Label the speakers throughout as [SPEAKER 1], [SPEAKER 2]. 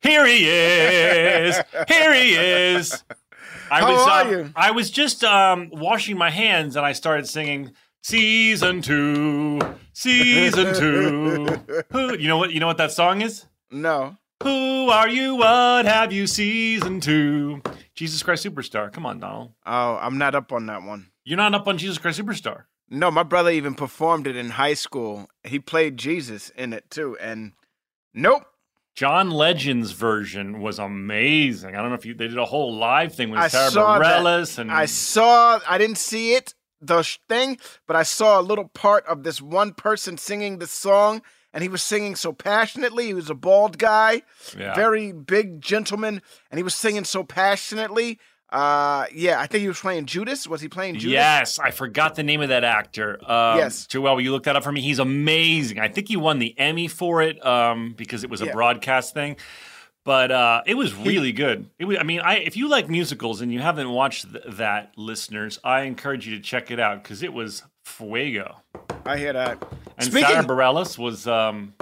[SPEAKER 1] Here he is. Here he is. I
[SPEAKER 2] How
[SPEAKER 1] was
[SPEAKER 2] are
[SPEAKER 1] um,
[SPEAKER 2] you?
[SPEAKER 1] I was just um, washing my hands and I started singing season 2. Season 2. Who You know what you know what that song is?
[SPEAKER 2] No.
[SPEAKER 1] Who are you? What have you? Season 2. Jesus Christ Superstar. Come on, Donald.
[SPEAKER 2] Oh, I'm not up on that one.
[SPEAKER 1] You're not up on Jesus Christ Superstar.
[SPEAKER 2] No, my brother even performed it in high school. He played Jesus in it too. And nope.
[SPEAKER 1] John Legend's version was amazing. I don't know if you they did a whole live thing with
[SPEAKER 2] I
[SPEAKER 1] Sarah
[SPEAKER 2] saw that.
[SPEAKER 1] Bareilles and
[SPEAKER 2] I saw. I didn't see it, the sh- thing, but I saw a little part of this one person singing the song, and he was singing so passionately. He was a bald guy,
[SPEAKER 1] Yeah.
[SPEAKER 2] very big gentleman, and he was singing so passionately. Uh, yeah, I think he was playing Judas. Was he playing Judas?
[SPEAKER 1] Yes, I forgot the name of that actor. Um,
[SPEAKER 2] Yes.
[SPEAKER 1] Joel, will you look that up for me? He's amazing. I think he won the Emmy for it um, because it was a
[SPEAKER 2] Yeah.
[SPEAKER 1] broadcast thing. But uh, it was really good. It was, I mean, I, if you like musicals and you haven't watched th- that, listeners, I encourage you to check it out because it was fuego.
[SPEAKER 2] I hear that.
[SPEAKER 1] And Sarah
[SPEAKER 2] Speaking,
[SPEAKER 1] Bareilles was um,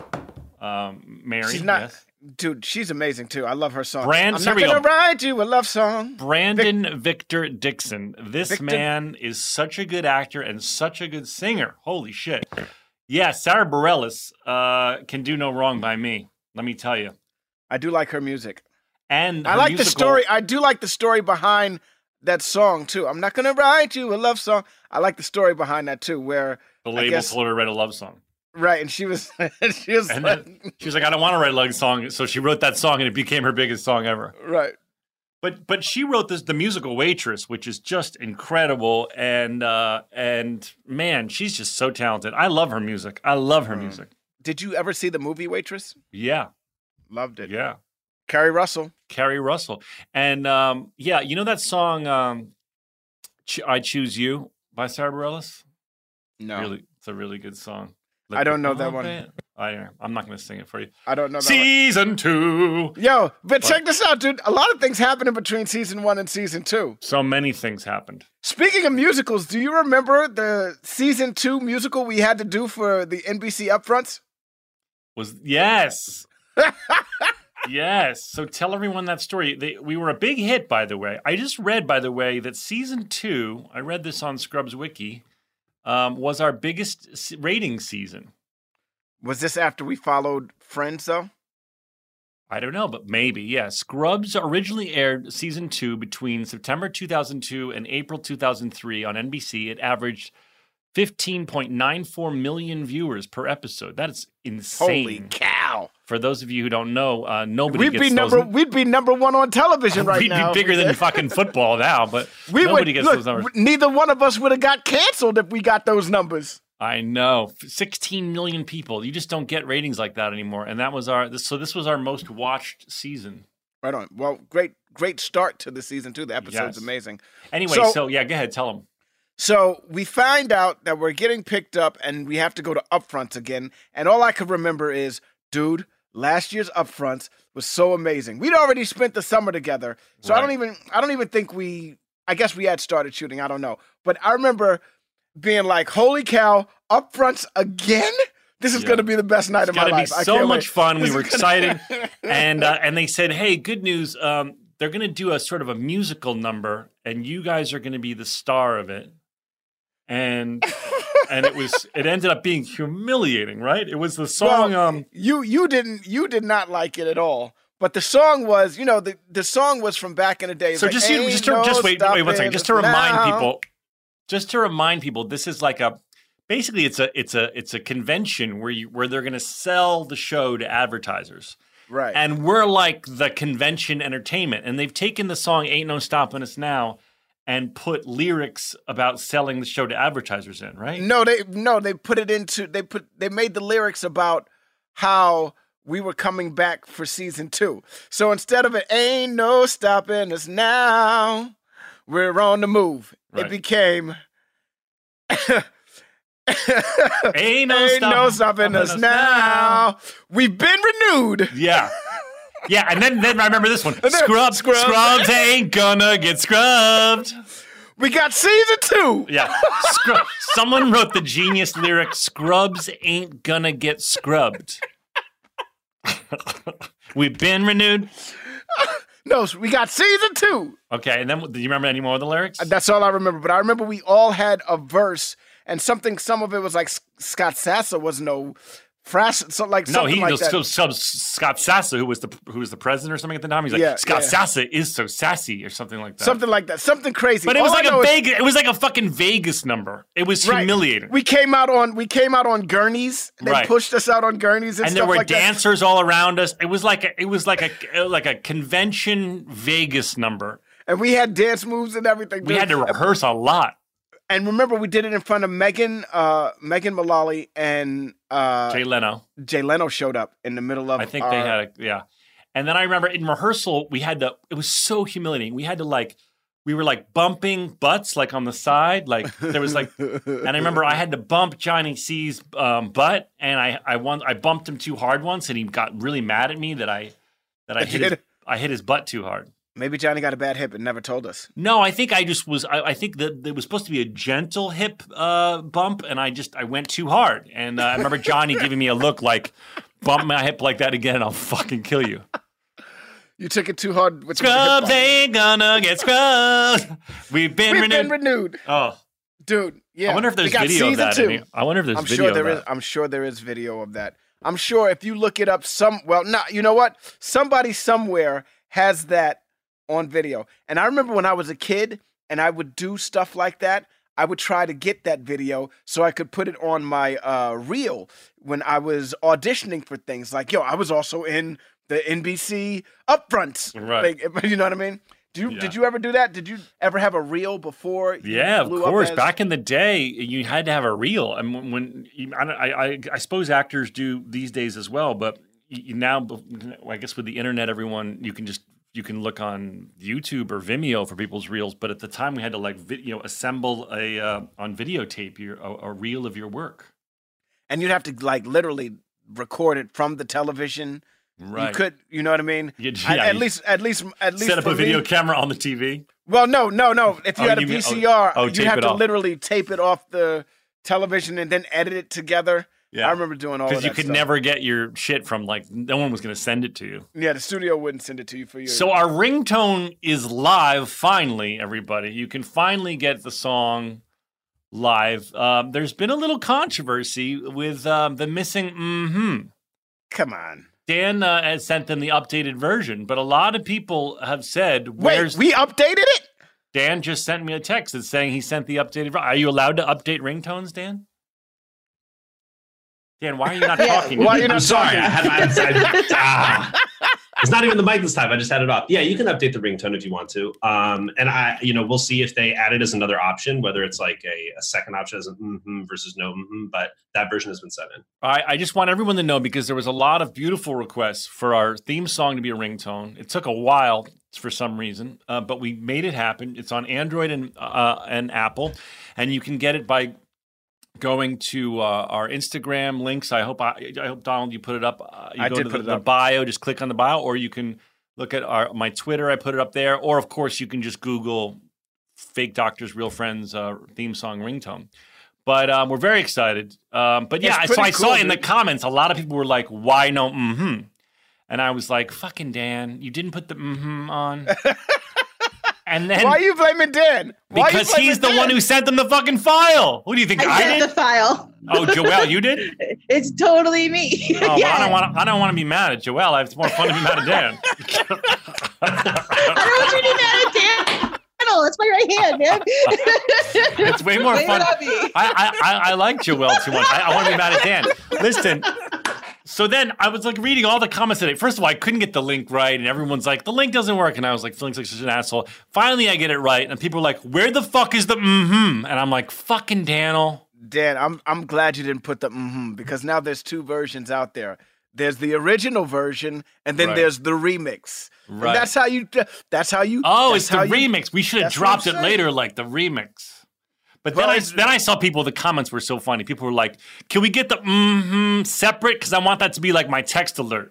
[SPEAKER 1] um, Mary.
[SPEAKER 2] she's not.
[SPEAKER 1] yes.
[SPEAKER 2] Dude, she's amazing too. I love her song.
[SPEAKER 1] Brand-
[SPEAKER 2] I'm
[SPEAKER 1] here
[SPEAKER 2] not
[SPEAKER 1] we
[SPEAKER 2] gonna
[SPEAKER 1] go.
[SPEAKER 2] write you a love song.
[SPEAKER 1] Brandon Victor Dixon. This
[SPEAKER 2] Victor-
[SPEAKER 1] man is such a good actor and such a good singer. Holy shit. Yeah, Sarah Bareilles uh, can do no wrong by me. Let me tell you.
[SPEAKER 2] I do like her music.
[SPEAKER 1] And
[SPEAKER 2] I
[SPEAKER 1] her
[SPEAKER 2] like the
[SPEAKER 1] musical-
[SPEAKER 2] story. I do like the story behind that song too. I'm not gonna write you a love song. I like the story behind that too, where
[SPEAKER 1] The
[SPEAKER 2] I
[SPEAKER 1] label
[SPEAKER 2] guess-
[SPEAKER 1] told her to write a love song.
[SPEAKER 2] right, and she was, she was
[SPEAKER 1] And
[SPEAKER 2] like-
[SPEAKER 1] then she was like, I don't want to write a love song. So she wrote that song and it became her biggest song ever.
[SPEAKER 2] right.
[SPEAKER 1] But but she wrote this the musical waitress, which is just incredible. And uh and man, she's just so talented. I love her music. I love
[SPEAKER 2] Mm.
[SPEAKER 1] her music.
[SPEAKER 2] Did you ever see the movie Waitress?
[SPEAKER 1] Yeah.
[SPEAKER 2] Loved it.
[SPEAKER 1] Yeah.
[SPEAKER 2] Carrie Russell.
[SPEAKER 1] Carrie Russell. And um, yeah, you know that song um, Ch- "I Choose You" by Sarah Bareilles.
[SPEAKER 2] No,
[SPEAKER 1] Really, it's a really good song. Oh,
[SPEAKER 2] I don't know that one.
[SPEAKER 1] I don't- I'm not going to sing it for you.
[SPEAKER 2] I don't know. That one.
[SPEAKER 1] Season two.
[SPEAKER 2] Yo, but check this out, dude. A lot of things happening between season one and season two.
[SPEAKER 1] So many things happened.
[SPEAKER 2] Speaking of musicals, do you remember the season two musical we had to do for the NBC upfronts?
[SPEAKER 1] Was yes. Yes. So tell everyone that story. They, we were a big hit, by the way. I just read, by the way, that season two, I read this on Scrubs Wiki, um, was our biggest s- rating season.
[SPEAKER 2] Was this after we followed Friends though?
[SPEAKER 1] I don't know, but maybe, yeah. Scrubs originally aired season two between September 2002 and April 2003 on NBC. It averaged 15.94 million viewers per episode. That is insane.
[SPEAKER 2] Holy cow! Wow.
[SPEAKER 1] For those of you who don't know, uh, nobody
[SPEAKER 2] We'd
[SPEAKER 1] gets
[SPEAKER 2] be number
[SPEAKER 1] those.
[SPEAKER 2] we'd be number one on television right
[SPEAKER 1] we'd
[SPEAKER 2] now.
[SPEAKER 1] be bigger than fucking football now, but
[SPEAKER 2] we
[SPEAKER 1] nobody
[SPEAKER 2] would,
[SPEAKER 1] gets
[SPEAKER 2] look,
[SPEAKER 1] those numbers.
[SPEAKER 2] Neither one of us would have got canceled if we got those numbers.
[SPEAKER 1] I know. 16 million people. You just don't get ratings like that anymore. And that was our this, so this was our most watched season.
[SPEAKER 2] Right on. Well, great great start to the season too. The episode's
[SPEAKER 1] Yes.
[SPEAKER 2] amazing.
[SPEAKER 1] Anyway, so,
[SPEAKER 2] So-
[SPEAKER 1] yeah, go ahead, tell them.
[SPEAKER 2] So we find out that we're getting picked up and we have to go to upfronts again. And all I could remember is, dude, last year's upfronts was so amazing. We'd already spent the summer together. So I don't even I don't even think we I guess we had started shooting. I don't know. But I remember being like, holy cow, upfronts again? This is
[SPEAKER 1] Yeah.
[SPEAKER 2] gonna be the best night of
[SPEAKER 1] It's
[SPEAKER 2] my
[SPEAKER 1] got to be
[SPEAKER 2] life. I
[SPEAKER 1] so
[SPEAKER 2] can't
[SPEAKER 1] much
[SPEAKER 2] wait.
[SPEAKER 1] fun.
[SPEAKER 2] This
[SPEAKER 1] We
[SPEAKER 2] is
[SPEAKER 1] were
[SPEAKER 2] gonna-
[SPEAKER 1] excited, and uh, and they said, "Hey, good news! Um, they're going to do a sort of a musical number, and you guys are going to be the star of it." And and it was it ended up being humiliating, right? It was the song.
[SPEAKER 2] Well,
[SPEAKER 1] um,
[SPEAKER 2] you you didn't you did not like it at all. But the song was, you know, the, the song was from back in the day. It's
[SPEAKER 1] so
[SPEAKER 2] like,
[SPEAKER 1] just you
[SPEAKER 2] "Ain't
[SPEAKER 1] just to,
[SPEAKER 2] no
[SPEAKER 1] just wait wait one
[SPEAKER 2] stopping
[SPEAKER 1] second, just to
[SPEAKER 2] us
[SPEAKER 1] remind
[SPEAKER 2] now."
[SPEAKER 1] people, just to remind people, this is like a basically it's a it's a it's a convention where you where they're going to sell the show to advertisers.
[SPEAKER 2] Right.
[SPEAKER 1] and we're like the convention entertainment and they've taken the song ain't no stopping us now and put lyrics about selling the show to advertisers in right
[SPEAKER 2] no, they no, they put it into they put they made the lyrics about how we were coming back for season two. So instead of it ain't no stopping us now, we're on the move.
[SPEAKER 1] Right.
[SPEAKER 2] It became
[SPEAKER 1] ain't no,
[SPEAKER 2] ain't
[SPEAKER 1] stop-
[SPEAKER 2] no stopping us now. We've been renewed.
[SPEAKER 1] yeah yeah and then then i remember this one
[SPEAKER 2] then-
[SPEAKER 1] scrubs
[SPEAKER 2] Scrubs.
[SPEAKER 1] scrubs ain't gonna get scrubbed
[SPEAKER 2] We got season two.
[SPEAKER 1] yeah Scrub- someone wrote the genius lyric scrubs ain't gonna get scrubbed we've been renewed
[SPEAKER 2] No, we got season two.
[SPEAKER 1] okay and then do you remember any more of the lyrics
[SPEAKER 2] That's all I remember. But I remember we all had a verse and something. Some of it was like S- Scott Sassa was no frass. So like
[SPEAKER 1] No,
[SPEAKER 2] something
[SPEAKER 1] he
[SPEAKER 2] like
[SPEAKER 1] was
[SPEAKER 2] that.
[SPEAKER 1] so- so- Scott Sassa, who was the who was the president or something at the time. He's like
[SPEAKER 2] Yeah,
[SPEAKER 1] Scott
[SPEAKER 2] yeah.
[SPEAKER 1] Sassa is so sassy or something like that.
[SPEAKER 2] something like that. Something crazy.
[SPEAKER 1] but it was
[SPEAKER 2] All I
[SPEAKER 1] like a
[SPEAKER 2] know is-
[SPEAKER 1] Vegas. it was like a fucking Vegas number. It was
[SPEAKER 2] Right.
[SPEAKER 1] humiliating.
[SPEAKER 2] We came out on we came out on gurneys. They
[SPEAKER 1] Right.
[SPEAKER 2] pushed us out on gurneys and,
[SPEAKER 1] and there
[SPEAKER 2] stuff
[SPEAKER 1] were
[SPEAKER 2] like that.
[SPEAKER 1] dancers all around us. It was like a, it was like a like a convention Vegas number.
[SPEAKER 2] And we had dance moves and everything.
[SPEAKER 1] We
[SPEAKER 2] dude.
[SPEAKER 1] had to rehearse a lot.
[SPEAKER 2] And remember, we did it in front of Megan, uh, Megan Mullally, and uh,
[SPEAKER 1] Jay Leno,
[SPEAKER 2] Jay Leno showed up in the middle of. uh,
[SPEAKER 1] I think
[SPEAKER 2] our,
[SPEAKER 1] they had a yeah. And then I remember in rehearsal we had to. It was so humiliating. We had to like we were like bumping butts like on the side. Like there was like and I remember I had to bump Johnny C's um, butt, and I I won, I bumped him too hard once, and he got really mad at me that I that I hit his,
[SPEAKER 2] did?
[SPEAKER 1] I hit his butt too hard.
[SPEAKER 2] Maybe Johnny got a bad hip and never told us.
[SPEAKER 1] No, I think I just was I, I think that there was supposed to be a gentle hip uh, bump, and I just I went too hard, and uh, I remember Johnny giving me a look like bump my hip like that again, and I'll fucking kill you.
[SPEAKER 2] You took it too hard. With the hip
[SPEAKER 1] Scrubs
[SPEAKER 2] bump.
[SPEAKER 1] ain't gonna get scrubbed. We've been
[SPEAKER 2] We've
[SPEAKER 1] renewed.
[SPEAKER 2] been renewed,
[SPEAKER 1] oh,
[SPEAKER 2] dude. Yeah,
[SPEAKER 1] I wonder if
[SPEAKER 2] we
[SPEAKER 1] there's
[SPEAKER 2] got
[SPEAKER 1] video of
[SPEAKER 2] season
[SPEAKER 1] that.
[SPEAKER 2] two.
[SPEAKER 1] Any- I wonder if there's
[SPEAKER 2] I'm
[SPEAKER 1] video
[SPEAKER 2] sure
[SPEAKER 1] of
[SPEAKER 2] there
[SPEAKER 1] that.
[SPEAKER 2] is. I'm sure there is video of that. I'm sure if you look it up, some well, no, you know what? Somebody somewhere has that on video. And I remember when I was a kid, and I would do stuff like that. I would try to get that video so I could put it on my uh, reel when I was auditioning for things. Like, yo, I was also in the NBC upfronts.
[SPEAKER 1] Right.
[SPEAKER 2] Like, you know what I mean? Do you,
[SPEAKER 1] Yeah.
[SPEAKER 2] Did you ever do that? Did you ever have a reel before? you
[SPEAKER 1] Yeah, of
[SPEAKER 2] blew up
[SPEAKER 1] course.
[SPEAKER 2] as-
[SPEAKER 1] Back in the day, you had to have a reel, and when, when you- I, don't- I, I, I suppose actors do these days as well, but you you now, I guess with the internet, everyone you can just you can look on YouTube or Vimeo for people's reels. But at the time, we had to like vi- you know assemble a uh, on videotape your a, a reel of your work.
[SPEAKER 2] and you'd have to like literally record it from the television. You could, you know what I mean?
[SPEAKER 1] You'd-
[SPEAKER 2] At-
[SPEAKER 1] yeah,
[SPEAKER 2] at
[SPEAKER 1] you-
[SPEAKER 2] least, at least, at least
[SPEAKER 1] set up
[SPEAKER 2] for
[SPEAKER 1] a video
[SPEAKER 2] me-
[SPEAKER 1] camera on the TV.
[SPEAKER 2] Well, no, no, no. If you
[SPEAKER 1] Oh,
[SPEAKER 2] had a
[SPEAKER 1] you mean- oh,
[SPEAKER 2] VCR,
[SPEAKER 1] oh,
[SPEAKER 2] you'd
[SPEAKER 1] tape
[SPEAKER 2] have
[SPEAKER 1] it
[SPEAKER 2] to
[SPEAKER 1] off.
[SPEAKER 2] literally tape it off the television and then edit it together.
[SPEAKER 1] Yeah.
[SPEAKER 2] I remember doing all of that.
[SPEAKER 1] Because you could
[SPEAKER 2] stuff.
[SPEAKER 1] never get your shit from like no one was going to send it to you.
[SPEAKER 2] Yeah, the studio wouldn't send it to you for you.
[SPEAKER 1] So our ringtone is live. Finally, everybody, you can finally get the song live. Um, there's been a little controversy with um, the missing. hmm
[SPEAKER 2] come on.
[SPEAKER 1] Dan uh, has sent them the updated version, but a lot of people have said,
[SPEAKER 2] Wait,
[SPEAKER 1] "Where's
[SPEAKER 2] we updated it?
[SPEAKER 1] Dan?" Just sent me a text that's saying he sent the updated. ver-" Are you allowed to update ringtones, Dan?
[SPEAKER 3] Dan, why are you not
[SPEAKER 4] Yeah.
[SPEAKER 3] talking? to
[SPEAKER 2] Why
[SPEAKER 3] me?
[SPEAKER 2] are you
[SPEAKER 5] I'm
[SPEAKER 2] not
[SPEAKER 5] sorry.
[SPEAKER 2] talking?
[SPEAKER 5] I had my I, ah. It's not even the mic this time. I just had it off. Yeah, you can update the ringtone if you want to. Um, and I, you know, we'll see if they add it as another option, whether it's like a, a second option as a mm-hmm versus no mm-hmm. But that version has been set in.
[SPEAKER 1] I, I just want everyone to know because there was a lot of beautiful requests for our theme song to be a ringtone. It took a while for some reason, uh, but we made it happen. It's on Android and uh, and Apple, and you can get it by going to uh, our Instagram links. I hope I, I hope Donald you put it up. Uh, you
[SPEAKER 2] I
[SPEAKER 1] go
[SPEAKER 2] did
[SPEAKER 1] to
[SPEAKER 2] put
[SPEAKER 1] the,
[SPEAKER 2] it
[SPEAKER 1] the
[SPEAKER 2] up.
[SPEAKER 1] bio, just click on the bio, or you can look at our my Twitter. I put it up there, or of course you can just Google "fake doctors, real friends" uh, theme song ringtone. But um, we're very excited. Um, but yeah, so
[SPEAKER 2] It's
[SPEAKER 1] I
[SPEAKER 2] pretty
[SPEAKER 1] saw
[SPEAKER 2] cool,
[SPEAKER 1] in the
[SPEAKER 2] dude.
[SPEAKER 1] comments a lot of people were like, "Why no?" Mm-hmm. And I was like, "Fucking Dan, you didn't put the mm-hmm on." and then
[SPEAKER 2] Why are you blaming Dan? Why are you
[SPEAKER 1] because
[SPEAKER 2] blaming
[SPEAKER 1] he's the
[SPEAKER 2] Dan?
[SPEAKER 1] one who sent them the fucking file. Who do you think I,
[SPEAKER 4] I sent
[SPEAKER 1] did?
[SPEAKER 4] the file.
[SPEAKER 1] oh, Joelle, you did.
[SPEAKER 4] It's totally me.
[SPEAKER 1] Oh, well, I
[SPEAKER 4] Yes.
[SPEAKER 1] don't want. I don't want to be mad at Joel. It's more fun to be mad at Dan.
[SPEAKER 4] I don't want you to be mad at Dan. It's my right hand, man.
[SPEAKER 1] It's way more
[SPEAKER 4] Blame
[SPEAKER 1] fun.
[SPEAKER 4] it
[SPEAKER 1] I,
[SPEAKER 4] on me.
[SPEAKER 1] I, I, I like Joel too much. I, I want to be mad at Dan. Listen. So then I was like reading all the comments today. First of all, I couldn't get the link right, and everyone's like, "The link doesn't work," and I was like, feeling like such an asshole. Finally, I get it right, and people are like, "Where the fuck is the mm-hmm?" And I'm like, "Fucking Daniel."
[SPEAKER 2] Dan, I'm I'm glad you didn't put the mm-hmm because now there's two versions out there. There's the original version, and then
[SPEAKER 1] Right.
[SPEAKER 2] there's the remix. And
[SPEAKER 1] Right.
[SPEAKER 2] that's how you. That's how you.
[SPEAKER 1] Oh,
[SPEAKER 2] that's
[SPEAKER 1] it's the
[SPEAKER 2] how you-
[SPEAKER 1] remix. We should have
[SPEAKER 2] that's what I'm
[SPEAKER 1] dropped it
[SPEAKER 2] saying.
[SPEAKER 1] later, like the remix. But
[SPEAKER 2] Well,
[SPEAKER 1] then I
[SPEAKER 2] it's-
[SPEAKER 1] then I saw people. The comments were so funny. People were like, "Can we get the mm-hmm separate? Because I want that to be like my text alert."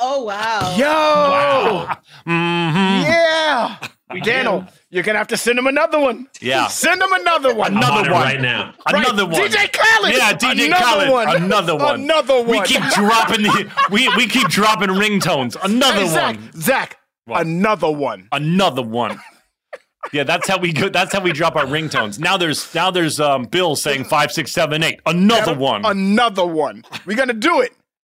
[SPEAKER 4] Oh wow.
[SPEAKER 2] Yo.
[SPEAKER 1] Mm-hmm.
[SPEAKER 2] Yeah. Daniel, you're gonna have to send him another one.
[SPEAKER 1] Yeah.
[SPEAKER 2] Send him another one.
[SPEAKER 1] Another
[SPEAKER 5] I'm on it
[SPEAKER 1] one.
[SPEAKER 5] right now.
[SPEAKER 2] Right.
[SPEAKER 1] Another one.
[SPEAKER 2] DJ Khaled.
[SPEAKER 1] Yeah, DJ
[SPEAKER 2] Another
[SPEAKER 1] Khaled.
[SPEAKER 2] one.
[SPEAKER 1] Another one.
[SPEAKER 2] Another
[SPEAKER 1] We
[SPEAKER 2] one.
[SPEAKER 1] keep dropping the we we keep dropping ringtones. Another
[SPEAKER 2] Hey, Zach,
[SPEAKER 1] one.
[SPEAKER 2] Zach,
[SPEAKER 1] What?
[SPEAKER 2] another one.
[SPEAKER 1] Another one. Yeah, that's how we go. That's how we drop our ringtones. Now there's now there's um, Bill saying five six seven eight. Another one.
[SPEAKER 2] Another one. We're gonna do it.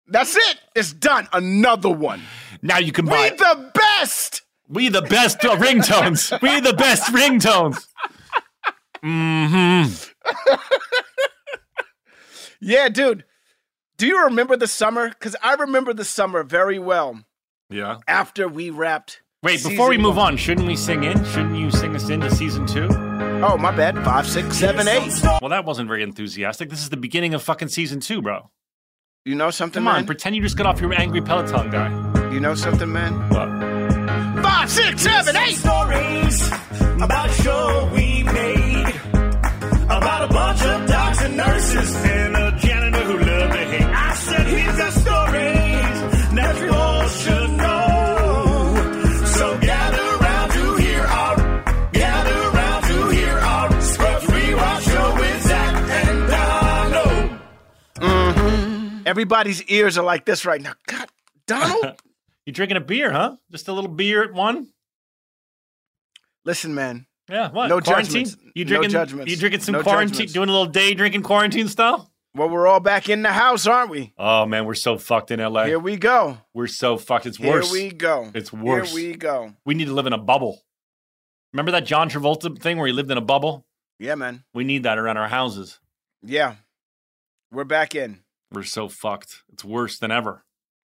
[SPEAKER 2] That's it. It's done. Another one.
[SPEAKER 1] now you can
[SPEAKER 2] We
[SPEAKER 1] buy.
[SPEAKER 2] the best.
[SPEAKER 1] We the best of ringtones. We the best ringtones. Mm-hmm.
[SPEAKER 2] Yeah, dude. Do you remember the summer? Because I remember the summer very well.
[SPEAKER 1] Yeah.
[SPEAKER 2] After we wrapped.
[SPEAKER 1] Wait, before we
[SPEAKER 2] season
[SPEAKER 1] move
[SPEAKER 2] one.
[SPEAKER 1] on, shouldn't we sing in? Shouldn't you sing us into season two?
[SPEAKER 2] Oh, my bad. Five, six, seven, eight.
[SPEAKER 1] Well, that wasn't very enthusiastic. This is the beginning of fucking season two, bro.
[SPEAKER 2] You know something,
[SPEAKER 1] Come on,
[SPEAKER 2] man?
[SPEAKER 1] pretend you just got off your angry Peloton guy.
[SPEAKER 2] You know something, man?
[SPEAKER 1] What?
[SPEAKER 2] Five, six, seven, eight.
[SPEAKER 6] stories about show we made about a bunch of docs and nurses and a janitor who loved to hate. I said, here's a story that you all should know. So gather round to hear our gather round to hear our Scrubs rewatch show with Zach and Donald.
[SPEAKER 2] Mm-hmm. Everybody's ears are like this right now. God, Donald.
[SPEAKER 1] You drinking a beer, huh? Just a little beer at one?
[SPEAKER 2] Listen, man.
[SPEAKER 1] Yeah, what?
[SPEAKER 2] No
[SPEAKER 1] quarantine?
[SPEAKER 2] judgments.
[SPEAKER 1] You
[SPEAKER 2] No
[SPEAKER 1] drinking,
[SPEAKER 2] judgments.
[SPEAKER 1] You drinking some
[SPEAKER 2] No
[SPEAKER 1] quarantine,
[SPEAKER 2] judgments.
[SPEAKER 1] doing a little day drinking quarantine style?
[SPEAKER 2] Well, we're all back in the house, aren't we?
[SPEAKER 1] Oh, man, we're so fucked in LA.
[SPEAKER 2] Here we go.
[SPEAKER 1] We're so fucked. It's
[SPEAKER 2] Here
[SPEAKER 1] worse.
[SPEAKER 2] we go.
[SPEAKER 1] It's worse.
[SPEAKER 2] Here we go.
[SPEAKER 1] We need to live in a bubble. Remember that John Travolta thing where he lived in a bubble?
[SPEAKER 2] Yeah, man.
[SPEAKER 1] We need that around our houses.
[SPEAKER 2] Yeah. We're back in.
[SPEAKER 1] We're so fucked. It's worse than ever.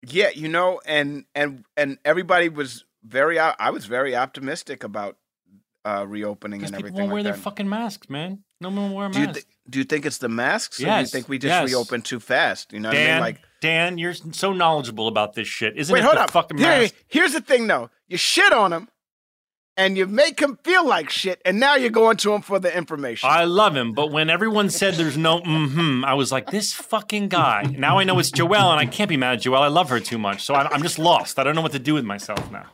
[SPEAKER 2] Yeah, you know, and and and everybody was very op- I was very optimistic about uh reopening
[SPEAKER 1] Because
[SPEAKER 2] and
[SPEAKER 1] people
[SPEAKER 2] everything
[SPEAKER 1] won't
[SPEAKER 2] like
[SPEAKER 1] wear
[SPEAKER 2] that.
[SPEAKER 1] their fucking masks, man. No one will wear a
[SPEAKER 2] do you
[SPEAKER 1] mask.
[SPEAKER 2] thi- do you think it's the masks? Or do you
[SPEAKER 1] Yes,
[SPEAKER 2] think we just
[SPEAKER 1] yes.
[SPEAKER 2] reopened too fast? You know what I
[SPEAKER 1] Dan,
[SPEAKER 2] mean? Like
[SPEAKER 1] Dan, you're so knowledgeable about this shit. Isn't
[SPEAKER 2] Wait,
[SPEAKER 1] it
[SPEAKER 2] hold
[SPEAKER 1] the
[SPEAKER 2] up.
[SPEAKER 1] fucking
[SPEAKER 2] Here-
[SPEAKER 1] mask?
[SPEAKER 2] here's the thing though. You shit on him and you make him feel like shit and now you're going to him for the information.
[SPEAKER 1] I love him, but when everyone said there's no mm-hmm, I was like, this fucking guy. Now I know it's Joelle, and I can't be mad at Joelle. I love her too much, so I'm, I'm just lost. I don't know what to do with myself now.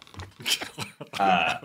[SPEAKER 5] Uh,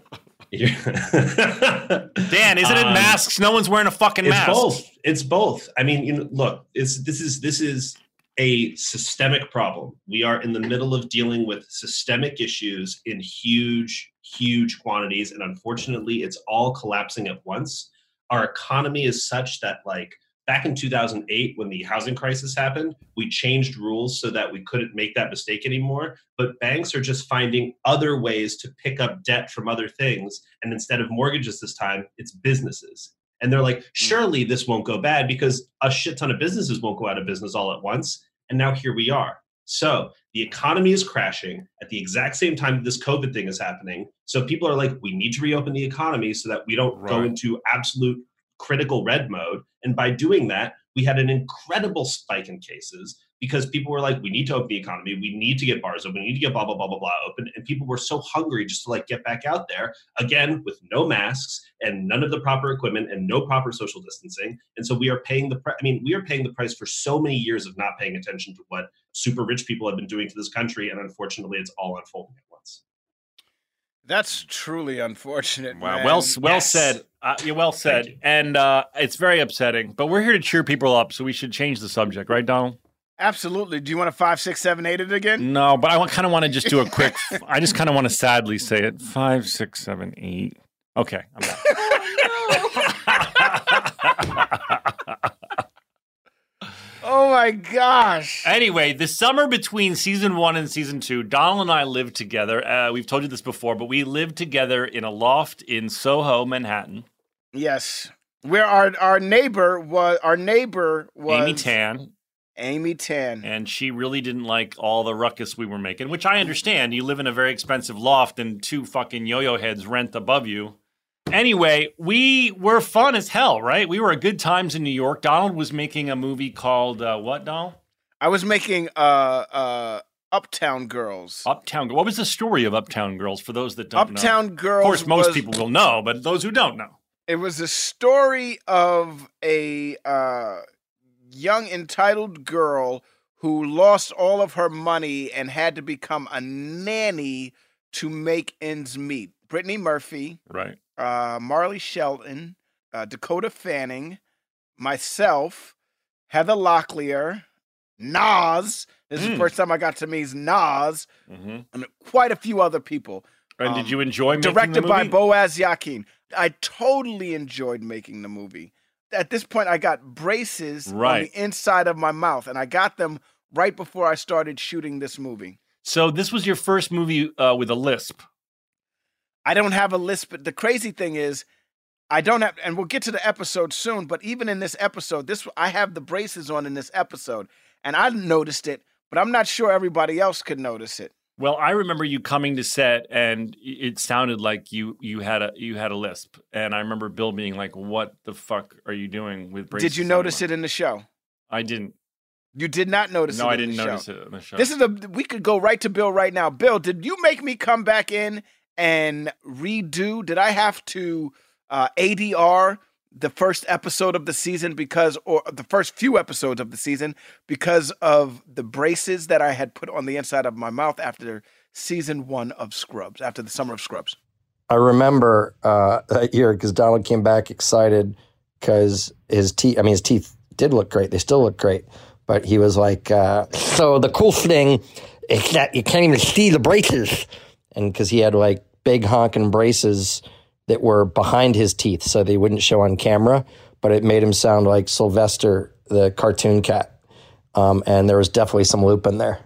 [SPEAKER 1] Dan, isn't it
[SPEAKER 5] Um,
[SPEAKER 1] masks? No one's wearing a fucking
[SPEAKER 5] it's
[SPEAKER 1] mask.
[SPEAKER 5] both it's both i mean you know, look it's this is this is a systemic problem we are in the middle of dealing with systemic issues in huge huge quantities and unfortunately it's all collapsing at once our economy is such that like back in 2008 when the housing crisis happened we changed rules so that we couldn't make that mistake anymore but banks are just finding other ways to pick up debt from other things and instead of mortgages this time it's businesses And they're like, surely this won't go bad because a shit ton of businesses won't go out of business all at once. And now here we are. So the economy is crashing at the exact same time that this COVID thing is happening. So people are like, we need to reopen the economy so that we don't go
[SPEAKER 1] Right.
[SPEAKER 5] into absolute critical red mode. And by doing that, we had an incredible spike in cases because people were like, we need to open the economy. We need to get bars open. We need to get blah, blah, blah, blah, blah open. And people were so hungry just to like get back out there again with no masks and none of the proper equipment and no proper social distancing. And so we are paying the price. I mean, we are paying the price for so many years of not paying attention to what super rich people have been doing to this country. And unfortunately, it's all unfolding at once.
[SPEAKER 2] That's truly unfortunate.
[SPEAKER 1] Wow,
[SPEAKER 2] man.
[SPEAKER 1] well, s- well said. Uh, yeah, well said. And uh, it's very upsetting, but we're here to cheer people up, so we should change the subject, right, Donald?
[SPEAKER 2] Absolutely. Do you want to five, six, seven, eight it again?
[SPEAKER 1] No, but I kind of want to just do a quick. I just kind of want to sadly say it. Five, six, seven, eight. Okay, I'm done.
[SPEAKER 2] Oh my gosh.
[SPEAKER 1] Anyway, the summer between season one and season two, Donald and I lived together. Uh, we've told you this before, but we lived together in a loft in Soho, Manhattan.
[SPEAKER 2] Yes. Where our our neighbor was our neighbor was
[SPEAKER 1] Amy Tan.
[SPEAKER 2] Amy Tan.
[SPEAKER 1] And she really didn't like all the ruckus we were making, which I understand. You live in a very expensive loft and two fucking yo yo heads rent above you. Anyway, we were fun as hell, right? We were at good times in New York. Donald was making a movie called uh, what, Donald?
[SPEAKER 2] I was making uh uh Uptown Girls.
[SPEAKER 1] Uptown. Girl- What was the story of Uptown Girls for those that don't know?
[SPEAKER 2] Uptown Girls
[SPEAKER 1] Of course, most
[SPEAKER 2] was-
[SPEAKER 1] people will know, but those who don't know.
[SPEAKER 2] It was a story of a uh, young entitled girl who lost all of her money and had to become a nanny to make ends meet. Brittany Murphy,
[SPEAKER 1] Right.
[SPEAKER 2] uh, Marley Shelton, uh, Dakota Fanning, myself, Heather Locklear, Nas. This is the
[SPEAKER 1] Mm.
[SPEAKER 2] first time I got to meet Nas,
[SPEAKER 1] Mm-hmm.
[SPEAKER 2] and quite a few other people.
[SPEAKER 1] And
[SPEAKER 2] Um,
[SPEAKER 1] did you enjoy making
[SPEAKER 2] directed
[SPEAKER 1] the
[SPEAKER 2] by
[SPEAKER 1] movie?
[SPEAKER 2] Boaz Yakin. I totally enjoyed making the movie. At this point, I got braces on
[SPEAKER 1] Right.
[SPEAKER 2] the inside of my mouth, and I got them right before I started shooting this movie.
[SPEAKER 1] So this was your first movie uh, with a lisp.
[SPEAKER 2] I don't have a lisp. But the crazy thing is, I don't have, and we'll get to the episode soon. But even in this episode, this I have the braces on in this episode, and I noticed it, but I'm not sure everybody else could notice it.
[SPEAKER 1] Well, I remember you coming to set, and y- it sounded like you you had a you had a lisp. And I remember Bill being like, "What the fuck are you doing with braces?"
[SPEAKER 2] Did you notice it in the show?
[SPEAKER 1] I didn't.
[SPEAKER 2] You did not notice it.
[SPEAKER 1] no, I
[SPEAKER 2] in the
[SPEAKER 1] didn't
[SPEAKER 2] show.
[SPEAKER 1] notice it in the show.
[SPEAKER 2] This is a we could go right to Bill right now. Bill, did you make me come back in and redo? Did I have to uh, ADR the first episode of the season because or the first few episodes of the season because of the braces that I had put on the inside of my mouth after season 1 of Scrubs, after the summer of Scrubs?
[SPEAKER 7] I remember uh, that year because Donald came back excited because his teeth, I mean, his teeth did look great. They still look great. But he was like, uh, so the cool thing is that you can't even see the braces. And because he had like big honking braces that were behind his teeth so they wouldn't show on camera, but it made him sound like Sylvester, the cartoon cat. Um, and there was definitely some loop in there.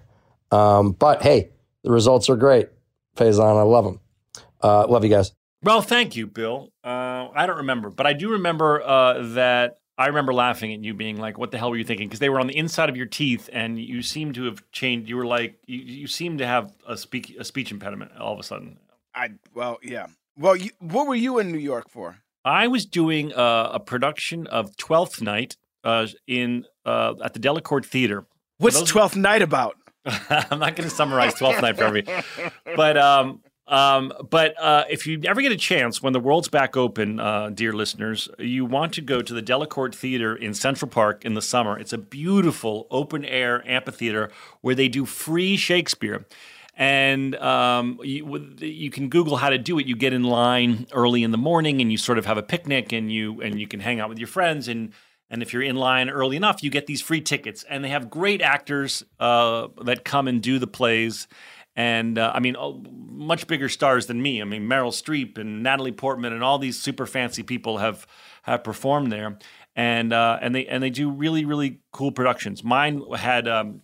[SPEAKER 7] Um, but hey, the results are great. Faison, I love them. Uh, love you guys.
[SPEAKER 1] Well, thank you, Bill. Uh, I don't remember, but I do remember uh, that I remember laughing at you being like, "What the hell were you thinking?" Because they were on the inside of your teeth, and you seem to have changed. You were like, you, you seem to have a speak a speech impediment all of a sudden.
[SPEAKER 2] I well, yeah. Well, you, what were you in New York for?
[SPEAKER 1] I was doing uh, a production of Twelfth Night uh, in uh, at the Delacorte Theater.
[SPEAKER 2] What's
[SPEAKER 1] those-
[SPEAKER 2] Twelfth Night about?
[SPEAKER 1] I'm not going to summarize Twelfth Night for every, but um, um, but uh, if you ever get a chance when the world's back open, uh, dear listeners, you want to go to the Delacorte Theater in Central Park in the summer. It's a beautiful open air amphitheater where they do free Shakespeare. And um, you, with- you can Google how to do it. You get in line early in the morning, and you sort of have a picnic, and you and you can hang out with your friends, and and if you're in line early enough, you get these free tickets. And they have great actors uh, that come and do the plays. And uh, I mean, oh, much bigger stars than me. I mean, Meryl Streep and Natalie Portman and all these super fancy people have have performed there. And uh, and they and they do really really cool productions. Mine had um,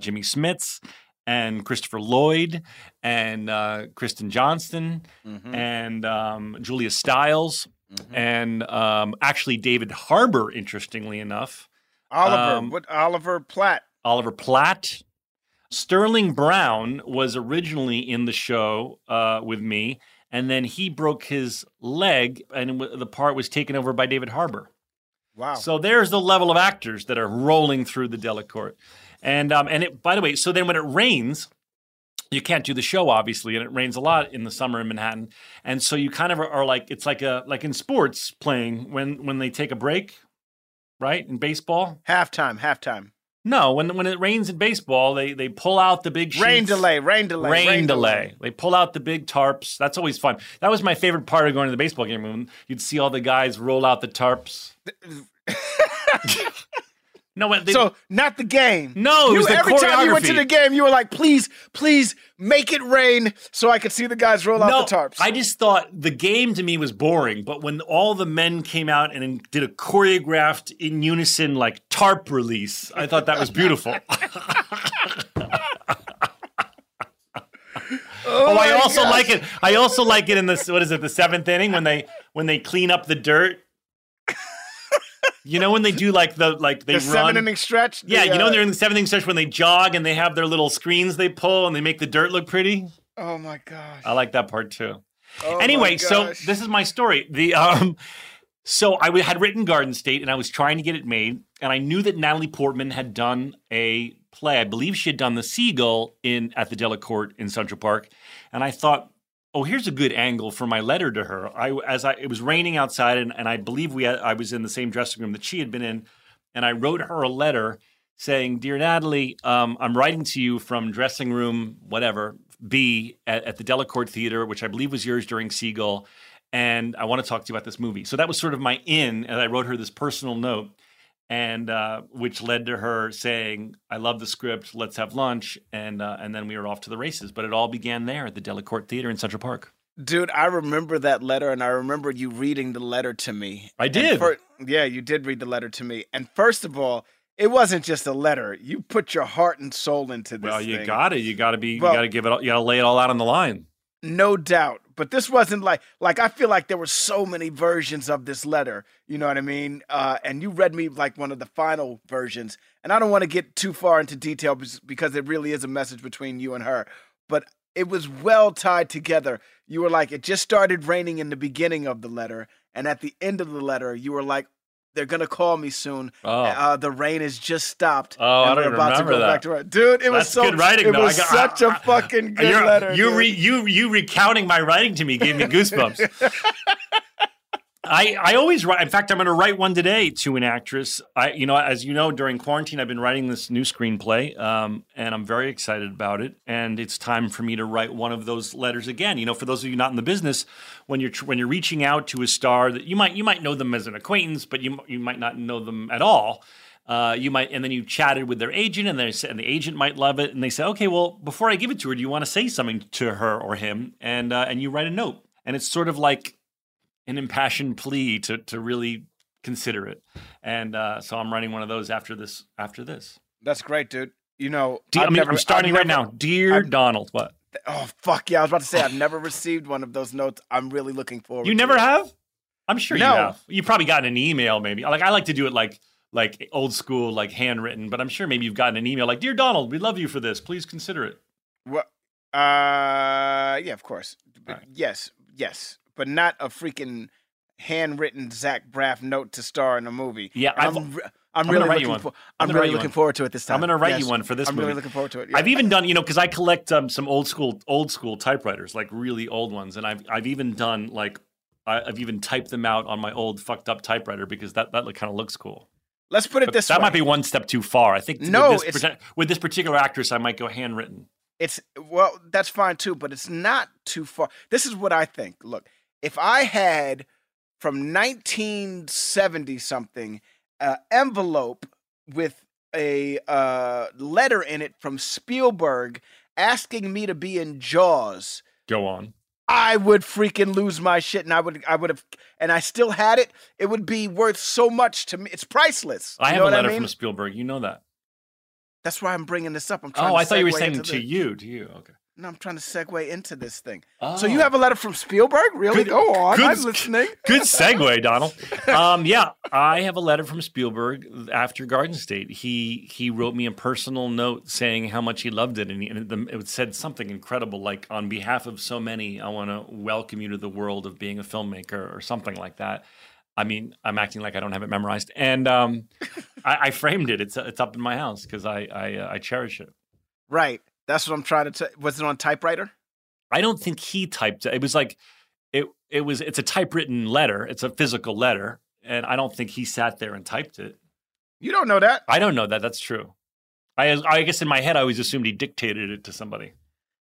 [SPEAKER 1] Jimmy Smits and Christopher Lloyd
[SPEAKER 2] Mm-hmm.
[SPEAKER 1] and uh, Kristen Johnston and um, Julia Stiles and um, actually David Harbour, interestingly enough,
[SPEAKER 2] Oliver,
[SPEAKER 1] Um,
[SPEAKER 2] what Oliver Platt?
[SPEAKER 1] Oliver Platt. Sterling Brown was originally in the show uh, with me, and then he broke his leg, and w- the part was taken over by David Harbour.
[SPEAKER 2] Wow.
[SPEAKER 1] So there's the level of actors that are rolling through the Delacorte. And um, and it, by the way, so then when it rains, you can't do the show obviously, and it rains a lot in the summer in Manhattan, and so you kind of are, are like it's like a like in sports playing when when they take a break, right? In baseball,
[SPEAKER 2] halftime, halftime.
[SPEAKER 1] No, when when it rains in baseball, they they pull out the big
[SPEAKER 2] Rain
[SPEAKER 1] sheets.
[SPEAKER 2] delay, rain delay,
[SPEAKER 1] rain,
[SPEAKER 2] rain
[SPEAKER 1] delay.
[SPEAKER 2] delay.
[SPEAKER 1] They pull out the big tarps. That's always fun. That was my favorite part of going to the baseball game when you'd see all the guys roll out the tarps. no, when they,
[SPEAKER 2] so not the game.
[SPEAKER 1] No, it
[SPEAKER 2] you,
[SPEAKER 1] was the
[SPEAKER 2] every time you went to
[SPEAKER 1] choreography.
[SPEAKER 2] the game, you were like, "Please, please make it rain, so I could see the guys roll
[SPEAKER 1] no,
[SPEAKER 2] out the tarps."
[SPEAKER 1] I just thought the game to me was boring, but when all the men came out and then did a choreographed in unison like tarp release, I thought that was beautiful. Oh, I
[SPEAKER 6] my
[SPEAKER 1] also
[SPEAKER 6] gosh.
[SPEAKER 1] like it. I also like it in this. What is it? The seventh inning when they when they clean up the dirt. You know when they do like the like they
[SPEAKER 2] the
[SPEAKER 1] run.
[SPEAKER 2] seven inning stretch. the,
[SPEAKER 1] yeah, you know
[SPEAKER 2] uh,
[SPEAKER 1] they're in the seventh inning stretch when they jog and they have their little screens they pull and they make the dirt look pretty.
[SPEAKER 2] Oh my gosh.
[SPEAKER 1] I like that part too.
[SPEAKER 2] Oh my
[SPEAKER 1] anyway, so
[SPEAKER 2] gosh.
[SPEAKER 1] this is my story. The um, so I w- had written Garden State and I was trying to get it made, and I knew that Natalie Portman had done a play. I believe she had done The Seagull in at the Delacorte in Central Park, and I thought. Oh, here's a good angle for my letter to her. I, as I, it was raining outside, and, and I believe we, had, I was in the same dressing room that she had been in, and I wrote her a letter saying, "Dear Natalie, um, I'm writing to you from dressing room whatever B at, at the Delacorte Theater, which I believe was yours during Seagull, and I want to talk to you about this movie." So that was sort of my in, and I wrote her this personal note, and uh, which led to her saying, "I love the script. Let's have lunch," and uh, and then we were off to the races. But it all began there at the Delacorte Theater in Central Park.
[SPEAKER 2] Dude, I remember that letter, and I remember you reading the letter to me.
[SPEAKER 1] I
[SPEAKER 2] And
[SPEAKER 1] did.
[SPEAKER 2] fir- yeah, you did read the letter to me. And first of all, it wasn't just a letter. You put your heart and soul into this.
[SPEAKER 1] Well, you
[SPEAKER 2] thing.
[SPEAKER 1] got to you got to be
[SPEAKER 2] Well-
[SPEAKER 1] you got to give it all, you got to lay it all out on the line.
[SPEAKER 2] no doubt. But this wasn't like like I feel like there were so many versions of this letter. You know what I mean? Uh, and you read me like one of the final versions. And I don't want to get too far into detail bes- because it really is a message between you and her. But it was well tied together. You were like, it just started raining in the beginning of the letter, and at the end of the letter, you were like, they're gonna call me soon.
[SPEAKER 1] Oh.
[SPEAKER 2] Uh, the rain has just stopped.
[SPEAKER 1] Oh, I
[SPEAKER 2] and
[SPEAKER 1] don't
[SPEAKER 2] we're about
[SPEAKER 1] remember
[SPEAKER 2] to go
[SPEAKER 1] that.
[SPEAKER 2] back to work." Dude, it was
[SPEAKER 1] That's
[SPEAKER 2] so
[SPEAKER 1] good writing,
[SPEAKER 2] It
[SPEAKER 1] though. I
[SPEAKER 2] was
[SPEAKER 1] got- I-
[SPEAKER 2] such a fucking good
[SPEAKER 1] You're-
[SPEAKER 2] letter.
[SPEAKER 1] You
[SPEAKER 2] dude.
[SPEAKER 1] re, you you recounting my writing to me gave me goosebumps. I I always write. In fact, I'm going to write one today to an actress. I you know as you know during quarantine I've been writing this new screenplay, um, and I'm very excited about it. And it's time for me to write one of those letters again. You know, for those of you not in the business, when you're tr- when you're reaching out to a star that you might you might know them as an acquaintance, but you m- you might not know them at all. Uh, you might, and then you chatted with their agent, and they said, and the agent might love it, and they say, okay, well, before I give it to her, do you want to say something to her or him? And uh, and you write a note, and it's sort of like an impassioned plea to to really consider it. And uh, so I'm writing one of those after this. After this,
[SPEAKER 2] That's great, dude. You know,
[SPEAKER 1] D- I
[SPEAKER 2] I've
[SPEAKER 1] mean,
[SPEAKER 2] never-
[SPEAKER 1] I'm starting
[SPEAKER 2] I've
[SPEAKER 1] right
[SPEAKER 2] never-
[SPEAKER 1] now. Dear Donald, what?
[SPEAKER 2] Oh fuck yeah! I was about to say I've never received one of those notes. I'm really looking forward.
[SPEAKER 1] You
[SPEAKER 2] to
[SPEAKER 1] never
[SPEAKER 2] it.
[SPEAKER 1] have? I'm sure
[SPEAKER 2] No.
[SPEAKER 1] you have. You probably gotten an email, maybe. Like I like to do it like like old school, like handwritten. But I'm sure maybe you've gotten an email like, "Dear Donald, we love you for this. Please consider it."
[SPEAKER 2] Well, uh, yeah, of course. But Yes, yes, but not a freaking handwritten Zach Braff note to star in a movie.
[SPEAKER 1] Yeah,
[SPEAKER 2] I'm.
[SPEAKER 1] I've-
[SPEAKER 2] re-
[SPEAKER 1] I'm
[SPEAKER 2] I'm,
[SPEAKER 1] gonna
[SPEAKER 2] really
[SPEAKER 1] write you
[SPEAKER 2] looking
[SPEAKER 1] one.
[SPEAKER 2] for-
[SPEAKER 1] I'm
[SPEAKER 2] I'm,
[SPEAKER 1] gonna write
[SPEAKER 2] really
[SPEAKER 1] you
[SPEAKER 2] looking
[SPEAKER 1] one.
[SPEAKER 2] forward to it this time.
[SPEAKER 1] I'm going to write you
[SPEAKER 2] Yes,
[SPEAKER 1] one for this
[SPEAKER 2] I'm
[SPEAKER 1] movie.
[SPEAKER 2] really looking forward to it.
[SPEAKER 1] I've even done, you know, because I collect um, some old school, old school typewriters, like really old ones, and I've I've even done like I, I've even typed them out on my old fucked up typewriter because that that kind of looks cool.
[SPEAKER 2] Let's put it
[SPEAKER 1] But
[SPEAKER 2] this
[SPEAKER 1] that
[SPEAKER 2] way.
[SPEAKER 1] might be one step too far. I think
[SPEAKER 2] No,
[SPEAKER 1] with
[SPEAKER 2] it's-
[SPEAKER 1] this, pretend- with this particular actress, I might go handwritten.
[SPEAKER 2] It's well, that's fine too, but it's not too far. This is what I think. Look, if I had from 1970 something uh, envelope with a uh, letter in it from Spielberg asking me to be in Jaws,
[SPEAKER 1] Go on.
[SPEAKER 2] I would freaking lose my shit, and I would, I would have, and I still had it. It would be worth so much to me. It's priceless.
[SPEAKER 1] I
[SPEAKER 2] You
[SPEAKER 1] have
[SPEAKER 2] know
[SPEAKER 1] a
[SPEAKER 2] what
[SPEAKER 1] letter
[SPEAKER 2] I mean?
[SPEAKER 1] from Spielberg. You know that.
[SPEAKER 2] That's why I'm bringing this up. I'm trying
[SPEAKER 1] Oh,
[SPEAKER 2] to
[SPEAKER 1] I thought you were
[SPEAKER 2] segue
[SPEAKER 1] saying
[SPEAKER 2] into
[SPEAKER 1] to
[SPEAKER 2] the-
[SPEAKER 1] you, to you. Okay.
[SPEAKER 2] No, I'm trying to segue into this thing. So you have a letter from Spielberg? Really?
[SPEAKER 1] Oh. Good-
[SPEAKER 2] Go on.
[SPEAKER 1] good-
[SPEAKER 2] I'm listening.
[SPEAKER 1] Good segue, Donald. Um, yeah, I have a letter from Spielberg after Garden State. He he wrote me a personal note saying how much he loved it, and, he, and it, it said something incredible, like "On behalf of so many, I want to welcome you to the world of being a filmmaker," or something like that. I mean, I'm acting like I don't have it memorized, and um, I, I framed it. It's it's up in my house because I I, uh, I cherish it.
[SPEAKER 2] Right. That's what I'm trying to. T- was it on typewriter?
[SPEAKER 1] I don't think he typed it. It was like it it was it's a typewritten letter. It's a physical letter. And I don't think he sat there and typed it.
[SPEAKER 2] You don't know that.
[SPEAKER 1] I don't know that. That's true. I I guess in my head I always assumed he dictated it to somebody.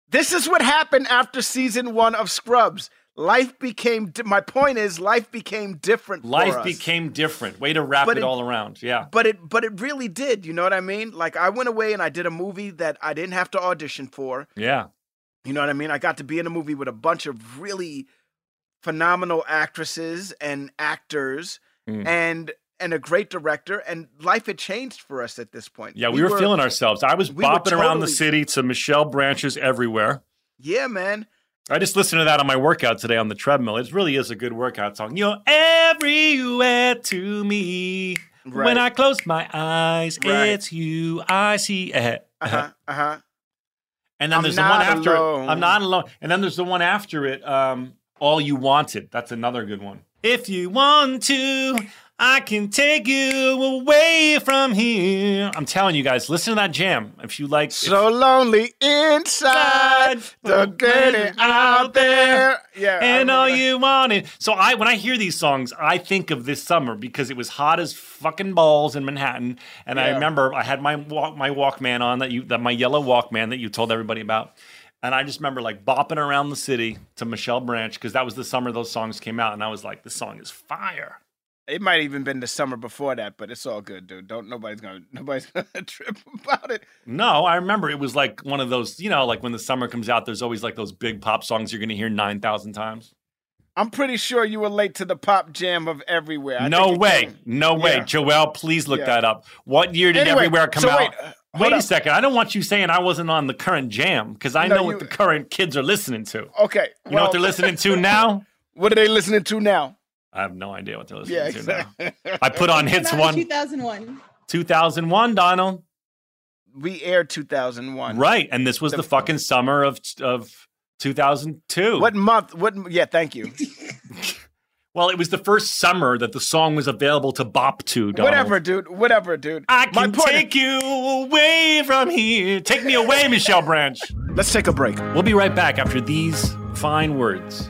[SPEAKER 2] This is what happened after season one of Scrubs. Life became. Di- my point is, life became different. for
[SPEAKER 1] Life
[SPEAKER 2] us.
[SPEAKER 1] became different. Way to wrap
[SPEAKER 2] But
[SPEAKER 1] it,
[SPEAKER 2] it-
[SPEAKER 1] all around. Yeah.
[SPEAKER 2] But it, but it really did. You know what I mean? Like I went away and I did a movie that I didn't have to audition for.
[SPEAKER 1] Yeah.
[SPEAKER 2] You know what I mean? I got to be in a movie with a bunch of really phenomenal actresses and actors
[SPEAKER 1] Mm.
[SPEAKER 2] and and a great director and life had changed for us at this point.
[SPEAKER 1] Yeah, we, were, feeling ourselves. I was
[SPEAKER 2] we were
[SPEAKER 1] bopping around the
[SPEAKER 2] totally-
[SPEAKER 1] city to Michelle branches everywhere.
[SPEAKER 2] Yeah, man.
[SPEAKER 1] I just listened to that on my workout today on the treadmill. It really is a good workout song. You're everywhere to me.
[SPEAKER 2] Right.
[SPEAKER 1] When I close my eyes,
[SPEAKER 2] Right.
[SPEAKER 1] it's you I see. Eh,
[SPEAKER 2] Uh-huh. Uh-huh.
[SPEAKER 1] And then
[SPEAKER 2] I'm
[SPEAKER 1] there's the one
[SPEAKER 2] not
[SPEAKER 1] after
[SPEAKER 2] alone.
[SPEAKER 1] it. I'm not alone. And then there's the one after it. Um, All you wanted. That's another good one. If you want to, I can take you away from here. I'm telling you guys, listen to that jam. If you like,
[SPEAKER 2] So lonely inside, the getting out there. Yeah, I
[SPEAKER 1] and all
[SPEAKER 2] remember that.
[SPEAKER 1] you wanted. So I, when I hear these songs, I think of this summer because it was hot as fucking balls in Manhattan, and I
[SPEAKER 8] Yeah.
[SPEAKER 1] remember I had my walk, my Walkman on that you, that my yellow Walkman that you told everybody about, and I just remember like bopping around the city to Michelle Branch because that was the summer those songs came out, and I was like, this song is fire.
[SPEAKER 2] It might even been the summer before that, but it's all good, dude. Don't nobody's gonna nobody's gonna trip about it.
[SPEAKER 1] No, I remember it was like one of those, you know, like when the summer comes out, there's always like those big pop songs you're gonna hear nine thousand times.
[SPEAKER 2] I'm pretty sure you were late to the pop jam of everywhere. I
[SPEAKER 1] no
[SPEAKER 2] think it
[SPEAKER 1] way.
[SPEAKER 2] came-
[SPEAKER 1] No way.
[SPEAKER 2] Yeah.
[SPEAKER 1] Joelle, please look
[SPEAKER 2] Yeah.
[SPEAKER 1] that up. What year did
[SPEAKER 2] Anyway,
[SPEAKER 1] Everywhere come
[SPEAKER 2] so
[SPEAKER 1] out?
[SPEAKER 2] wait,
[SPEAKER 1] Wait,
[SPEAKER 2] uh, hold
[SPEAKER 1] a
[SPEAKER 2] up.
[SPEAKER 1] second. I don't want you saying I wasn't on the current jam because I
[SPEAKER 2] No,
[SPEAKER 1] know
[SPEAKER 2] you-
[SPEAKER 1] what the current kids are listening to.
[SPEAKER 2] Okay.
[SPEAKER 1] You know what they're listening to now?
[SPEAKER 2] What are they listening to now?
[SPEAKER 1] I have no idea what they're listening
[SPEAKER 2] Yeah,
[SPEAKER 1] to
[SPEAKER 2] exactly.
[SPEAKER 1] now. I put on hits one,
[SPEAKER 4] 2001.
[SPEAKER 1] 2001, Donald.
[SPEAKER 2] We aired 2001.
[SPEAKER 1] Right. And this was the, fucking summer of, of 2002.
[SPEAKER 2] What month? What? Yeah, thank you.
[SPEAKER 1] Well, it was the first summer that the song was available to bop to, Donald.
[SPEAKER 2] Whatever, dude. Whatever, dude.
[SPEAKER 1] I can take you away from here. Take me away, Michelle Branch.
[SPEAKER 2] Let's take a break.
[SPEAKER 1] We'll be right back after these fine words.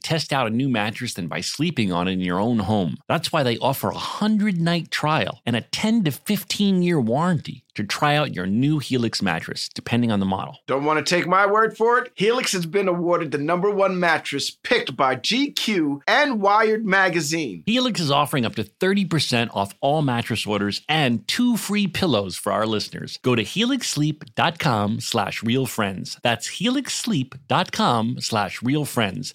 [SPEAKER 3] test out a new mattress than by sleeping on it in your own home. That's why they offer a 100 night trial and a 10 to 15 year warranty to try out your new Helix mattress, depending on the model.
[SPEAKER 2] Don't want to take my word for it? Helix has been awarded the number one mattress picked by GQ and Wired Magazine.
[SPEAKER 3] Helix is offering up to 30% off all mattress orders and two free pillows for our listeners. Go to helixsleep.com slash realfriends. That's helixsleep.com slash realfriends.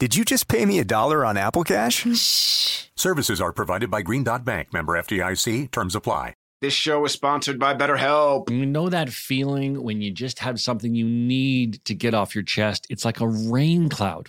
[SPEAKER 9] Did you just pay me a dollar on Apple Cash?
[SPEAKER 10] Services are provided by Green Dot Bank, member FDIC. Terms apply.
[SPEAKER 2] This show is sponsored by BetterHelp.
[SPEAKER 3] You know that feeling when you just have something you need to get off your chest? It's like a rain cloud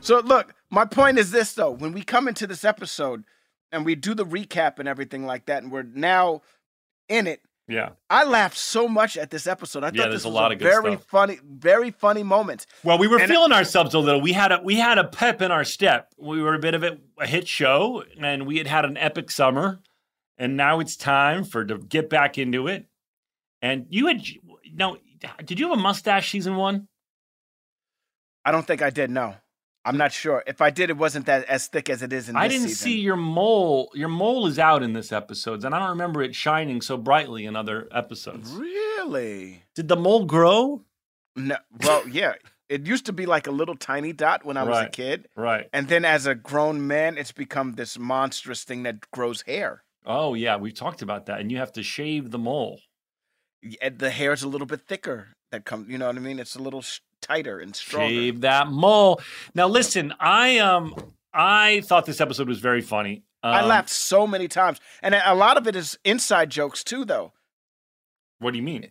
[SPEAKER 2] So, look, my point is this though: when we come into this episode and we do the recap and everything like that, and we're now in it,
[SPEAKER 1] Yeah.
[SPEAKER 2] I laughed so much at this episode. I
[SPEAKER 1] Yeah,
[SPEAKER 2] thought
[SPEAKER 1] there's
[SPEAKER 2] this
[SPEAKER 1] a
[SPEAKER 2] was
[SPEAKER 1] lot
[SPEAKER 2] a
[SPEAKER 1] of good
[SPEAKER 2] very
[SPEAKER 1] stuff.
[SPEAKER 2] funny, very funny moments.
[SPEAKER 1] Well, we were
[SPEAKER 2] And-
[SPEAKER 1] feeling ourselves a little. We had a we had a pep in our step. We were a bit of a, a hit show, and we had had an epic summer, and now it's time for to get back into it. And you had no. Did you have a mustache season one?
[SPEAKER 2] I don't think I did. No, I'm not sure. If I did, it wasn't that as thick as it is in.
[SPEAKER 1] I
[SPEAKER 2] this
[SPEAKER 1] didn't
[SPEAKER 2] season.
[SPEAKER 1] see your mole. Your mole is out in this episode, and I don't remember it shining so brightly in other episodes.
[SPEAKER 2] Really?
[SPEAKER 1] Did the mole grow?
[SPEAKER 2] No. Well, yeah. It used to be like a little tiny dot when I was a
[SPEAKER 1] Right.
[SPEAKER 2] kid,
[SPEAKER 1] Right.
[SPEAKER 2] and then as a grown man, it's become this monstrous thing that grows hair.
[SPEAKER 1] Oh yeah, we've talked about that, and you have to shave the mole.
[SPEAKER 2] Y- The hair's a little bit thicker. That comes, you know what I mean? It's a little s- tighter and stronger.
[SPEAKER 1] Shave that mole. Now listen, I um I thought this episode was very funny. Um,
[SPEAKER 2] I laughed so many times, and a a lot of it is inside jokes too, though.
[SPEAKER 1] What do you mean?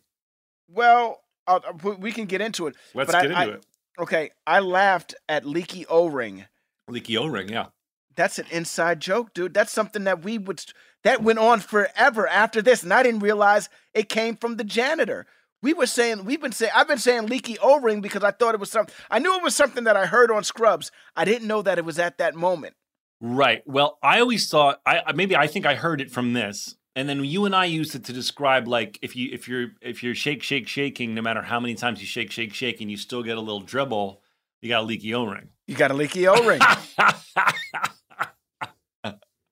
[SPEAKER 2] Well, uh, uh, we- we can get into it.
[SPEAKER 1] Let's
[SPEAKER 2] but I-
[SPEAKER 1] get into
[SPEAKER 2] I-
[SPEAKER 1] it.
[SPEAKER 2] Okay, I laughed at leaky O-ring.
[SPEAKER 1] Leaky O-ring, yeah.
[SPEAKER 2] That's an inside joke, dude. That's something that we would that went on forever after this, and I didn't realize it came from the janitor. We were saying we've been saying I've been saying leaky O-ring because I thought it was something. I knew it was something that I heard on Scrubs. I didn't know that it was at that moment.
[SPEAKER 1] Right. Well, I always thought I I- maybe I think I heard it from this. And then you and I used it to describe like if you if you're if you're shake shake shaking no matter how many times you shake shake shake and you still get a little dribble, you got a leaky O-ring.
[SPEAKER 2] You got a leaky O-ring.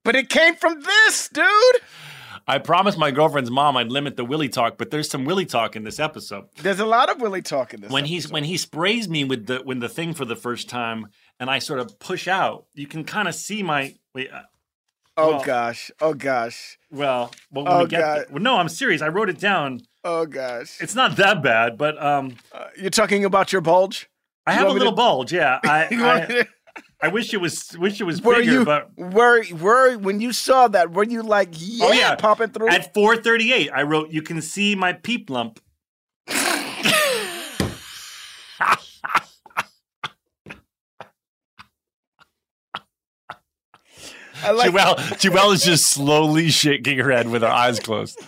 [SPEAKER 2] but it came from this, dude.
[SPEAKER 1] I promised my girlfriend's mom I'd limit the willy talk, but there's some willy talk in this episode.
[SPEAKER 2] There's a lot of Willie talk in this.
[SPEAKER 1] when he's when he sprays me with the when the thing for the first time and I sort of push out, you can kind of see my wait. uh,
[SPEAKER 2] oh
[SPEAKER 1] well,
[SPEAKER 2] gosh. Oh gosh.
[SPEAKER 1] Well, well, when
[SPEAKER 2] Oh,
[SPEAKER 1] we get
[SPEAKER 2] God.
[SPEAKER 1] there- well, no, I'm serious. I wrote it down.
[SPEAKER 2] Oh gosh. Uh,
[SPEAKER 1] It's not that bad, but um,
[SPEAKER 2] You're talking about your bulge.
[SPEAKER 1] I
[SPEAKER 2] You
[SPEAKER 1] have a
[SPEAKER 2] want me to-
[SPEAKER 1] little bulge. Yeah, I,
[SPEAKER 2] You want me
[SPEAKER 1] I, I wish it was wish it was
[SPEAKER 2] Were
[SPEAKER 1] bigger,
[SPEAKER 2] you
[SPEAKER 1] but
[SPEAKER 2] were were when you saw that? Were you like yeah,
[SPEAKER 1] Oh, yeah.
[SPEAKER 2] popping through?
[SPEAKER 1] at 4:38, I wrote, "You can see my peep lump."
[SPEAKER 2] I like
[SPEAKER 1] Joelle, Joelle is just slowly shaking her head with her eyes closed.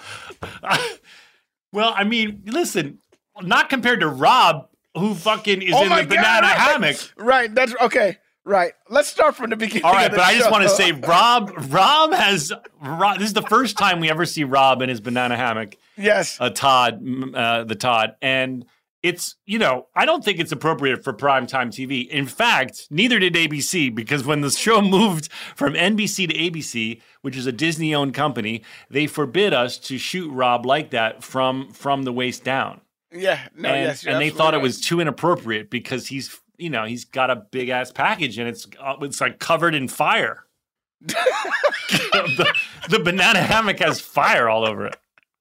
[SPEAKER 1] well, I mean, listen, not compared to Rob, who fucking is
[SPEAKER 2] Oh
[SPEAKER 1] in
[SPEAKER 2] my
[SPEAKER 1] the
[SPEAKER 2] God,
[SPEAKER 1] banana
[SPEAKER 2] right.
[SPEAKER 1] hammock.
[SPEAKER 2] Right. That's okay. Right. Let's start from the beginning.
[SPEAKER 1] All
[SPEAKER 2] of
[SPEAKER 1] right,
[SPEAKER 2] the
[SPEAKER 1] but I just
[SPEAKER 2] show. Oh,
[SPEAKER 1] want to say, Rob, Rob has Rob, this is the first time we ever see Rob in his banana hammock.
[SPEAKER 2] yes.
[SPEAKER 1] Uh, Todd, mm, uh, the Todd, and it's you know I don't think it's appropriate for primetime TV. In fact, neither did ABC because when the show moved from NBC to ABC, which is a Disney-owned company, they forbid us to shoot Rob like that from from the waist down,
[SPEAKER 2] Yeah. No.
[SPEAKER 1] and,
[SPEAKER 2] yes. you're
[SPEAKER 1] and they
[SPEAKER 2] absolutely
[SPEAKER 1] thought it
[SPEAKER 2] right.
[SPEAKER 1] was too inappropriate because he's you know he's got a big ass package and it's uh, it's like covered in fire. the, the banana hammock has fire all over it.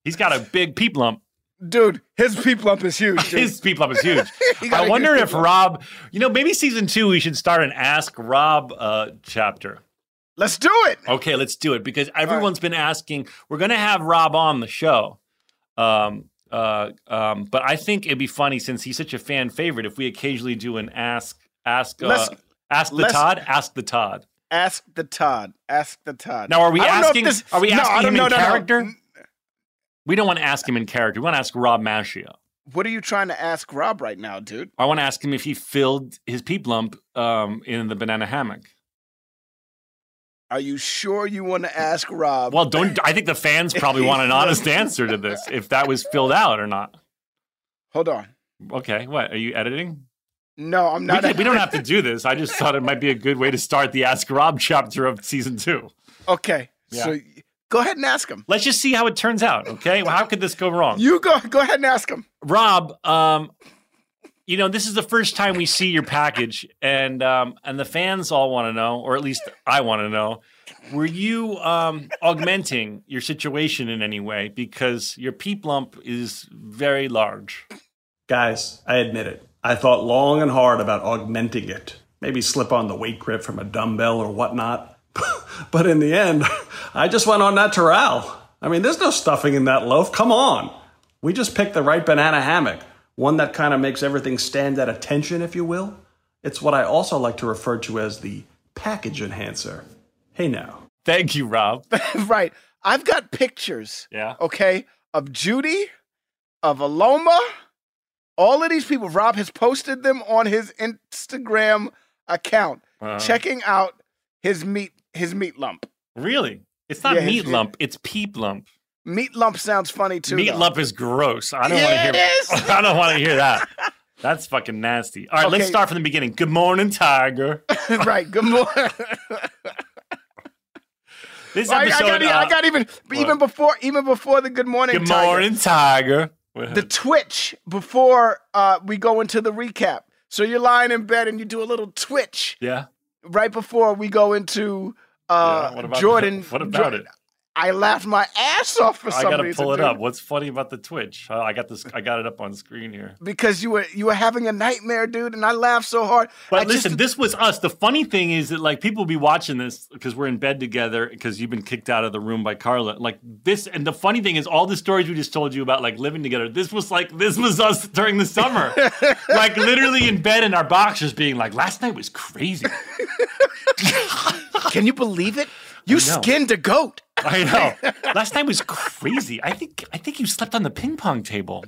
[SPEAKER 1] He's got a big peep lump.
[SPEAKER 2] Dude, his peep lump is huge. dude.
[SPEAKER 1] His peep lump is huge.
[SPEAKER 2] He
[SPEAKER 1] I
[SPEAKER 2] got a huge
[SPEAKER 1] wonder
[SPEAKER 2] peep
[SPEAKER 1] if
[SPEAKER 2] lump.
[SPEAKER 1] Rob, you know, maybe season two, we should start an Ask Rob uh, chapter.
[SPEAKER 2] Let's do it.
[SPEAKER 1] Okay, let's do it because everyone's been asking. We're going to have Rob on the show. Um, uh, um, but I think it'd be funny since he's such a fan favorite if we occasionally do an Ask Ask uh,
[SPEAKER 2] Let's-
[SPEAKER 1] Ask the
[SPEAKER 2] let's-
[SPEAKER 1] Todd, Ask the Todd.
[SPEAKER 2] Ask the Todd. Ask the Todd.
[SPEAKER 1] Now, are we
[SPEAKER 2] I don't know if
[SPEAKER 1] asking?
[SPEAKER 2] this-
[SPEAKER 1] are we
[SPEAKER 2] No, I
[SPEAKER 1] asking
[SPEAKER 2] don't-
[SPEAKER 1] him
[SPEAKER 2] no,
[SPEAKER 1] in
[SPEAKER 2] no, Mm, no.
[SPEAKER 1] character? We don't want to ask him in character. We want to ask Rob Mascio.
[SPEAKER 2] What are you trying to ask Rob right now, dude?
[SPEAKER 1] I want to ask him if he filled his peep lump um, in the banana hammock.
[SPEAKER 2] Are you sure you want to ask Rob?
[SPEAKER 1] Well, don't. I think the fans probably want an honest answer to this if that was filled out or not.
[SPEAKER 2] Hold on.
[SPEAKER 1] Okay, what are you editing?
[SPEAKER 2] No, I'm
[SPEAKER 1] We
[SPEAKER 2] not.
[SPEAKER 1] can- We, don't have to do this. I just thought it might be a good way to start the Ask Rob chapter of season two.
[SPEAKER 2] Okay.
[SPEAKER 1] Yeah.
[SPEAKER 2] So go ahead and ask him.
[SPEAKER 1] Let's just see how it turns out. Okay, well, how could this go wrong?
[SPEAKER 2] You go. Go ahead and ask him.
[SPEAKER 1] Rob, um, you know this is the first time we see your package, and um, and the fans all want to know, or at least I want to know, were you um, augmenting your situation in any way because your peep lump is very large.
[SPEAKER 6] Guys, I admit it. I thought long and hard about augmenting it. Maybe slip on the weight grip from a dumbbell or whatnot. but in the end, I just went on natural. I mean, there's no stuffing in that loaf. Come on. We just picked the right banana hammock, one that kind of makes everything stand at attention, if you will. It's what I also like to refer to as the package enhancer. Hey now.
[SPEAKER 1] Thank you, Rob.
[SPEAKER 2] right. I've got pictures.
[SPEAKER 1] Yeah.
[SPEAKER 2] Okay. Of Judy, of Aloma, all of these people. Rob has posted them on his Instagram account,
[SPEAKER 1] Uh-huh.
[SPEAKER 2] checking out his meat his meat lump.
[SPEAKER 1] Really? It's not
[SPEAKER 2] Yeah, it's-
[SPEAKER 1] meat lump. It's peep lump.
[SPEAKER 2] Meat lump sounds funny too.
[SPEAKER 1] meat
[SPEAKER 2] though.
[SPEAKER 1] lump is gross. I don't
[SPEAKER 2] Yeah,
[SPEAKER 1] want to
[SPEAKER 2] it
[SPEAKER 1] hear.
[SPEAKER 2] is.
[SPEAKER 1] I don't want to hear that. That's fucking nasty. All right, let's
[SPEAKER 2] Okay.
[SPEAKER 1] start from the beginning. Good morning, Tiger.
[SPEAKER 2] right. Good morning.
[SPEAKER 1] This
[SPEAKER 2] I, I
[SPEAKER 1] episode.
[SPEAKER 2] got, e- I
[SPEAKER 1] uh,
[SPEAKER 2] got even even before even before the good morning.
[SPEAKER 1] Good
[SPEAKER 2] Tiger.
[SPEAKER 1] morning, Tiger.
[SPEAKER 2] the twitch before uh, we go into the recap. So you're lying in bed and you do a little twitch
[SPEAKER 1] yeah.
[SPEAKER 2] right before we go into uh,
[SPEAKER 1] Yeah, what about
[SPEAKER 2] Jordan.
[SPEAKER 1] What about
[SPEAKER 2] Jor-
[SPEAKER 1] it?
[SPEAKER 2] I laughed my ass off for
[SPEAKER 1] I
[SPEAKER 2] some
[SPEAKER 1] gotta
[SPEAKER 2] reason.
[SPEAKER 1] pull it
[SPEAKER 2] dude,
[SPEAKER 1] up. What's funny about the Twitch? Uh, I got this. I got it up on screen here.
[SPEAKER 2] because you were you were having a nightmare, dude, and I laughed so hard.
[SPEAKER 1] But
[SPEAKER 2] I
[SPEAKER 1] listen, this was us. The funny thing is that like people will be watching this because we're in bed together because you've been kicked out of the room by Carla. Like this, and the funny thing is all the stories we just told you about like living together. This was like this was us during the summer, like literally in bed in our boxers, being like, last night was crazy.
[SPEAKER 2] just- can you believe it? You
[SPEAKER 1] know.
[SPEAKER 2] skinned a goat.
[SPEAKER 1] I know. Last night was crazy. I think I think you slept on the ping pong table.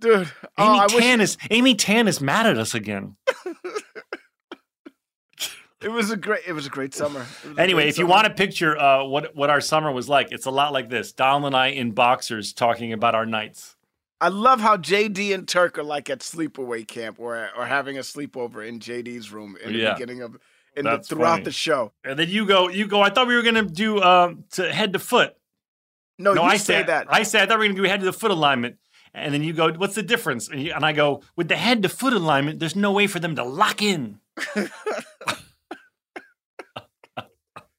[SPEAKER 2] Dude, oh,
[SPEAKER 1] Amy
[SPEAKER 2] I wish-
[SPEAKER 1] Tan is Amy Tan is mad at us again.
[SPEAKER 2] it was a great it was a great summer. It was a
[SPEAKER 1] Anyway,
[SPEAKER 2] great
[SPEAKER 1] if you
[SPEAKER 2] summer.
[SPEAKER 1] want to picture uh, what what our summer was like, it's a lot like this: Donald and I in boxers talking about our nights.
[SPEAKER 2] I love how JD and Turk are like at sleepaway camp or or having a sleepover in JD's room in
[SPEAKER 1] Yeah.
[SPEAKER 2] the beginning of in
[SPEAKER 1] That's
[SPEAKER 2] the, throughout
[SPEAKER 1] funny.
[SPEAKER 2] the show.
[SPEAKER 1] And then you go, you go. I thought we were gonna do um, to head to foot.
[SPEAKER 2] No, you
[SPEAKER 1] I
[SPEAKER 2] say
[SPEAKER 1] said-
[SPEAKER 2] that.
[SPEAKER 1] I said I thought we were gonna do head to the foot alignment. And then you go, what's the difference? And, you, and I go, with the head to foot alignment, there's no way for them to lock in.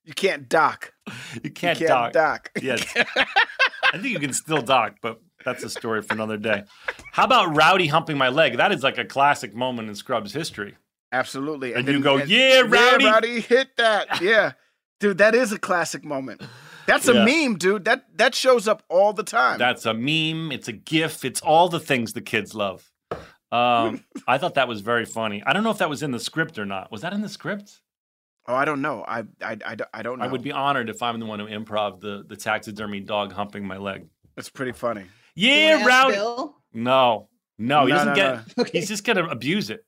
[SPEAKER 2] you can't dock.
[SPEAKER 1] You can't,
[SPEAKER 2] you
[SPEAKER 1] dock.
[SPEAKER 2] can't dock.
[SPEAKER 1] Yes. I think you can still dock, but that's a story for another day. How about Rowdy humping my leg? That is like a classic moment in Scrubs history.
[SPEAKER 2] Absolutely.
[SPEAKER 1] And you go, "Yeah, Rowdy."
[SPEAKER 2] Yeah, Rowdy, hit that. Yeah. Dude, that is a classic moment. That's a
[SPEAKER 1] Yeah.
[SPEAKER 2] meme, dude. That that shows up all the time.
[SPEAKER 1] That's a meme. It's a GIF. It's all the things the kids love. Um, I thought that was very funny. I don't know if that was in the script or not. Was that in the script?
[SPEAKER 2] oh, I don't know. I I, I, I don't know.
[SPEAKER 1] I would be honored if I'm the one who improv the the taxidermy dog humping my leg.
[SPEAKER 2] That's pretty funny.
[SPEAKER 1] Yeah, Rowdy.
[SPEAKER 4] Bill?
[SPEAKER 1] No, no, he
[SPEAKER 2] No,
[SPEAKER 1] doesn't
[SPEAKER 2] no,
[SPEAKER 1] get. He's just gonna abuse it.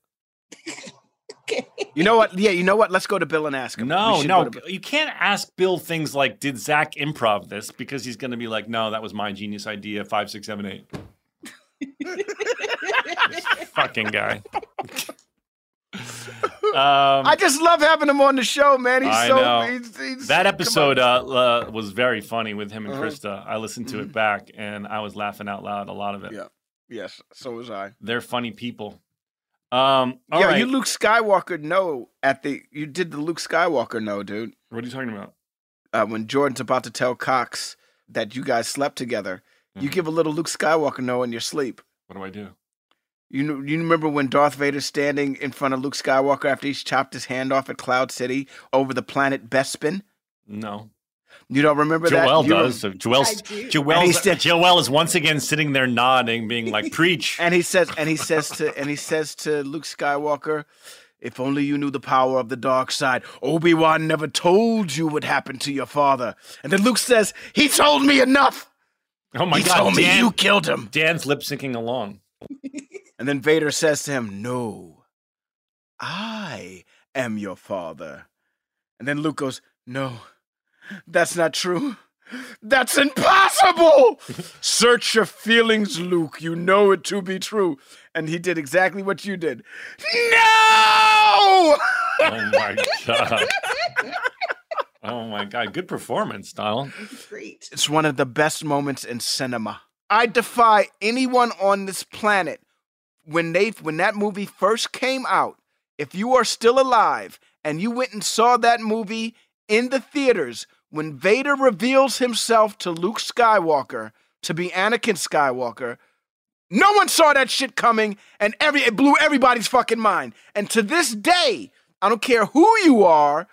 [SPEAKER 2] You know what? Yeah, you know what? Let's go to Bill and ask him. We
[SPEAKER 1] No,
[SPEAKER 2] should
[SPEAKER 1] no,
[SPEAKER 2] go to Bill.
[SPEAKER 1] you can't ask Bill things like, "Did Zach improv this?" Because he's going to be like, "No, that was my genius idea." Five, six, seven, eight. This fucking guy. um,
[SPEAKER 2] I just love having him on the show, man. He's
[SPEAKER 1] I
[SPEAKER 2] so
[SPEAKER 1] know.
[SPEAKER 2] He's, he's,
[SPEAKER 1] that
[SPEAKER 2] come on.
[SPEAKER 1] episode uh, uh, was very funny with him and
[SPEAKER 2] Uh-huh.
[SPEAKER 1] Krista. I listened to it back, and I was laughing out loud a lot of it.
[SPEAKER 2] Yeah. Yes, so was I.
[SPEAKER 1] They're funny people. Um, all
[SPEAKER 2] yeah,
[SPEAKER 1] right.
[SPEAKER 2] you Luke Skywalker no at the you did the Luke Skywalker no, dude.
[SPEAKER 1] What are you talking about?
[SPEAKER 2] Uh, when Jordan's about to tell Cox that you guys slept together, you give a little Luke Skywalker no in your sleep.
[SPEAKER 1] Mm-hmm. What do I do?
[SPEAKER 2] You kn- you remember when Darth Vader's standing in front of Luke Skywalker after he's chopped his hand off at Cloud City over the planet Bespin?
[SPEAKER 1] No.
[SPEAKER 2] You don't remember that?
[SPEAKER 1] Joel
[SPEAKER 2] You rem-
[SPEAKER 1] does. So Joel's,
[SPEAKER 2] And he
[SPEAKER 1] Joel's,
[SPEAKER 2] said-
[SPEAKER 1] Joel is once again sitting there nodding, being like, preach.
[SPEAKER 2] and he says and he says to and he says to Luke Skywalker, if only you knew the power of the dark side. Obi-Wan never told you what happened to your father. And then Luke says, "He told me enough."
[SPEAKER 1] Oh my
[SPEAKER 2] he
[SPEAKER 1] God,
[SPEAKER 2] told me
[SPEAKER 1] Dan-
[SPEAKER 2] you killed him.
[SPEAKER 1] Dan's lip syncing along.
[SPEAKER 2] And then Vader says to him, "No. I am your father." And then Luke goes, "No. That's not true." That's impossible! Search your feelings, Luke. You know it to be true. And he did exactly what you did. No!
[SPEAKER 1] Oh my God. Oh my God. Good performance, Donald.
[SPEAKER 4] Great.
[SPEAKER 2] It's one of the best moments in cinema. I defy anyone on this planet when they when that movie first came out, if you are still alive and you went and saw that movie in the theaters when Vader reveals himself to Luke Skywalker to be Anakin Skywalker, no one saw that shit coming, and every it blew everybody's fucking mind. And to this day, I don't care who you are,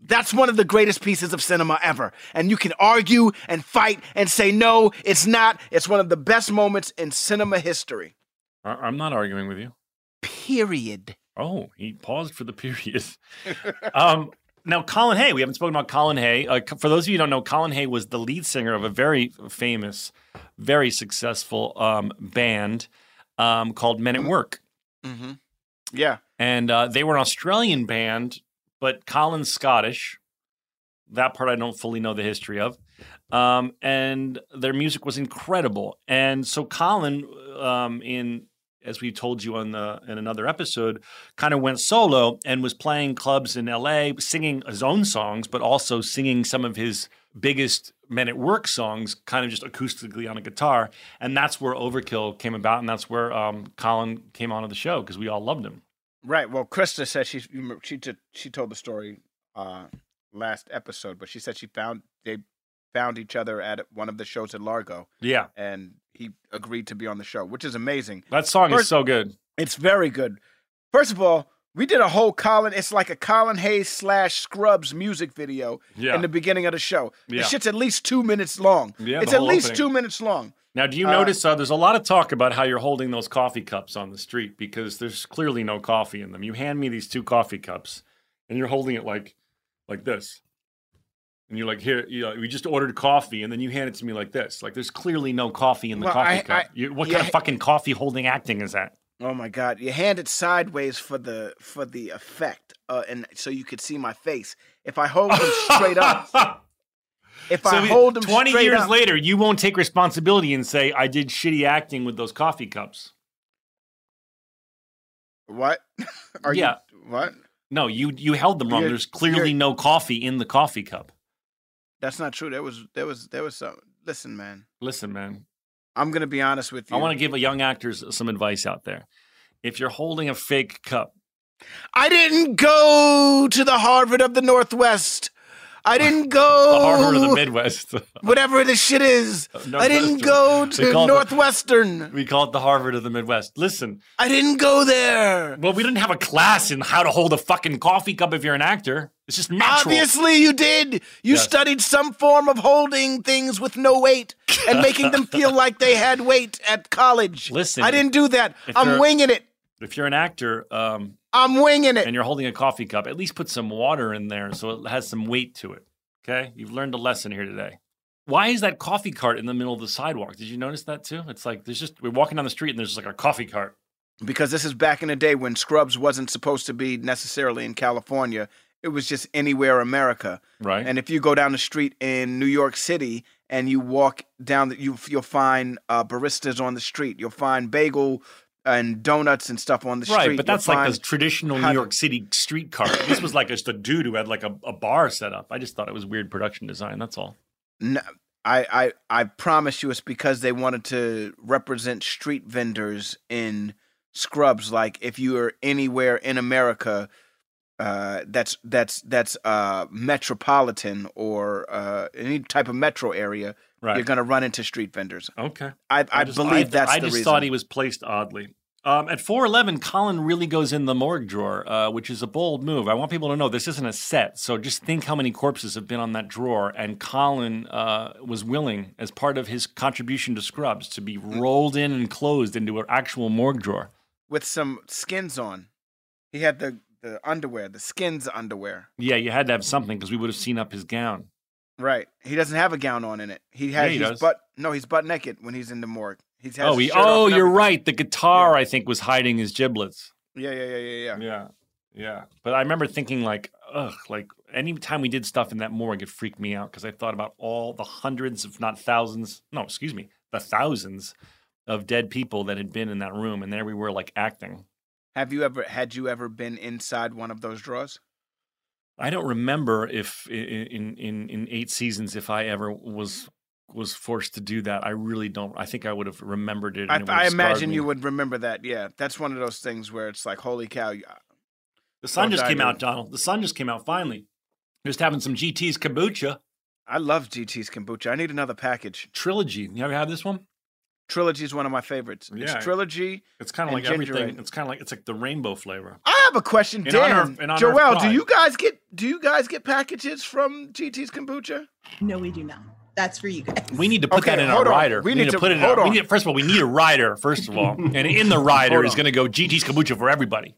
[SPEAKER 2] that's one of the greatest pieces of cinema ever. And you can argue and fight and say no, it's not. It's one of the best moments in cinema history.
[SPEAKER 1] I- I'm not arguing with you.
[SPEAKER 2] Period.
[SPEAKER 1] Oh, he paused for the period. um, now, Colin Hay, we haven't spoken about Colin Hay. Uh, c- for those of you who don't know, Colin Hay was the lead singer of a very famous, very successful um, band um, called Men at Work.
[SPEAKER 2] Mm-hmm. Yeah.
[SPEAKER 1] And uh, they were an Australian band, but Colin's Scottish. That part I don't fully know the history of. Um, and their music was incredible. And so Colin, um, in as we told you on the in another episode, kind of went solo and was playing clubs in LA, singing his own songs, but also singing some of his biggest men at work songs, kind of just acoustically on a guitar. And that's where Overkill came about, and that's where um, Colin came onto the show because we all loved him.
[SPEAKER 2] Right. Well, Krista said she she did- she told the story uh, last episode, but she said she found they found each other at one of the shows at Largo.
[SPEAKER 1] Yeah.
[SPEAKER 2] And he agreed to be on the show, which is amazing.
[SPEAKER 1] That song is
[SPEAKER 2] First-
[SPEAKER 1] so good.
[SPEAKER 2] It's very good. First of all, we did a whole Colin. It's like a Colin Hayes slash Scrubs music video
[SPEAKER 1] Yeah.
[SPEAKER 2] in the beginning of the show.
[SPEAKER 1] Yeah.
[SPEAKER 2] The shit's at least two minutes long.
[SPEAKER 1] Yeah,
[SPEAKER 2] it's
[SPEAKER 1] the
[SPEAKER 2] at
[SPEAKER 1] whole
[SPEAKER 2] least
[SPEAKER 1] opening.
[SPEAKER 2] two minutes long.
[SPEAKER 1] Now, do you
[SPEAKER 2] Uh,
[SPEAKER 1] notice uh, there's a lot of talk about how you're holding those coffee cups on the street because there's clearly no coffee in them. You hand me these two coffee cups, and you're holding it like, like this, and you're like, here, you know, we just ordered coffee, and then you hand it to me like this. Like, there's clearly no coffee in the
[SPEAKER 2] Well,
[SPEAKER 1] coffee
[SPEAKER 2] I-
[SPEAKER 1] cup.
[SPEAKER 2] I-
[SPEAKER 1] You- what
[SPEAKER 2] yeah.
[SPEAKER 1] kind of fucking coffee holding acting is that?
[SPEAKER 2] Oh my god! You hand it sideways for the for the effect, uh, and so you could see my face. If I hold them straight up, if I
[SPEAKER 1] we-
[SPEAKER 2] hold them
[SPEAKER 1] 20
[SPEAKER 2] straight
[SPEAKER 1] years
[SPEAKER 2] up-
[SPEAKER 1] later, you won't take responsibility and say I did shitty acting with those coffee cups.
[SPEAKER 2] what? Are
[SPEAKER 1] Yeah.
[SPEAKER 2] you what?
[SPEAKER 1] No, you you held them wrong.
[SPEAKER 2] You're-
[SPEAKER 1] there's clearly
[SPEAKER 2] you're-
[SPEAKER 1] no coffee in the coffee cup.
[SPEAKER 2] That's not true. There was there was there was some. Listen, man,
[SPEAKER 1] Listen, man.
[SPEAKER 2] I'm gonna be honest with you.
[SPEAKER 1] I want to give a young actors some advice out there. If you're holding a fake cup,
[SPEAKER 2] I didn't go to the Harvard of the Northwest. I didn't go
[SPEAKER 1] the Harvard of the Midwest, Uh,
[SPEAKER 2] whatever this shit is. Oh. I
[SPEAKER 1] Northwestern.
[SPEAKER 2] didn't go
[SPEAKER 1] They
[SPEAKER 2] to
[SPEAKER 1] call it the-
[SPEAKER 2] Northwestern.
[SPEAKER 1] we call it the Harvard of the Midwest. Listen,
[SPEAKER 2] I didn't go there.
[SPEAKER 1] well, we didn't have a class in how to hold a fucking coffee cup if you're an actor. It's just natural.
[SPEAKER 2] Obviously, you did. You
[SPEAKER 1] Yes.
[SPEAKER 2] studied some form of holding things with no weight and making them feel like they had weight at college.
[SPEAKER 1] Listen,
[SPEAKER 2] I didn't do that.
[SPEAKER 1] if
[SPEAKER 2] I'm
[SPEAKER 1] you're-
[SPEAKER 2] winging it.
[SPEAKER 1] If you're an actor um,
[SPEAKER 2] I'm winging it.
[SPEAKER 1] and you're holding a coffee cup, at least put some water in there so it has some weight to it. Okay, you've learned a lesson here today. Why is that coffee cart in the middle of the sidewalk? Did you notice that too? It's like there's just we're walking down the street and there's just like a coffee cart.
[SPEAKER 2] Because this is back in the day when Scrubs wasn't supposed to be necessarily in California. It was just anywhere America.
[SPEAKER 1] Right.
[SPEAKER 2] And if you go down the street in New York City and you walk down, the, you you'll find uh, baristas on the street. You'll find bagel and donuts and stuff on the
[SPEAKER 1] right,
[SPEAKER 2] street.
[SPEAKER 1] but
[SPEAKER 2] You'll
[SPEAKER 1] that's like the
[SPEAKER 2] find-
[SPEAKER 1] traditional
[SPEAKER 2] how
[SPEAKER 1] New
[SPEAKER 2] to-
[SPEAKER 1] York City street car. this was like just a dude who had like a, a bar set up. I just thought it was weird production design. That's all.
[SPEAKER 2] N I I I promise you, it's because they wanted to represent street vendors in Scrubs. Like if you are anywhere in America, uh, that's that's that's uh, metropolitan or uh, any type of metro area,
[SPEAKER 1] Right. Oh.
[SPEAKER 2] you're going to run into street vendors.
[SPEAKER 1] Okay.
[SPEAKER 2] I, I,
[SPEAKER 1] just-
[SPEAKER 2] believe that's
[SPEAKER 1] I
[SPEAKER 2] the
[SPEAKER 1] just
[SPEAKER 2] reason.
[SPEAKER 1] thought he was placed oddly. Um, at 411, Colin really goes in the morgue drawer, uh, which is a bold move. I want people to know this isn't a set. So just think how many corpses have been on that drawer. And Colin uh, was willing, as part of his contribution to Scrubs, to be
[SPEAKER 2] Mm.
[SPEAKER 1] rolled in and closed into an actual morgue drawer.
[SPEAKER 2] with some skins on. He had the, the underwear, the skins underwear.
[SPEAKER 1] Yeah, you had to have something because we would have seen up his gown.
[SPEAKER 2] Right. He doesn't have a gown on in it. He
[SPEAKER 1] Yeah,
[SPEAKER 2] has
[SPEAKER 1] he
[SPEAKER 2] his
[SPEAKER 1] does.
[SPEAKER 2] butt. No, he's butt naked when he's in the morgue. He's has
[SPEAKER 1] Oh,
[SPEAKER 2] his
[SPEAKER 1] he,
[SPEAKER 2] shirt off
[SPEAKER 1] oh
[SPEAKER 2] and
[SPEAKER 1] you're
[SPEAKER 2] everything.
[SPEAKER 1] right. The guitar, I think, was hiding his giblets.
[SPEAKER 2] Yeah, yeah, yeah, yeah, yeah.
[SPEAKER 1] Yeah. Yeah. But I remember thinking like, ugh, like anytime we did stuff in that morgue, it freaked me out because I thought about all the hundreds, if not thousands, no, excuse me, the thousands of dead people that had been in that room. And there we were like acting.
[SPEAKER 2] Have you ever had you ever been inside one of those drawers?
[SPEAKER 1] I don't remember if i- i- in in in eight seasons if I ever was was forced to do that. I really don't. I think I would have remembered it. and
[SPEAKER 2] I,
[SPEAKER 1] it would have
[SPEAKER 2] I
[SPEAKER 1] scarred
[SPEAKER 2] imagine
[SPEAKER 1] me.
[SPEAKER 2] you would remember that. Yeah, that's one of those things where it's like, holy cow! you-
[SPEAKER 1] The sun
[SPEAKER 2] Don't
[SPEAKER 1] just
[SPEAKER 2] die
[SPEAKER 1] came
[SPEAKER 2] doing
[SPEAKER 1] out,
[SPEAKER 2] it.
[SPEAKER 1] Donald. The sun just came out finally. Just having some GT's kombucha
[SPEAKER 2] I love GT's kombucha. I need another package.
[SPEAKER 1] trilogy. You ever had this one?
[SPEAKER 2] Trilogy is one of my favorites.
[SPEAKER 1] Yeah.
[SPEAKER 2] It's trilogy.
[SPEAKER 1] It's kind of
[SPEAKER 2] and
[SPEAKER 1] like
[SPEAKER 2] ginger
[SPEAKER 1] everything.
[SPEAKER 2] ale.
[SPEAKER 1] It's kind of like it's like the rainbow flavor.
[SPEAKER 2] I have a question,
[SPEAKER 1] In honor
[SPEAKER 2] Dan.
[SPEAKER 1] of- in honor of
[SPEAKER 2] Joel, do
[SPEAKER 1] Pride.
[SPEAKER 2] you guys get do you guys get packages from GT's kombucha?
[SPEAKER 4] No, we do not. That's for you guys.
[SPEAKER 1] We need to put
[SPEAKER 2] Okay,
[SPEAKER 1] that in our
[SPEAKER 2] hold on.
[SPEAKER 1] rider.
[SPEAKER 2] We need to-
[SPEAKER 1] put it. in
[SPEAKER 2] hold
[SPEAKER 1] our- we
[SPEAKER 2] on.
[SPEAKER 1] need- first of all, we need a rider. First of all, and in the rider
[SPEAKER 2] Hold
[SPEAKER 1] is
[SPEAKER 2] on.
[SPEAKER 1] going to go Gigi's kombucha for everybody.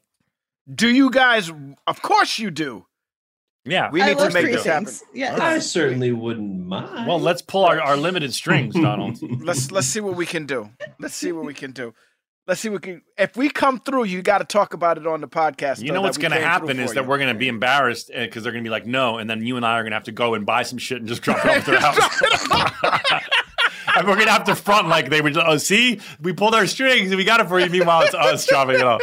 [SPEAKER 2] Do you guys? Of course you do.
[SPEAKER 1] Yeah.
[SPEAKER 2] We
[SPEAKER 4] I
[SPEAKER 2] need to
[SPEAKER 4] love
[SPEAKER 2] make
[SPEAKER 4] three
[SPEAKER 2] this happen.
[SPEAKER 4] things. Yeah.
[SPEAKER 5] I certainly wouldn't mind.
[SPEAKER 1] well, let's pull our, our limited strings, Donald.
[SPEAKER 2] Let's let's see what we can do. Let's see what we can do. Let's see what we can. If we come through, you got to talk about it on the podcast.
[SPEAKER 1] You
[SPEAKER 2] though,
[SPEAKER 1] know
[SPEAKER 2] that
[SPEAKER 1] what's
[SPEAKER 2] we
[SPEAKER 1] going to
[SPEAKER 2] came through
[SPEAKER 1] happen is
[SPEAKER 2] for
[SPEAKER 1] that
[SPEAKER 2] you.
[SPEAKER 1] we're going to be embarrassed because they're going to be like, no, and then you and I are going to have to go and buy some shit and just drop it off at their house. and we're going to have to front like they were. just, Oh, see, we pulled our strings and we got it for you. Meanwhile, it's us dropping it off.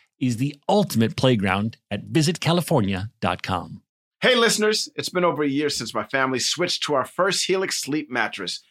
[SPEAKER 3] is the ultimate playground at visitcalifornia.com.
[SPEAKER 2] Hey, listeners, it's been over a year since my family switched to our first Helix sleep mattress.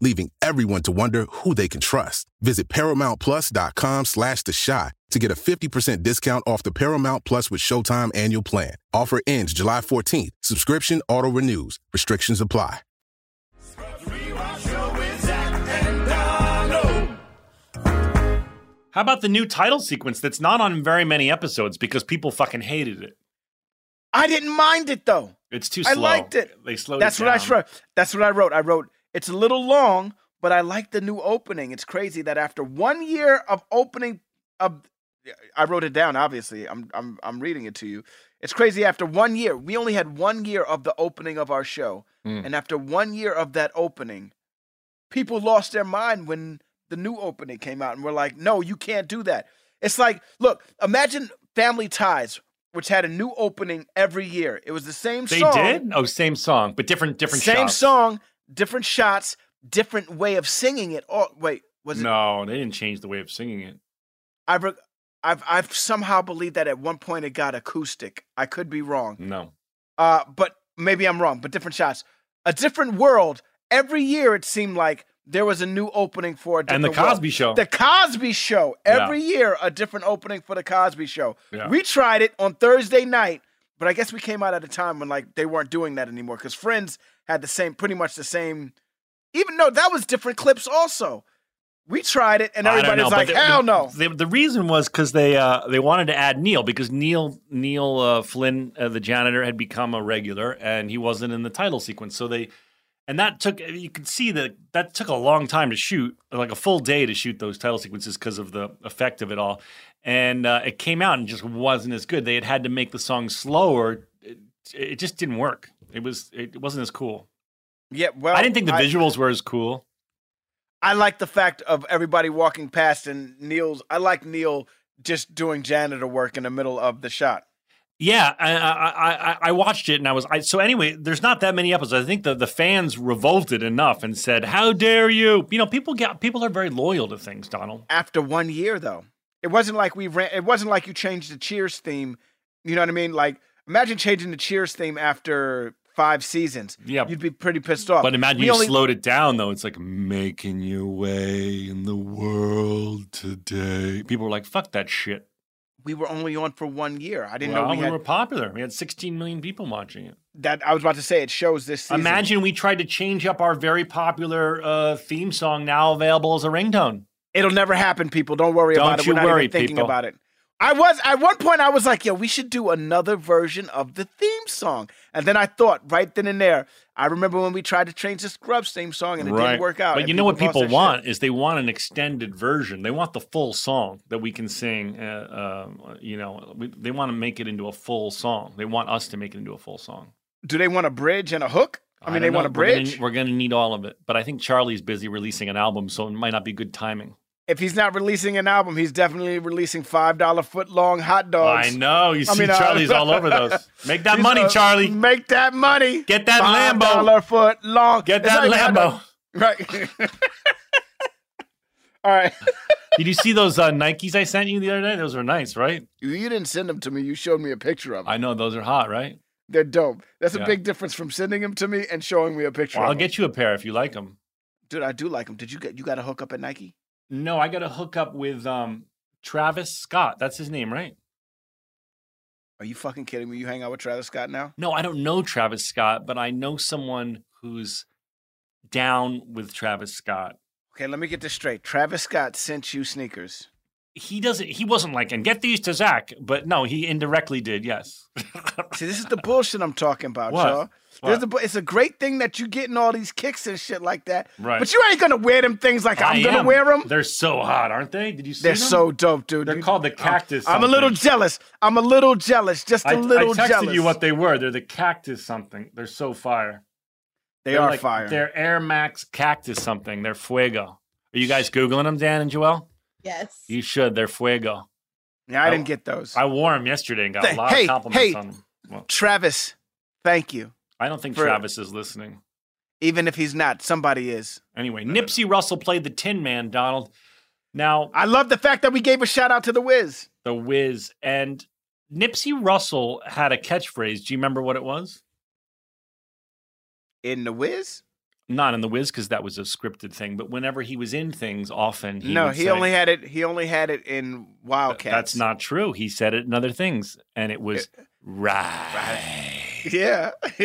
[SPEAKER 8] leaving everyone to wonder who they can trust. Visit ParamountPlus.com slash The Shot to get a 50% discount off the Paramount Plus with Showtime annual plan. Offer ends July 14th. Subscription auto-renews. Restrictions apply.
[SPEAKER 6] Rewatch show with Zach and
[SPEAKER 1] How about the new title sequence that's not on very many episodes because people fucking hated it?
[SPEAKER 2] I didn't mind it though.
[SPEAKER 1] It's too
[SPEAKER 2] I
[SPEAKER 1] slow.
[SPEAKER 2] liked it.
[SPEAKER 1] They slowed
[SPEAKER 2] That's
[SPEAKER 1] it
[SPEAKER 2] what I
[SPEAKER 1] down.
[SPEAKER 2] wrote. That's what I wrote. I wrote. It's a little long, but I like the new opening. It's crazy that after one year of opening of, I wrote it down. Obviously, I'm I'm I'm reading it to you. It's crazy. After one year, we only had one year of the opening of our show,
[SPEAKER 6] Hmm.
[SPEAKER 2] and after one year of that opening, people lost their mind when the new opening came out, and were like, "No, you can't do that." It's like, look, imagine Family Ties, which had a new opening every year. It was the same
[SPEAKER 1] They
[SPEAKER 2] song
[SPEAKER 1] did? Oh, same song, but different different
[SPEAKER 2] same
[SPEAKER 1] shots.
[SPEAKER 2] song, different shots, different way of singing it. Oh wait, was it?
[SPEAKER 1] no, they didn't change the way of singing it.
[SPEAKER 2] I've re- I've I've somehow believed that at one point it got acoustic. I could be wrong.
[SPEAKER 1] No.
[SPEAKER 2] Uh, but maybe I'm wrong. But different shots, a different world. Every year it seemed like there was a new opening for a
[SPEAKER 1] And
[SPEAKER 2] different
[SPEAKER 1] the
[SPEAKER 2] world.
[SPEAKER 1] Cosby Show.
[SPEAKER 2] The Cosby Show.
[SPEAKER 1] Yeah.
[SPEAKER 2] Every year a different opening for the Cosby Show.
[SPEAKER 1] Yeah.
[SPEAKER 2] We tried it on Thursday night, but I guess we came out at a time when like they weren't doing that anymore because Friends had the same, pretty much the same. Even though that was different clips, also. We tried it, and
[SPEAKER 1] I don't
[SPEAKER 2] everybody's
[SPEAKER 1] know,
[SPEAKER 2] like,
[SPEAKER 1] but the-
[SPEAKER 2] "Hell
[SPEAKER 1] the-
[SPEAKER 2] no!"
[SPEAKER 1] The, the reason was because they uh, they wanted to add Neil because Neil Neil uh, Flynn, uh, the janitor, had become a regular and he wasn't in the title sequence. So they and that took you can see that that took a long time to shoot, like a full day to shoot those title sequences because of the effect of it all. And uh, it came out and just wasn't as good. They had had to make the song slower. It, it just didn't work. It was it wasn't as cool.
[SPEAKER 2] Yeah, well,
[SPEAKER 1] I didn't think the
[SPEAKER 2] I-
[SPEAKER 1] visuals were as cool.
[SPEAKER 2] I like the fact of everybody walking past and Neil's. I like Neil just doing janitor work in the middle of the shot.
[SPEAKER 1] Yeah, I, I I- I I watched it and I was I, so anyway. There's not that many episodes. I think the the fans revolted enough and said, "How dare you!" You know, people get people are very loyal to things. Donald,
[SPEAKER 2] After one year, though, it wasn't like we ran. It wasn't like you changed the Cheers theme. You know what I mean? Like, imagine changing the Cheers theme after five seasons.
[SPEAKER 1] Yeah.
[SPEAKER 2] you'd be pretty pissed off.
[SPEAKER 1] but imagine
[SPEAKER 2] We
[SPEAKER 1] you
[SPEAKER 2] only-
[SPEAKER 1] slowed it down though. It's like
[SPEAKER 6] Making your way in the world today.
[SPEAKER 1] people were like, "Fuck that shit."
[SPEAKER 2] we were only on for one year. I didn't
[SPEAKER 1] Well,
[SPEAKER 2] know we,
[SPEAKER 1] we,
[SPEAKER 2] had
[SPEAKER 1] were popular. We had 16 million people watching it.
[SPEAKER 2] that. I was about to say it shows this. Season.
[SPEAKER 1] Imagine we tried to change up our very popular uh, theme song now available as a ringtone.
[SPEAKER 2] It'll never happen, people. Don't worry
[SPEAKER 1] Don't
[SPEAKER 2] about it.
[SPEAKER 1] you
[SPEAKER 2] We're not
[SPEAKER 1] worry,
[SPEAKER 2] even thinking
[SPEAKER 1] people.
[SPEAKER 2] about it. I was at one point. I was like, "Yo, we should do another version of the theme song." And then I thought, right then and there, I remember when we tried to change the Scrubs theme song, and it didn't work out.
[SPEAKER 1] But
[SPEAKER 2] and
[SPEAKER 1] you know what
[SPEAKER 2] lost
[SPEAKER 1] people
[SPEAKER 2] their shit.
[SPEAKER 1] want is they want an extended version. They want the full song that we can sing. Uh, uh, you know, we, they want to make it into a full song. They want us to make it into a full song.
[SPEAKER 2] Do they want a bridge and a hook? I mean, they
[SPEAKER 1] don't
[SPEAKER 2] want
[SPEAKER 1] know.
[SPEAKER 2] a bridge.
[SPEAKER 1] We're going to need all of it. But I think Charlie's busy releasing an album, so it might not be good timing.
[SPEAKER 2] If he's not releasing an album, he's definitely releasing five dollar foot long hot dogs.
[SPEAKER 1] I know. You
[SPEAKER 2] I
[SPEAKER 1] see,
[SPEAKER 2] mean, uh,
[SPEAKER 1] Charlie's all over those. Make that
[SPEAKER 2] He's
[SPEAKER 1] money,
[SPEAKER 2] a-
[SPEAKER 1] Charlie.
[SPEAKER 2] Make that money.
[SPEAKER 1] Get that
[SPEAKER 2] Five
[SPEAKER 1] Lambo.
[SPEAKER 2] dollar foot long.
[SPEAKER 1] Get
[SPEAKER 2] It's
[SPEAKER 1] that
[SPEAKER 2] like-
[SPEAKER 1] Lambo.
[SPEAKER 2] Right. all right.
[SPEAKER 1] Did you see those uh, Nikes I sent you the other day? Those were nice, right?
[SPEAKER 2] You, you didn't send them to me. You showed me a picture of them.
[SPEAKER 1] I know those are hot, right?
[SPEAKER 2] They're dope. That's
[SPEAKER 1] Yeah.
[SPEAKER 2] a big difference from sending them to me and showing me a picture.
[SPEAKER 1] Well, I'll
[SPEAKER 2] of them.
[SPEAKER 1] get you a pair if you like them.
[SPEAKER 2] Dude, I do like them. Did you get you got a hook up at Nike?
[SPEAKER 1] No, I got to hook up with um, Travis Scott. That's his name, right?
[SPEAKER 2] Are you fucking kidding me? You hang out with Travis Scott now?
[SPEAKER 1] No, I don't know Travis Scott, but I know someone who's down with Travis Scott.
[SPEAKER 2] Okay, let me get this straight. Travis Scott sent you sneakers.
[SPEAKER 1] He doesn't. He wasn't like, and get these to Zach, but no, he indirectly did. Yes.
[SPEAKER 2] See, this is the bullshit I'm talking about,
[SPEAKER 1] What?
[SPEAKER 2] y'all. This is the bu- it's a great thing that you getting all these kicks and shit like that.
[SPEAKER 1] Right.
[SPEAKER 2] But you ain't gonna wear them things like
[SPEAKER 1] I
[SPEAKER 2] I'm gonna
[SPEAKER 1] am.
[SPEAKER 2] wear them.
[SPEAKER 1] They're so hot, aren't they? Did you see?
[SPEAKER 2] They're
[SPEAKER 1] them?
[SPEAKER 2] so dope, dude.
[SPEAKER 1] They're
[SPEAKER 2] You-
[SPEAKER 1] called the cactus.
[SPEAKER 2] I'm a little jealous. I'm a little jealous. Just a
[SPEAKER 1] something. I,
[SPEAKER 2] little
[SPEAKER 1] I texted
[SPEAKER 2] jealous.
[SPEAKER 1] you what they were. They're the cactus something. They're so fire.
[SPEAKER 2] They
[SPEAKER 1] They're
[SPEAKER 2] are
[SPEAKER 1] like-
[SPEAKER 2] fire.
[SPEAKER 1] They're Air Max cactus something. They're fuego. Are you guys googling them, Dan and Joel?
[SPEAKER 4] Yes.
[SPEAKER 1] You should. They're fuego.
[SPEAKER 2] Yeah, I didn't get those.
[SPEAKER 1] I wore them yesterday and got
[SPEAKER 2] Th-
[SPEAKER 1] a lot
[SPEAKER 2] hey,
[SPEAKER 1] of compliments
[SPEAKER 2] hey.
[SPEAKER 1] on them. Well,
[SPEAKER 2] Travis, thank you.
[SPEAKER 1] I don't think
[SPEAKER 2] For-
[SPEAKER 1] Travis is listening.
[SPEAKER 2] Even if he's not, somebody is.
[SPEAKER 1] Anyway, Nipsey Russell played the Tin Man, Donald. Now,
[SPEAKER 2] I love the fact that we gave a shout out to the Wiz.
[SPEAKER 1] the Wiz and Nipsey Russell had a catchphrase. Do you remember what it was?
[SPEAKER 2] In the Wiz?
[SPEAKER 1] Not in the Wiz because that was a scripted thing. But whenever he was in things, often he
[SPEAKER 2] no,
[SPEAKER 1] would
[SPEAKER 2] he
[SPEAKER 1] say,
[SPEAKER 2] only had it. He only had it in Wildcats.
[SPEAKER 1] That's not true. He said it in other things, and it was right.
[SPEAKER 2] Yeah.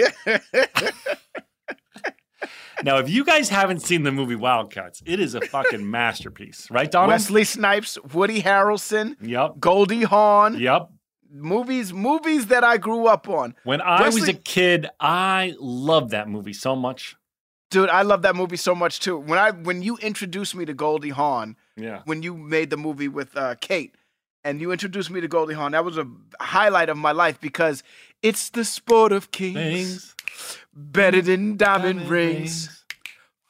[SPEAKER 1] Now, if you guys haven't seen the movie Wildcats, it is a fucking masterpiece, right, Donald?
[SPEAKER 2] Wesley Snipes, Woody Harrelson,
[SPEAKER 1] yep,
[SPEAKER 2] Goldie Hawn,
[SPEAKER 1] yep,
[SPEAKER 2] movies, movies that I grew up on.
[SPEAKER 1] When I was
[SPEAKER 2] Wesley-
[SPEAKER 1] a kid, I loved that movie so much.
[SPEAKER 2] Dude, I love that movie so much too. When I when you introduced me to Goldie Hawn,
[SPEAKER 1] Yeah.
[SPEAKER 2] when you made the movie with uh, Kate, and you introduced me to Goldie Hawn, that was a highlight of my life because it's the sport of kings,
[SPEAKER 1] Things.
[SPEAKER 2] better than diamond, rings,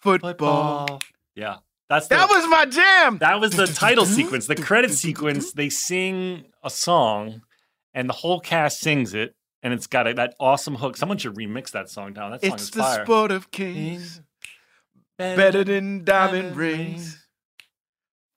[SPEAKER 2] football.
[SPEAKER 1] Yeah. That's the,
[SPEAKER 2] That was my jam.
[SPEAKER 1] That was the title sequence, the credit sequence. They sing a song, and the whole cast sings it, and it's got a, that awesome hook. Someone should remix that song down. That song
[SPEAKER 2] It's
[SPEAKER 1] is
[SPEAKER 2] the
[SPEAKER 1] fire.
[SPEAKER 2] sport of kings, better than diamond rings.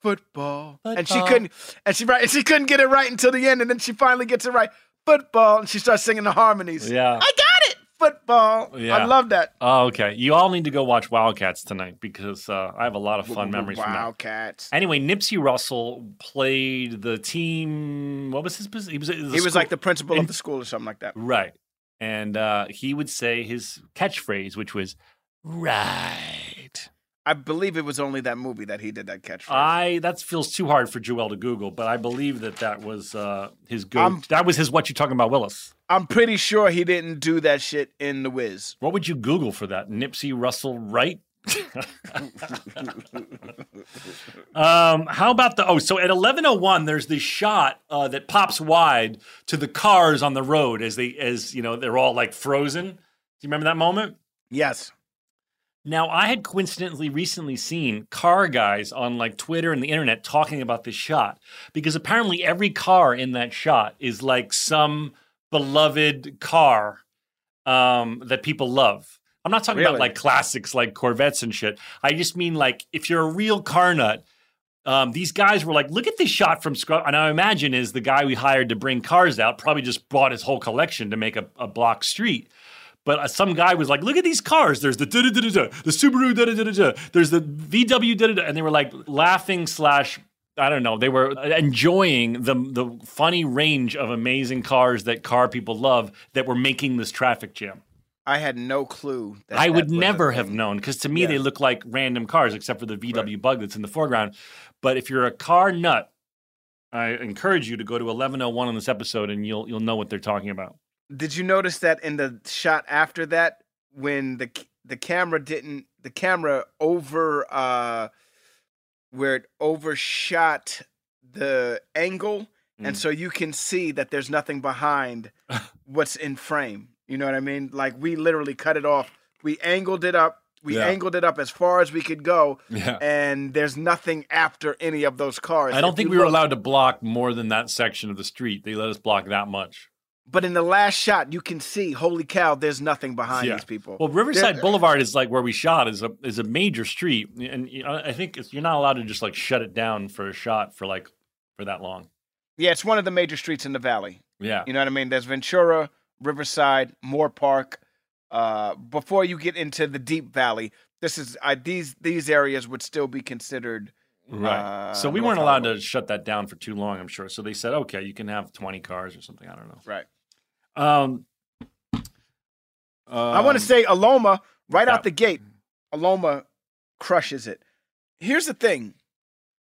[SPEAKER 2] Football. and she
[SPEAKER 1] Football.
[SPEAKER 2] couldn't, and she right, and she couldn't get it right until the end, and then she finally gets it right. Football, and she starts singing the harmonies.
[SPEAKER 1] Yeah.
[SPEAKER 2] I got it. Football. I
[SPEAKER 1] Yeah.
[SPEAKER 2] love that.
[SPEAKER 1] Oh, okay. You all need to go watch Wildcats tonight because uh, I have a lot of fun memories from that.
[SPEAKER 2] Wildcats.
[SPEAKER 1] Anyway, Nipsey Russell played the team. What was his position? He was,
[SPEAKER 2] He was like the principal of the school or something like that.
[SPEAKER 1] Right. And uh, he would say his catchphrase, which was, Right.
[SPEAKER 2] I believe it was only that movie that he did that catchphrase.
[SPEAKER 1] I that feels too hard for Joel to Google, but I believe that that was uh, his go.
[SPEAKER 2] I'm-
[SPEAKER 1] that was his what you talking about, Willis.
[SPEAKER 2] I'm pretty sure he didn't do that shit in The Wiz.
[SPEAKER 1] What would you Google for that? Nipsey Russell, right? um, how about the oh? So at eleven oh one, there's this shot uh, that pops wide to the cars on the road as they as you know they're all like frozen. Do you remember that moment?
[SPEAKER 2] Yes.
[SPEAKER 1] Now, I had coincidentally recently seen car guys on like Twitter and the internet talking about this shot because apparently every car in that shot is like some beloved car um, that people love. I'm not talking about
[SPEAKER 2] Really?
[SPEAKER 1] like classics like Corvettes and shit. I just mean like if you're a real car nut, um, these guys were like, look at this shot from Scrub. And I imagine is the guy we hired to bring cars out probably just bought his whole collection to make a, a block street. But uh, some guy was like, look at these cars. There's the da-da-da-da-da, the Subaru da-da-da-da-da, there's the VW da-da-da. And they were like laughing slash, I don't know, they were uh, enjoying the, the funny range of amazing cars that car people love that were making this traffic jam.
[SPEAKER 2] I had no clue. That
[SPEAKER 1] I
[SPEAKER 2] that
[SPEAKER 1] would
[SPEAKER 2] was a
[SPEAKER 1] never
[SPEAKER 2] thing.
[SPEAKER 1] have known because to me they look like random cars, except for the VW Bug that's in the foreground. But if you're a car nut, I encourage you to go to 1101 on this episode, and you'll you'll know what they're talking about.
[SPEAKER 2] Did you notice that in the shot after that, when the c- the camera didn't, the camera over uh, where it overshot the angle, and
[SPEAKER 1] Mm.
[SPEAKER 2] so you can see that there's nothing behind what's in frame. You know what I mean? Like we literally cut it off. We angled it up. We
[SPEAKER 1] Yeah.
[SPEAKER 2] angled it up as far as we could go,
[SPEAKER 1] Yeah.
[SPEAKER 2] and there's nothing after any of those cars.
[SPEAKER 1] I don't
[SPEAKER 2] If
[SPEAKER 1] think
[SPEAKER 2] you
[SPEAKER 1] we were
[SPEAKER 2] look-
[SPEAKER 1] allowed to block more than that section of the street. They let us block that much.
[SPEAKER 2] But in the last shot, you can see, holy cow, there's nothing behind
[SPEAKER 1] Yeah.
[SPEAKER 2] these people.
[SPEAKER 1] Well, Riverside Boulevard is like where we shot is a is a major street, and you know, I think it's, you're not allowed to just like shut it down for a shot for like for that long.
[SPEAKER 2] Yeah, it's one of the major streets in the valley.
[SPEAKER 1] Yeah.
[SPEAKER 2] You know what I mean? There's Ventura, Riverside, Moore Park. Uh, before you get into the deep valley, this is I these these areas would still be considered.
[SPEAKER 1] Right.
[SPEAKER 2] uh,
[SPEAKER 1] so we
[SPEAKER 2] North
[SPEAKER 1] weren't allowed
[SPEAKER 2] Hollywood.
[SPEAKER 1] to shut that down for too long, I'm sure. So they said, okay, you can have 20 cars or something. I don't know.
[SPEAKER 2] Right.
[SPEAKER 1] Um,
[SPEAKER 2] I want to
[SPEAKER 1] um,
[SPEAKER 2] say Aloma right
[SPEAKER 1] yeah.
[SPEAKER 2] out the gate. Aloma crushes it. Here's the thing.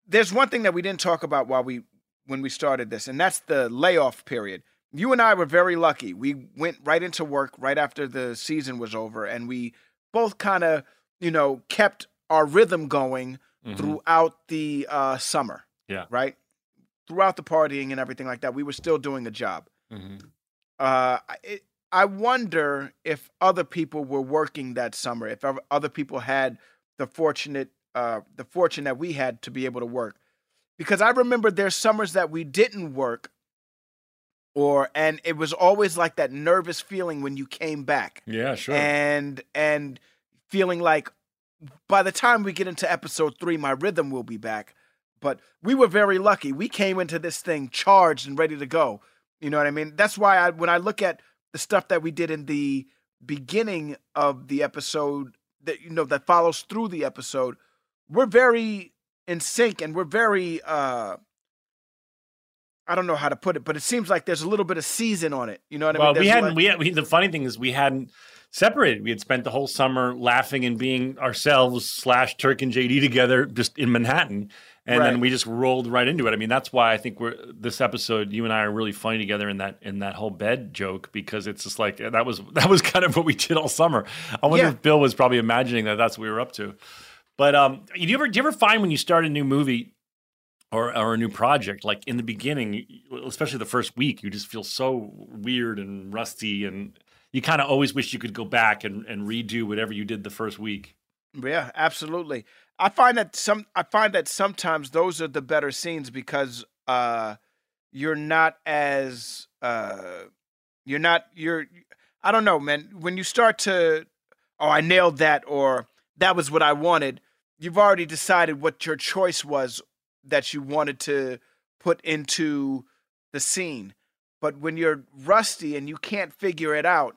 [SPEAKER 2] There's one thing that we didn't talk about while we when we started this, and that's the layoff period. You and I were very lucky. We went right into work right after the season was over, and we both kind of, you know, kept our rhythm going
[SPEAKER 1] Mhm.
[SPEAKER 2] throughout the uh, summer,
[SPEAKER 1] Yeah.
[SPEAKER 2] right? Throughout the partying and everything like that, we were still doing a job
[SPEAKER 1] hmm
[SPEAKER 2] uh, I- it, I wonder if other people were working that summer, if ev- other people had the fortunate, uh, the fortune that we had to be able to work, because I remember there's summers that we didn't work, or and it was always like that nervous feeling when you came back,
[SPEAKER 1] Yeah, sure.
[SPEAKER 2] and and feeling like by the time we get into episode three, my rhythm will be back. But we were very lucky. We came into this thing charged and ready to go. You know what I mean? That's why I when I look at the stuff that we did in the beginning of the episode that you know that follows through the episode, we're very in sync and we're very uh I don't know how to put it, but it seems like there's a little bit of season on it. You know what I
[SPEAKER 1] well,
[SPEAKER 2] mean?
[SPEAKER 1] we
[SPEAKER 2] There's
[SPEAKER 1] hadn't.
[SPEAKER 2] like-
[SPEAKER 1] we, had, we the funny thing is we hadn't separated. We had spent the whole summer laughing and being ourselves slash Turk and JD together, just in Manhattan, and
[SPEAKER 2] Right.
[SPEAKER 1] then we just rolled right into it. I mean, that's why I think we're this episode. You and I are really funny together in that in that whole bed joke because it's just like that was that was kind of what we did all summer. I wonder
[SPEAKER 2] Yeah.
[SPEAKER 1] if Bill was probably imagining that that's what we were up to. But um, do you ever do you ever find when you start a new movie or, or a new project like in the beginning you- you- especially the first week you just feel so weird and rusty and you kind of always wish you could go back and, and redo whatever you did the first week
[SPEAKER 2] Yeah, absolutely. I find that some I find that sometimes those are the better scenes because uh you're not as uh you're not you're I don't know, man. When you start to oh, I nailed that or that was what I wanted, you've already decided what your choice was that you wanted to put into the scene. But when you're rusty and you can't figure it out,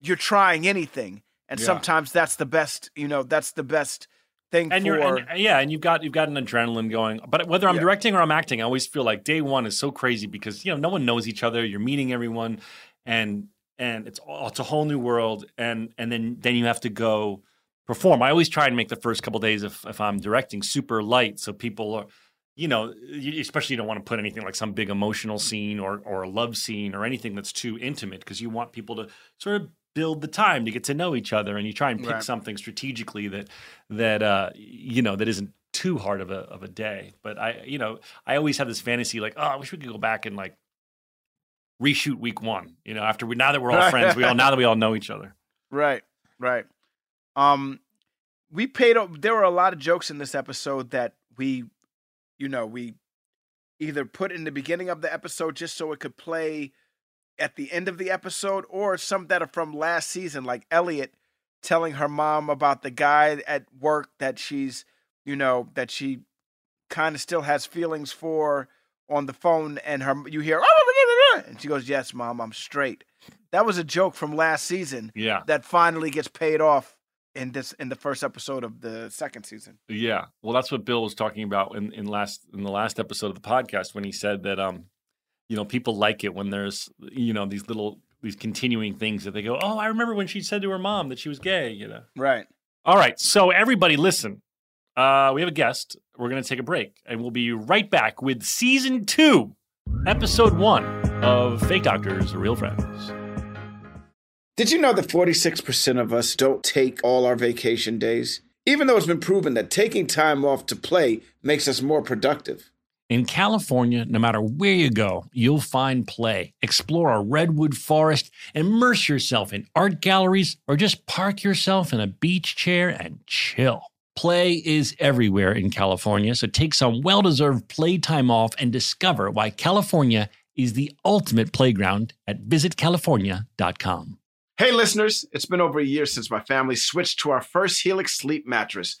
[SPEAKER 2] you're trying anything. And
[SPEAKER 1] Yeah.
[SPEAKER 2] sometimes that's the best, you know, that's the best thing
[SPEAKER 1] and
[SPEAKER 2] for
[SPEAKER 1] you're and, yeah and you've got you've got an adrenaline going but whether i'm
[SPEAKER 2] Yeah.
[SPEAKER 1] directing or i'm acting i always feel like day one is so crazy because you know no one knows each other you're meeting everyone and and it's all it's a whole new world and and then then you have to go perform i always try and make the first couple days if, if i'm directing super light so people are you know you, especially you don't want to put anything like some big emotional scene or or a love scene or anything that's too intimate because you want people to sort of build the time to get to know each other and you try and pick
[SPEAKER 2] Right.
[SPEAKER 1] something strategically that that uh you know that isn't too hard of a of a day but i you know i always have this fantasy like oh i wish we could go back and like reshoot week one you know after we now that we're all friends we all now that we all know each other
[SPEAKER 2] Right, right. Um, we paid. o- There were a lot of jokes in this episode that we, you know, we either put in the beginning of the episode just so it could play at the end of the episode, or some that are from last season, like Elliot telling her mom about the guy at work that she's, you know, that she kind of still has feelings for on the phone, and her you hear, "Oh, and she goes, "Yes, mom, I'm straight." That was a joke from last season
[SPEAKER 1] yeah
[SPEAKER 2] that finally gets paid off in this in the first episode of the second season.
[SPEAKER 1] Yeah. Well, that's what Bill was talking about in, in last in the last episode of the podcast when he said that um, you know, people like it when there's you know, these little these continuing things that they go, Oh, I remember when she said to her mom that she was gay, you know.
[SPEAKER 2] Right.
[SPEAKER 1] All right. So everybody listen. Uh we have a guest. We're gonna take a break and we'll be right back with season two, episode one of Fake Doctors, Real Friends.
[SPEAKER 2] Did you know that 46% of us don't take all our vacation days? Even though it's been proven that taking time off to play makes us more productive.
[SPEAKER 3] In California, no matter where you go, you'll find play. Explore a redwood forest, immerse yourself in art galleries, or just park yourself in a beach chair and chill. Play is everywhere in California, so take some well deserved playtime off and discover why California is the ultimate playground at visitcalifornia.com.
[SPEAKER 2] Hey listeners, it's been over a year since my family switched to our first Helix sleep mattress.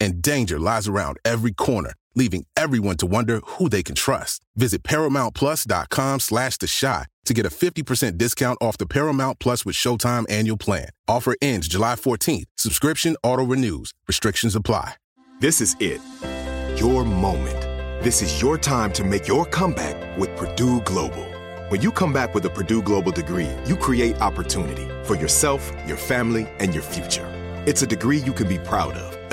[SPEAKER 8] and danger lies around every corner, leaving everyone to wonder who they can trust. Visit ParamountPlus.com slash The Shot to get a 50% discount off the Paramount Plus with Showtime annual plan. Offer ends July 14th. Subscription auto-renews. Restrictions apply.
[SPEAKER 11] This is it. Your moment. This is your time to make your comeback with Purdue Global. When you come back with a Purdue Global degree, you create opportunity for yourself, your family, and your future. It's a degree you can be proud of,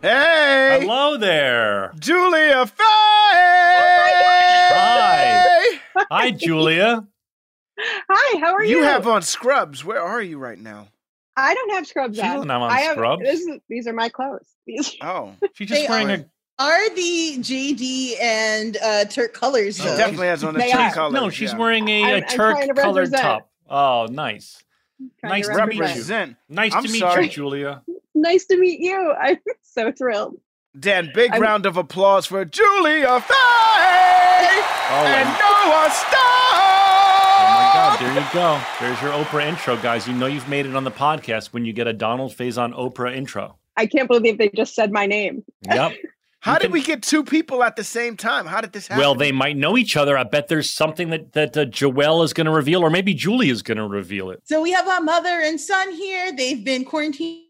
[SPEAKER 2] Hey!
[SPEAKER 1] Hello there.
[SPEAKER 2] Julia Faye! Hi!
[SPEAKER 1] Hi, Julia.
[SPEAKER 4] Hi, how are you?
[SPEAKER 2] You have on scrubs. Where are you right now?
[SPEAKER 4] I don't have scrubs
[SPEAKER 2] She
[SPEAKER 4] on.
[SPEAKER 2] doesn't have on
[SPEAKER 4] I have,
[SPEAKER 2] scrubs.
[SPEAKER 4] This is, these are my clothes. These
[SPEAKER 2] Oh.
[SPEAKER 1] She's
[SPEAKER 12] just They wearing are- Are the JD and uh, Turk colors?
[SPEAKER 2] She
[SPEAKER 12] though.
[SPEAKER 2] definitely has on a
[SPEAKER 12] They
[SPEAKER 2] Turk
[SPEAKER 12] are.
[SPEAKER 2] color.
[SPEAKER 1] No, she's wearing a,
[SPEAKER 12] I'm-
[SPEAKER 1] a
[SPEAKER 12] I'm trying to
[SPEAKER 1] Turk colored
[SPEAKER 12] represent.
[SPEAKER 1] top. Oh, nice.
[SPEAKER 4] Trying
[SPEAKER 1] Nice
[SPEAKER 4] to
[SPEAKER 1] to meet
[SPEAKER 2] represent.
[SPEAKER 1] you. Nice
[SPEAKER 2] I'm
[SPEAKER 1] to meet
[SPEAKER 2] sorry.
[SPEAKER 1] you, Julia.
[SPEAKER 4] Nice to meet you. I'm so thrilled.
[SPEAKER 2] Dan, big
[SPEAKER 4] I'm-
[SPEAKER 2] round of applause for Julia
[SPEAKER 1] Oh,
[SPEAKER 2] Faye! and Noah Starr!
[SPEAKER 1] Oh my God, there you go. There's your Oprah intro, guys. You know you've made it on the podcast when you get a Donald Faison Oprah intro.
[SPEAKER 4] I can't believe they just said my name.
[SPEAKER 1] Yep.
[SPEAKER 2] How did we get two people at the same time? How did this happen?
[SPEAKER 1] Well, they might know each other. I bet there's something that that uh, Joelle is going to reveal, or maybe Julie is going to reveal it.
[SPEAKER 12] So we have our mother and son here. They've been quarantined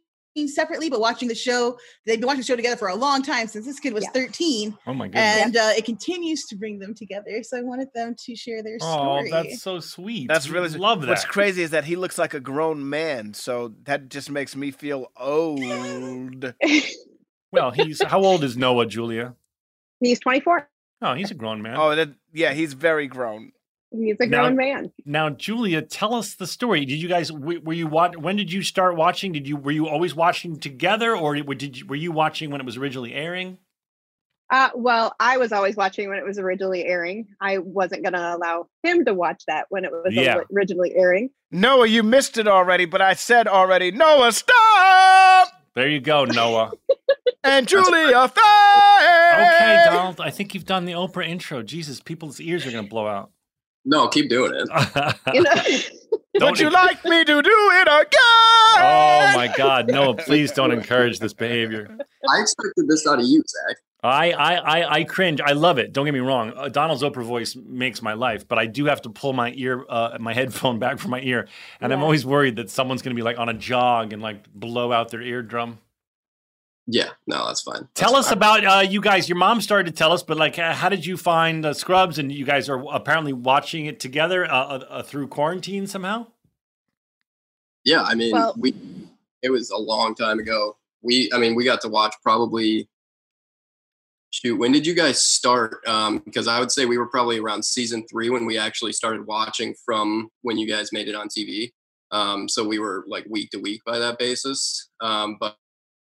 [SPEAKER 12] separately, but watching the show. They've been watching the show together for a long time since this kid was 13.
[SPEAKER 1] Oh my goodness.
[SPEAKER 12] And uh, it continues to bring them together. So I wanted them to share their
[SPEAKER 1] Oh,
[SPEAKER 12] story.
[SPEAKER 1] that's so sweet.
[SPEAKER 2] That's really
[SPEAKER 1] love that.
[SPEAKER 2] What's crazy is that he looks like a grown man, so that just makes me feel old.
[SPEAKER 1] Well, he's how old is Noah, Julia?
[SPEAKER 4] He's 24.
[SPEAKER 1] Oh, he's a grown man.
[SPEAKER 2] Oh, that yeah, he's very grown.
[SPEAKER 4] He's a
[SPEAKER 1] Now-
[SPEAKER 4] grown man.
[SPEAKER 1] Now, Julia, tell us the story. Did you guys were were you watch? When did you start watching? Did you were you always watching together, or were- did you, were you watching when it was originally airing?
[SPEAKER 4] Uh, well, I was always watching when it was originally airing. I wasn't going to allow him to watch that when it was
[SPEAKER 2] Yeah.
[SPEAKER 4] originally airing.
[SPEAKER 2] Noah, you missed it already, but I said already, Noah, stop!
[SPEAKER 1] There you go, Noah.
[SPEAKER 2] And Julia Faye!
[SPEAKER 1] okay, Donald. I think you've done the Oprah intro. Jesus, people's ears are going to blow out.
[SPEAKER 13] No, keep doing it.
[SPEAKER 4] You know?
[SPEAKER 1] Don't
[SPEAKER 2] Would you
[SPEAKER 1] en-
[SPEAKER 2] like me to do it again?
[SPEAKER 1] Oh my God, Noah! Please don't encourage this behavior.
[SPEAKER 13] I expected this out of you, Zach.
[SPEAKER 1] I, I, I, I cringe. I love it. Don't get me wrong. Uh, Donald's Oprah voice makes my life, but I do have to pull my ear, uh, my headphone back from my ear, and I'm
[SPEAKER 13] Yeah.
[SPEAKER 1] always worried that someone's going to be like on a jog and like blow out their eardrum.
[SPEAKER 13] Yeah, no, that's fine.
[SPEAKER 1] Tell us about uh, you guys. Your mom started to tell us, but like, uh, how did you find uh, Scrubs? And you guys are apparently watching it together uh, uh, uh, through quarantine somehow.
[SPEAKER 13] Yeah, I mean,
[SPEAKER 1] Well-
[SPEAKER 13] we it was a long time ago. We, I mean, we got to watch probably. Shoot, when did you guys start? Um, because I would say we were probably around season three when we actually started watching from when you guys made it on TV. Um, so we were like week to week by that basis. Um, but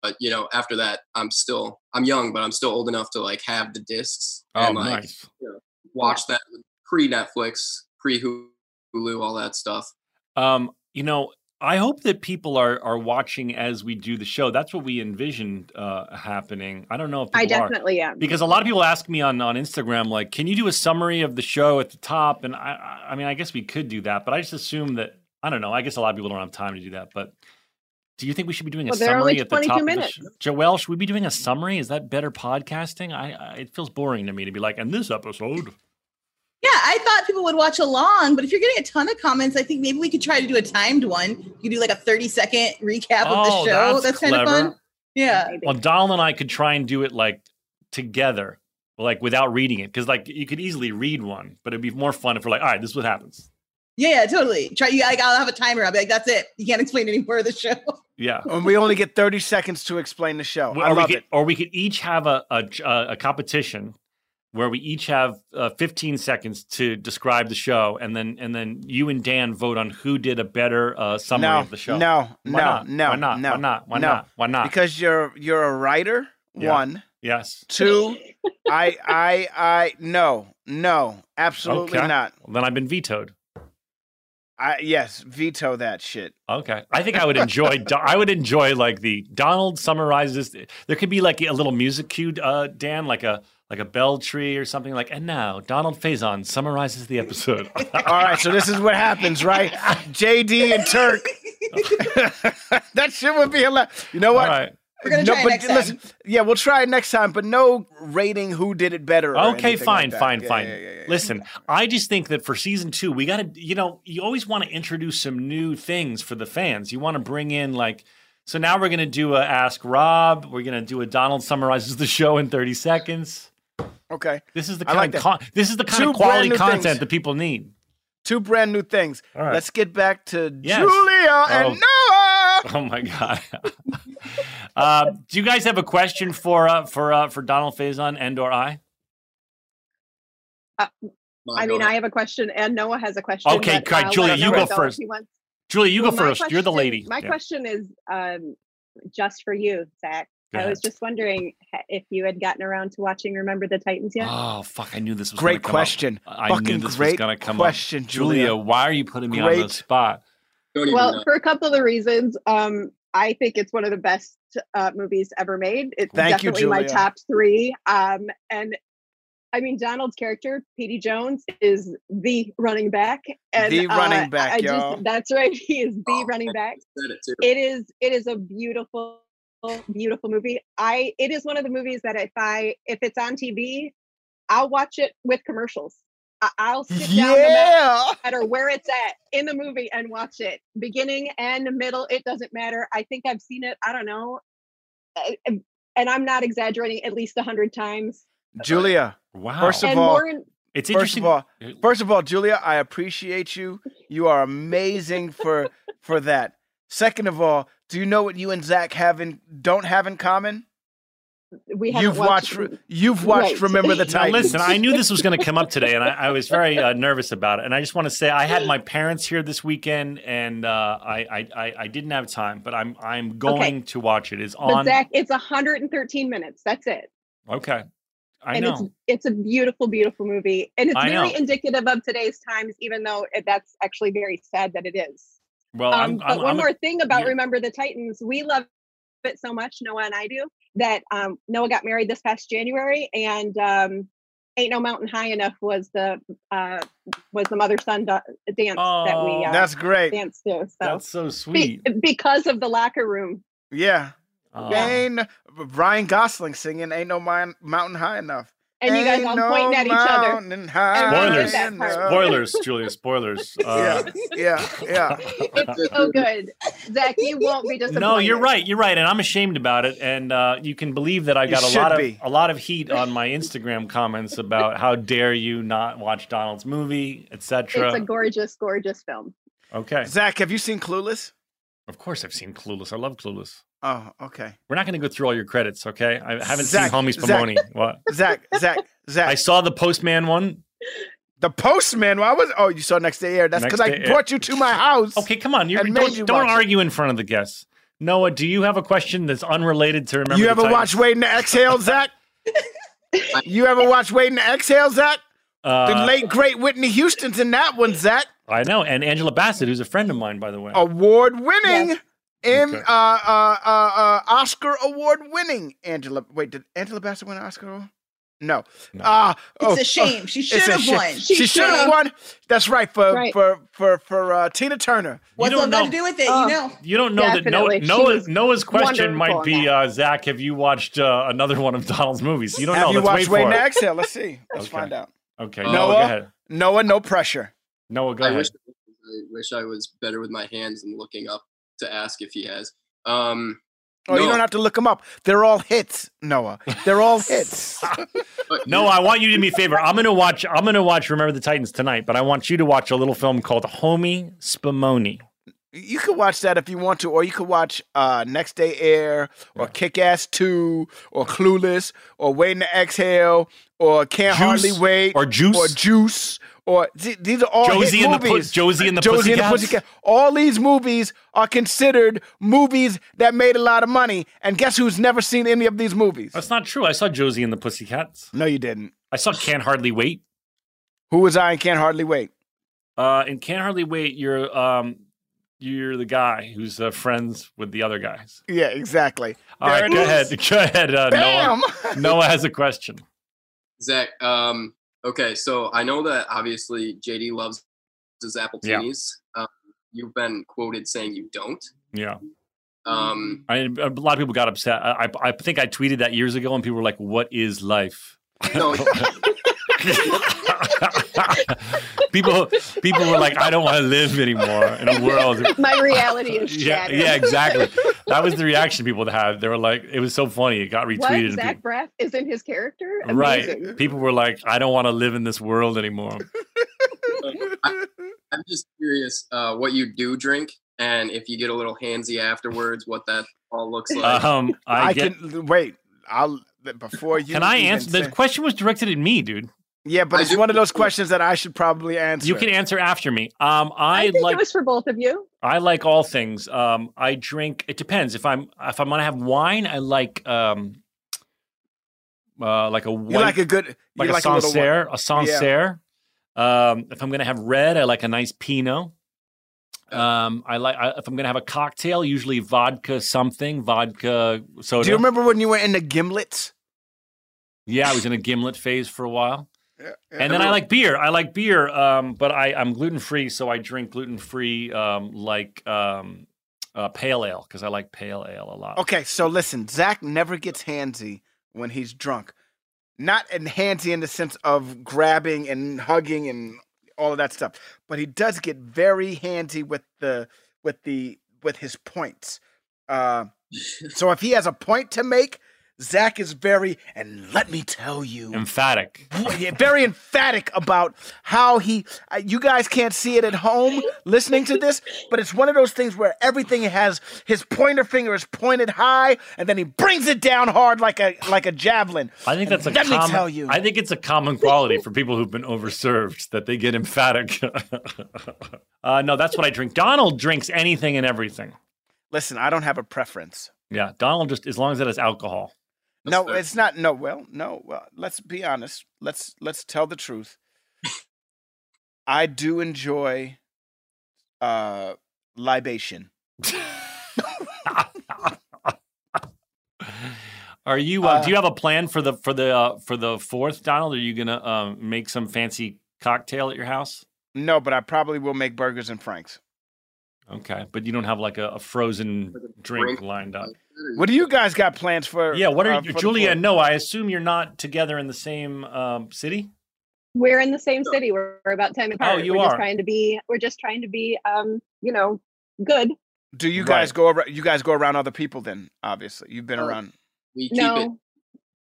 [SPEAKER 13] but you know, after that, I'm still I'm young, but I'm still old enough to like have the discs
[SPEAKER 1] Oh,
[SPEAKER 13] and like
[SPEAKER 1] nice.
[SPEAKER 13] you know, watch that pre Netflix, pre Hulu, all that stuff.
[SPEAKER 1] Um, you know, I hope that people are are watching as we do the show. That's what we envisioned uh, happening. I don't know if
[SPEAKER 4] I
[SPEAKER 1] people are.
[SPEAKER 4] definitely am.
[SPEAKER 1] because a lot of people ask me on on Instagram like, can you do a summary of the show at the top? And I I I mean, I guess we could do that, but I just assume that I don't know. I guess a lot of people don't have time to do that, but. Do you think we should be doing a
[SPEAKER 4] Well, they're only
[SPEAKER 1] summary at the
[SPEAKER 4] 22
[SPEAKER 1] top?
[SPEAKER 4] minutes.
[SPEAKER 1] Of the show? Joelle, should we be doing a summary? Is that better podcasting? I, I it feels boring to me to be like, and this episode.
[SPEAKER 12] Yeah, I thought people would watch along, but if you're getting a ton of comments, I think maybe we could try to do a timed one. You could do like a 30 second recap of the
[SPEAKER 1] Oh,
[SPEAKER 12] show.
[SPEAKER 1] that's
[SPEAKER 12] That's, kind of fun.
[SPEAKER 1] clever.
[SPEAKER 12] Yeah.
[SPEAKER 1] Well, Donald and I could try and do it like together, like without reading it, because like you could easily read one, but it'd be more fun if we're like, all right, this is what happens.
[SPEAKER 12] Yeah, yeah, totally. Try you like I'll have a timer. I'll be like, that's it. You can't explain any more of the show.
[SPEAKER 1] Yeah.
[SPEAKER 2] And we only get 30 seconds to explain the show. Oh, I
[SPEAKER 1] or we
[SPEAKER 2] love
[SPEAKER 1] could,
[SPEAKER 2] it.
[SPEAKER 1] Or we could each have a a, a competition, where we each have uh, 15 seconds to describe the show, and then and then you and Dan vote on who did a better uh, summary
[SPEAKER 2] no,
[SPEAKER 1] of the show.
[SPEAKER 2] No,
[SPEAKER 1] Why
[SPEAKER 2] no,
[SPEAKER 1] not?
[SPEAKER 2] no,
[SPEAKER 1] Why not?
[SPEAKER 2] no,
[SPEAKER 1] Why not? Why
[SPEAKER 2] no.
[SPEAKER 1] not? Why not?
[SPEAKER 2] Because you're you're a writer.
[SPEAKER 1] Yeah.
[SPEAKER 2] One,
[SPEAKER 1] yes.
[SPEAKER 2] two. I, I, I. No, no, absolutely
[SPEAKER 1] Okay.
[SPEAKER 2] not.
[SPEAKER 1] Well, then I've been vetoed.
[SPEAKER 2] I yes, veto that shit.
[SPEAKER 1] Okay, I think I would enjoy. Do- I would enjoy like the Donald summarizes. There could be like a little music cue, uh, Dan, like a like a bell tree or something like. And now Donald Faison summarizes the episode.
[SPEAKER 2] All right, so this is what happens, right? JD and Turk. that shit would be hilarious. You know what?
[SPEAKER 12] We're gonna try it
[SPEAKER 2] but
[SPEAKER 12] next
[SPEAKER 2] listen, yeah, we'll try it next time, but no rating who did it better. or
[SPEAKER 1] Okay,
[SPEAKER 2] anything like
[SPEAKER 1] fine,
[SPEAKER 2] that.
[SPEAKER 1] fine,
[SPEAKER 2] Yeah,
[SPEAKER 1] fine.
[SPEAKER 2] yeah, yeah, yeah.
[SPEAKER 1] Listen, I just think that for season two, we got to, you know, you always want to introduce some new things for the fans. You want to bring in like, so now we're going to do a Ask Rob. We're going to do a Donald summarizes the show in 30 seconds.
[SPEAKER 2] Okay,
[SPEAKER 1] This is the
[SPEAKER 2] I
[SPEAKER 1] kind
[SPEAKER 2] like
[SPEAKER 1] of
[SPEAKER 2] that.
[SPEAKER 1] con- this is the kind
[SPEAKER 2] Two
[SPEAKER 1] of quality
[SPEAKER 2] brand new
[SPEAKER 1] content
[SPEAKER 2] things.
[SPEAKER 1] that people need.
[SPEAKER 2] Two brand new things. All
[SPEAKER 1] right.
[SPEAKER 2] Let's get back to
[SPEAKER 1] Yes.
[SPEAKER 2] Julia and Noah.
[SPEAKER 1] Oh my god! uh, do you guys have a question for uh, for uh, for Donald Faison and or I?
[SPEAKER 4] I mean, I have a question, and Noah has a question.
[SPEAKER 1] Okay,
[SPEAKER 4] but
[SPEAKER 1] great.
[SPEAKER 4] I'll
[SPEAKER 1] Julia,
[SPEAKER 4] let
[SPEAKER 1] you
[SPEAKER 4] Noah
[SPEAKER 1] go
[SPEAKER 4] if
[SPEAKER 1] first.
[SPEAKER 4] he wants-
[SPEAKER 1] Julie, you
[SPEAKER 4] Well,
[SPEAKER 1] go
[SPEAKER 4] my
[SPEAKER 1] first. You're the
[SPEAKER 4] question-
[SPEAKER 1] lady.
[SPEAKER 4] My
[SPEAKER 1] Yeah.
[SPEAKER 4] question is um, just for you, Zach.
[SPEAKER 1] Go
[SPEAKER 4] I
[SPEAKER 1] ahead.
[SPEAKER 4] was just wondering ha- if you had gotten around to watching Remember the Titans yet.
[SPEAKER 1] Oh fuck! I knew this was
[SPEAKER 2] Great
[SPEAKER 1] gonna come
[SPEAKER 2] question.
[SPEAKER 1] Up. I knew
[SPEAKER 2] Fucking
[SPEAKER 1] this was
[SPEAKER 2] great
[SPEAKER 1] gonna come
[SPEAKER 2] question,
[SPEAKER 1] up. Julia,
[SPEAKER 2] Julia.
[SPEAKER 1] why are you putting me on the
[SPEAKER 2] Great-
[SPEAKER 1] spot?
[SPEAKER 4] well, for a couple of reasons, um, I think it's one of the best uh, movies ever made. It's
[SPEAKER 2] Thank you,
[SPEAKER 4] definitely my
[SPEAKER 2] Julia.
[SPEAKER 4] top three. Um, and I mean, Donald's character, Petey Jones, is the running back. And,
[SPEAKER 2] The
[SPEAKER 4] uh,
[SPEAKER 2] running back,
[SPEAKER 4] I just-
[SPEAKER 2] y'all.
[SPEAKER 4] that's right. He is the running back.
[SPEAKER 13] Oh, Said it too.
[SPEAKER 4] It is. It is a beautiful, beautiful movie. I. It is one of the movies that if I if it's on TV, I'll watch it with commercials. I, I'll sit down no matter-
[SPEAKER 2] Yeah.
[SPEAKER 4] no matter where it's at in the movie and watch it, beginning and middle. It doesn't matter. I think I've seen it. I don't know, uh, and I'm not exaggerating. At least a hundred times.
[SPEAKER 2] Julia.
[SPEAKER 1] Wow.
[SPEAKER 2] First of
[SPEAKER 4] And
[SPEAKER 2] all,
[SPEAKER 4] Warren-
[SPEAKER 1] It's
[SPEAKER 2] first
[SPEAKER 1] interesting-
[SPEAKER 2] of all, first of all, Julia, I appreciate you. You are amazing for for that. Second of all, do you know what you and Zach have in don't have in common?
[SPEAKER 4] We haven't
[SPEAKER 2] you've watched, Re- you've watched
[SPEAKER 4] Right.
[SPEAKER 2] Remember the
[SPEAKER 1] Now
[SPEAKER 2] Titans.
[SPEAKER 1] listen, I knew this was going to come up today, and I, I was very uh, nervous about it. And I just want to say I had my parents here this weekend, and uh, I, I I I didn't have time, but I'm I'm going to watch it. It's
[SPEAKER 4] But
[SPEAKER 1] on.
[SPEAKER 4] Zach, it's 113 minutes. That's it.
[SPEAKER 1] okay, I
[SPEAKER 4] and
[SPEAKER 1] know.
[SPEAKER 4] it's it's a beautiful, beautiful movie, and it's
[SPEAKER 1] I
[SPEAKER 4] very
[SPEAKER 1] know.
[SPEAKER 4] indicative of today's times. Even though it, that's actually very sad that it is.
[SPEAKER 1] well,
[SPEAKER 4] um,
[SPEAKER 1] I'm,
[SPEAKER 4] but
[SPEAKER 1] I'm,
[SPEAKER 4] one
[SPEAKER 1] I'm
[SPEAKER 4] more thing about
[SPEAKER 1] you're-
[SPEAKER 4] Remember the Titans, we love it so much, Noah and I do. That um, Noah got married this past January, and um, "Ain't No Mountain High Enough" was the uh, was the mother son da- dance that we uh,
[SPEAKER 2] That's great.
[SPEAKER 4] dance to. So
[SPEAKER 1] Oh. That's so
[SPEAKER 4] Be-
[SPEAKER 1] sweet.
[SPEAKER 4] because of the locker room.
[SPEAKER 2] Yeah.
[SPEAKER 1] Oh.
[SPEAKER 2] Ain't no- Ryan Gosling singing "Ain't No Mine- Mountain High Enough."
[SPEAKER 4] And you guys
[SPEAKER 2] Ain't
[SPEAKER 4] all
[SPEAKER 2] no
[SPEAKER 4] pointing at each other.
[SPEAKER 2] mountain high
[SPEAKER 1] Spoilers,
[SPEAKER 2] enough.
[SPEAKER 1] spoilers, Julia, spoilers. Uh,
[SPEAKER 2] Yeah, yeah.
[SPEAKER 4] It's so good, Zach. You won't be disappointed.
[SPEAKER 1] No, you're right. You're right, and I'm ashamed about it. And uh, you can believe that I
[SPEAKER 2] You
[SPEAKER 1] got a
[SPEAKER 2] should
[SPEAKER 1] lot of
[SPEAKER 2] be.
[SPEAKER 1] a lot of heat on my Instagram comments about how dare you not watch Donald's movie,
[SPEAKER 4] It's a
[SPEAKER 1] etc.
[SPEAKER 4] gorgeous, gorgeous film.
[SPEAKER 1] okay,
[SPEAKER 2] Zach, have you seen Clueless?
[SPEAKER 1] of course I've seen Clueless. I love Clueless.
[SPEAKER 2] Oh, okay.
[SPEAKER 1] We're not going to go through all your credits, okay? I haven't
[SPEAKER 2] Zach,
[SPEAKER 1] seen Homies
[SPEAKER 2] Zach.
[SPEAKER 1] Pomoni. What?
[SPEAKER 2] Zach, Zach, Zach.
[SPEAKER 1] I saw the Postman one.
[SPEAKER 2] The postman. Why was? Oh, you saw next day air. That's
[SPEAKER 1] Next
[SPEAKER 2] because I
[SPEAKER 1] Day Air.
[SPEAKER 2] brought you to my house.
[SPEAKER 1] Okay, come on. You're,
[SPEAKER 2] And made
[SPEAKER 1] don't
[SPEAKER 2] you
[SPEAKER 1] don't
[SPEAKER 2] watch it.
[SPEAKER 1] argue in front of the guests. Noah, do you have a question that's unrelated to remember?
[SPEAKER 2] you
[SPEAKER 1] the
[SPEAKER 2] ever
[SPEAKER 1] Titans?
[SPEAKER 2] watch Waiting to Exhale, Zach? you ever watch Waiting to Exhale, Zach? the
[SPEAKER 1] Uh,
[SPEAKER 2] late great Whitney Houston's in that one, Zach.
[SPEAKER 1] I know, and Angela Bassett, who's a friend of mine, by the
[SPEAKER 4] Oh,
[SPEAKER 1] way.
[SPEAKER 2] Award winning. In
[SPEAKER 1] Okay.
[SPEAKER 2] uh, uh, uh, uh, Oscar award winning Angela. Wait, did Angela Bassett win an Oscar? award? No. Ah,
[SPEAKER 12] It's
[SPEAKER 2] oh,
[SPEAKER 12] a shame. She
[SPEAKER 2] it's
[SPEAKER 12] should
[SPEAKER 2] a
[SPEAKER 12] have
[SPEAKER 2] shame.
[SPEAKER 12] won.
[SPEAKER 2] She,
[SPEAKER 12] She
[SPEAKER 2] should have
[SPEAKER 12] should've.
[SPEAKER 2] won. That's right for
[SPEAKER 12] Right.
[SPEAKER 2] for for for uh, Tina Turner.
[SPEAKER 12] What's
[SPEAKER 1] don't
[SPEAKER 12] that got to
[SPEAKER 1] know.
[SPEAKER 12] do with it? you know.
[SPEAKER 1] You don't know
[SPEAKER 4] Oh, Definitely.
[SPEAKER 1] that
[SPEAKER 4] She
[SPEAKER 1] Noah, Noah,
[SPEAKER 4] was
[SPEAKER 1] Noah's question
[SPEAKER 4] wonderful
[SPEAKER 1] might
[SPEAKER 4] in
[SPEAKER 1] be
[SPEAKER 4] that.
[SPEAKER 1] uh, Zach. Have you watched uh, another one of Donald's movies? You don't
[SPEAKER 2] Have
[SPEAKER 1] know.
[SPEAKER 2] you
[SPEAKER 1] Let's
[SPEAKER 2] watched
[SPEAKER 1] wait
[SPEAKER 2] Waiting
[SPEAKER 1] for
[SPEAKER 2] to
[SPEAKER 1] it.
[SPEAKER 2] Exhale? Let's see. Let's
[SPEAKER 1] Okay.
[SPEAKER 2] find out.
[SPEAKER 1] Okay,
[SPEAKER 13] Uh,
[SPEAKER 1] Noah, go ahead.
[SPEAKER 2] Noah, Noah, no pressure.
[SPEAKER 1] Noah, go
[SPEAKER 13] I
[SPEAKER 1] ahead.
[SPEAKER 13] wish, I wish I was better with my hands and looking up to ask if he has. Um,
[SPEAKER 2] Oh, you
[SPEAKER 13] No.
[SPEAKER 2] don't have to look them up. They're all hits, Noah. They're all hits.
[SPEAKER 1] Noah, I want you to do me a favor. I'm gonna watch. I'm gonna watch Remember the Titans tonight, but I want you to watch a little film called Homie Spumoni.
[SPEAKER 2] You could watch that if you want to, or you could watch uh, Next Day Air, or Kick Ass 2, or Clueless, or Waiting to Exhale, or Can't Hardly
[SPEAKER 1] Juice,
[SPEAKER 2] Wait,
[SPEAKER 1] or Juice.
[SPEAKER 2] or Juice, or th- these are all hit
[SPEAKER 1] Josie and the Pu-
[SPEAKER 2] movies.
[SPEAKER 1] Josie and the
[SPEAKER 2] Josie and the
[SPEAKER 1] Pussycats.
[SPEAKER 2] Pussycat. All these movies are considered movies that made a lot of money, and guess who's never seen any of these movies?
[SPEAKER 1] That's not true. I saw Josie and the Pussycats.
[SPEAKER 2] No, you didn't.
[SPEAKER 1] I saw Can't Hardly Wait.
[SPEAKER 2] Who was I and Can't Hardly Wait?
[SPEAKER 1] Uh, in Can't Hardly Wait, you're um, you're the guy who's uh, friends with the other guys.
[SPEAKER 2] Yeah, exactly.
[SPEAKER 1] All
[SPEAKER 2] There
[SPEAKER 1] right,
[SPEAKER 2] it
[SPEAKER 1] go
[SPEAKER 2] is.
[SPEAKER 1] ahead. Go ahead, uh, Noah. Noah has a question.
[SPEAKER 13] Zach, um, okay, so I know that obviously JD loves his Appletinis. Um, you've been quoted saying you don't.
[SPEAKER 1] Yeah.
[SPEAKER 2] Mm-hmm.
[SPEAKER 13] Um,
[SPEAKER 1] I, a lot of people got upset. I, I, I think I tweeted that years ago, and people were like, "What is life?" people, people were like, "I don't want to live anymore in a world."
[SPEAKER 4] My reality is
[SPEAKER 1] yeah,
[SPEAKER 4] shattered.
[SPEAKER 1] yeah, exactly. That was the reaction people had. They were like, "It was so funny. It got retweeted."
[SPEAKER 4] What
[SPEAKER 1] and
[SPEAKER 4] Zach Braff is in his character?
[SPEAKER 1] people- right?
[SPEAKER 4] Amazing.
[SPEAKER 1] People were like, "I don't want to live in this world anymore."
[SPEAKER 13] I'm just curious uh, what you do drink and if you get a little handsy afterwards, what that all looks like.
[SPEAKER 1] Um, I, get, can,
[SPEAKER 2] can wait. I'll before you.
[SPEAKER 1] I
[SPEAKER 2] even
[SPEAKER 1] answer? The
[SPEAKER 2] say-
[SPEAKER 1] question was directed at me, dude.
[SPEAKER 2] Yeah, but
[SPEAKER 1] I
[SPEAKER 2] it's
[SPEAKER 1] do-
[SPEAKER 2] one of those questions that I should probably answer.
[SPEAKER 1] You can answer after me. Um, I,
[SPEAKER 4] I think
[SPEAKER 1] like
[SPEAKER 4] it was for both of you.
[SPEAKER 1] I like all things. Um, I drink. It depends. If I'm if I'm gonna have wine, I like um, uh, like a white,
[SPEAKER 2] like a good- you
[SPEAKER 1] like a
[SPEAKER 2] like a little
[SPEAKER 1] Sancerre,
[SPEAKER 2] white-
[SPEAKER 1] a Sancerre. Um, if I'm gonna have red, I like a nice Pinot. Um, I like I, if I'm gonna have a cocktail, usually vodka something, vodka uh, soda.
[SPEAKER 2] Do you remember when you were in the gimlets?
[SPEAKER 1] Yeah, I was in a gimlet phase for a while.
[SPEAKER 2] yeah.
[SPEAKER 1] And then I like beer. I like beer, um, but I, I'm gluten free, so I drink gluten free, um, like um, uh, pale ale, because I like pale ale a lot.
[SPEAKER 2] Okay, so listen, Zach never gets handsy when he's drunk. Not in handsy in the sense of grabbing and hugging and all of that stuff, but he does get very handsy with the with the with his points. Uh, so if he has a point to make, Zach is very and let me tell you
[SPEAKER 1] Emphatic.
[SPEAKER 2] yeah, very emphatic about how he. Uh, you guys can't see it at home listening to this, but it's one of those things where everything has his pointer finger is pointed high, and then he brings it down hard like a like a javelin.
[SPEAKER 1] I think that's a
[SPEAKER 2] And let
[SPEAKER 1] common.
[SPEAKER 2] me tell you.
[SPEAKER 1] I think it's a common quality for people who've been overserved that they get emphatic. uh, no, that's what I drink. Donald drinks anything and everything.
[SPEAKER 2] Listen, I don't have a preference.
[SPEAKER 1] Yeah, Donald just as long as it is alcohol.
[SPEAKER 2] no, it's not. No, well, no. Well, let's be honest. Let's let's tell the truth. I do enjoy uh libation.
[SPEAKER 1] Are you? Uh, do you have a plan for the for the uh, for the fourth, Donald? Are you gonna um, make some fancy cocktail at your house?
[SPEAKER 2] No, but I probably will make burgers and franks.
[SPEAKER 1] Okay, but you don't have like a, a frozen drink lined up.
[SPEAKER 2] What do you guys got plans for?
[SPEAKER 1] Yeah, what are
[SPEAKER 2] uh,
[SPEAKER 1] you,
[SPEAKER 2] for the
[SPEAKER 1] Julia?
[SPEAKER 2] fourth?
[SPEAKER 1] No, I assume you're not together in the same um, city.
[SPEAKER 4] We're in the same city. We're, we're about ten apart.
[SPEAKER 1] you
[SPEAKER 4] we're
[SPEAKER 1] are.
[SPEAKER 4] just trying to be. We're just trying to be. Um, you know, good.
[SPEAKER 2] Do you guys go around? You guys go around other people then? Obviously, you've been around.
[SPEAKER 13] We
[SPEAKER 4] no,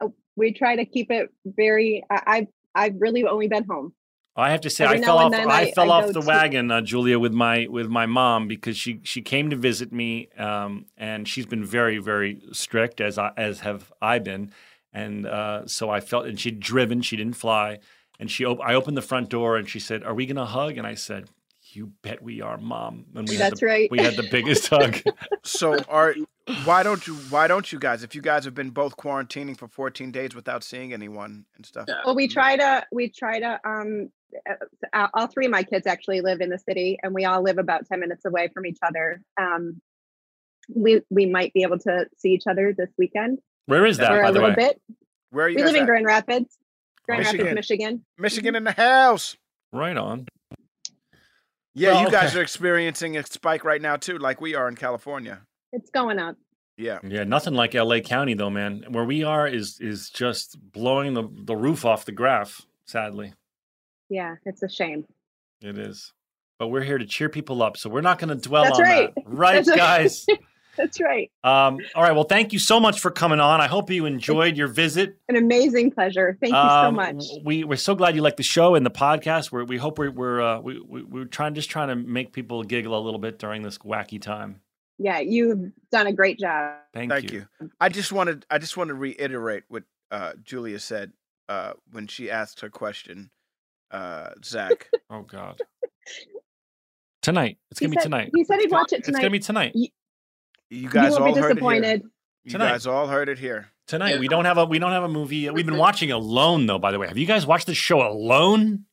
[SPEAKER 4] uh, we try to keep it very. I, I've I've really only been home.
[SPEAKER 1] I have to say,
[SPEAKER 4] Every
[SPEAKER 1] I fell
[SPEAKER 4] now
[SPEAKER 1] off.
[SPEAKER 4] and
[SPEAKER 1] I,
[SPEAKER 4] then I-
[SPEAKER 1] fell
[SPEAKER 4] I
[SPEAKER 1] off
[SPEAKER 4] go
[SPEAKER 1] the
[SPEAKER 4] to-
[SPEAKER 1] wagon, uh, Julia, with my with my mom because she she came to visit me, um, and she's been very very strict as I as have I been, and uh, so I felt and she'd driven, she didn't fly, and she op- I opened the front door and she said, "Are we gonna hug?" And I said, "You bet we are, mom." And we had
[SPEAKER 4] That's
[SPEAKER 1] the,
[SPEAKER 4] right.
[SPEAKER 1] We had the biggest hug.
[SPEAKER 2] So are why don't you why don't you guys if you guys have been both quarantining for 14 days without seeing anyone and stuff?
[SPEAKER 4] Well, we try to. We try to. Um, uh, all three of my kids actually live in the city, and we all live about ten minutes away from each other. Um, we we might be able to see each other this weekend.
[SPEAKER 1] Where is that,
[SPEAKER 4] for
[SPEAKER 1] by
[SPEAKER 4] a
[SPEAKER 1] the
[SPEAKER 4] little
[SPEAKER 1] way?
[SPEAKER 4] bit.
[SPEAKER 2] Where are you
[SPEAKER 4] we
[SPEAKER 2] guys
[SPEAKER 4] live in
[SPEAKER 2] at?
[SPEAKER 4] Grand Rapids, Grand
[SPEAKER 2] Michigan.
[SPEAKER 4] Rapids, Michigan.
[SPEAKER 2] Michigan in the house.
[SPEAKER 1] Right on.
[SPEAKER 2] Yeah,
[SPEAKER 1] Well,
[SPEAKER 2] you guys
[SPEAKER 1] okay.
[SPEAKER 2] are experiencing a spike right now too, like we are in California.
[SPEAKER 4] It's going up.
[SPEAKER 2] Yeah.
[SPEAKER 1] Yeah, nothing like LA County though, man. Where we are is is just blowing the, the roof off the graph, sadly.
[SPEAKER 4] Yeah, it's a shame.
[SPEAKER 1] It is. But we're here to cheer people up, so we're not going to dwell
[SPEAKER 4] That's
[SPEAKER 1] on
[SPEAKER 4] right.
[SPEAKER 1] that. Right,
[SPEAKER 4] That's right.
[SPEAKER 1] guys.
[SPEAKER 4] That's right.
[SPEAKER 1] Um, all right. Well, thank you so much for coming on. I hope you enjoyed your visit.
[SPEAKER 4] An amazing pleasure. Thank you so
[SPEAKER 1] Um,
[SPEAKER 4] much.
[SPEAKER 1] We we're so glad you like the show and the podcast. We're, we hope we're we're uh, we, we we're trying just trying to make people giggle a little bit during this wacky time.
[SPEAKER 4] Yeah, you've done a great job.
[SPEAKER 1] Thank, you.
[SPEAKER 2] I just wanted I just want to reiterate what uh, Julia said uh, when she asked her question, uh, Zach.
[SPEAKER 1] oh God. Tonight. It's gonna
[SPEAKER 4] He
[SPEAKER 1] be
[SPEAKER 4] said-
[SPEAKER 1] tonight.
[SPEAKER 4] He said he'd watch it
[SPEAKER 1] It's
[SPEAKER 4] tonight.
[SPEAKER 1] gonna be tonight.
[SPEAKER 2] You guys
[SPEAKER 4] won't be
[SPEAKER 2] all heard it here.
[SPEAKER 4] disappointed.
[SPEAKER 2] You
[SPEAKER 1] Tonight.
[SPEAKER 2] guys all heard it here.
[SPEAKER 1] Tonight we don't have a we don't have a movie. We've been watching Alone though. By the way, have you guys watched the show Alone?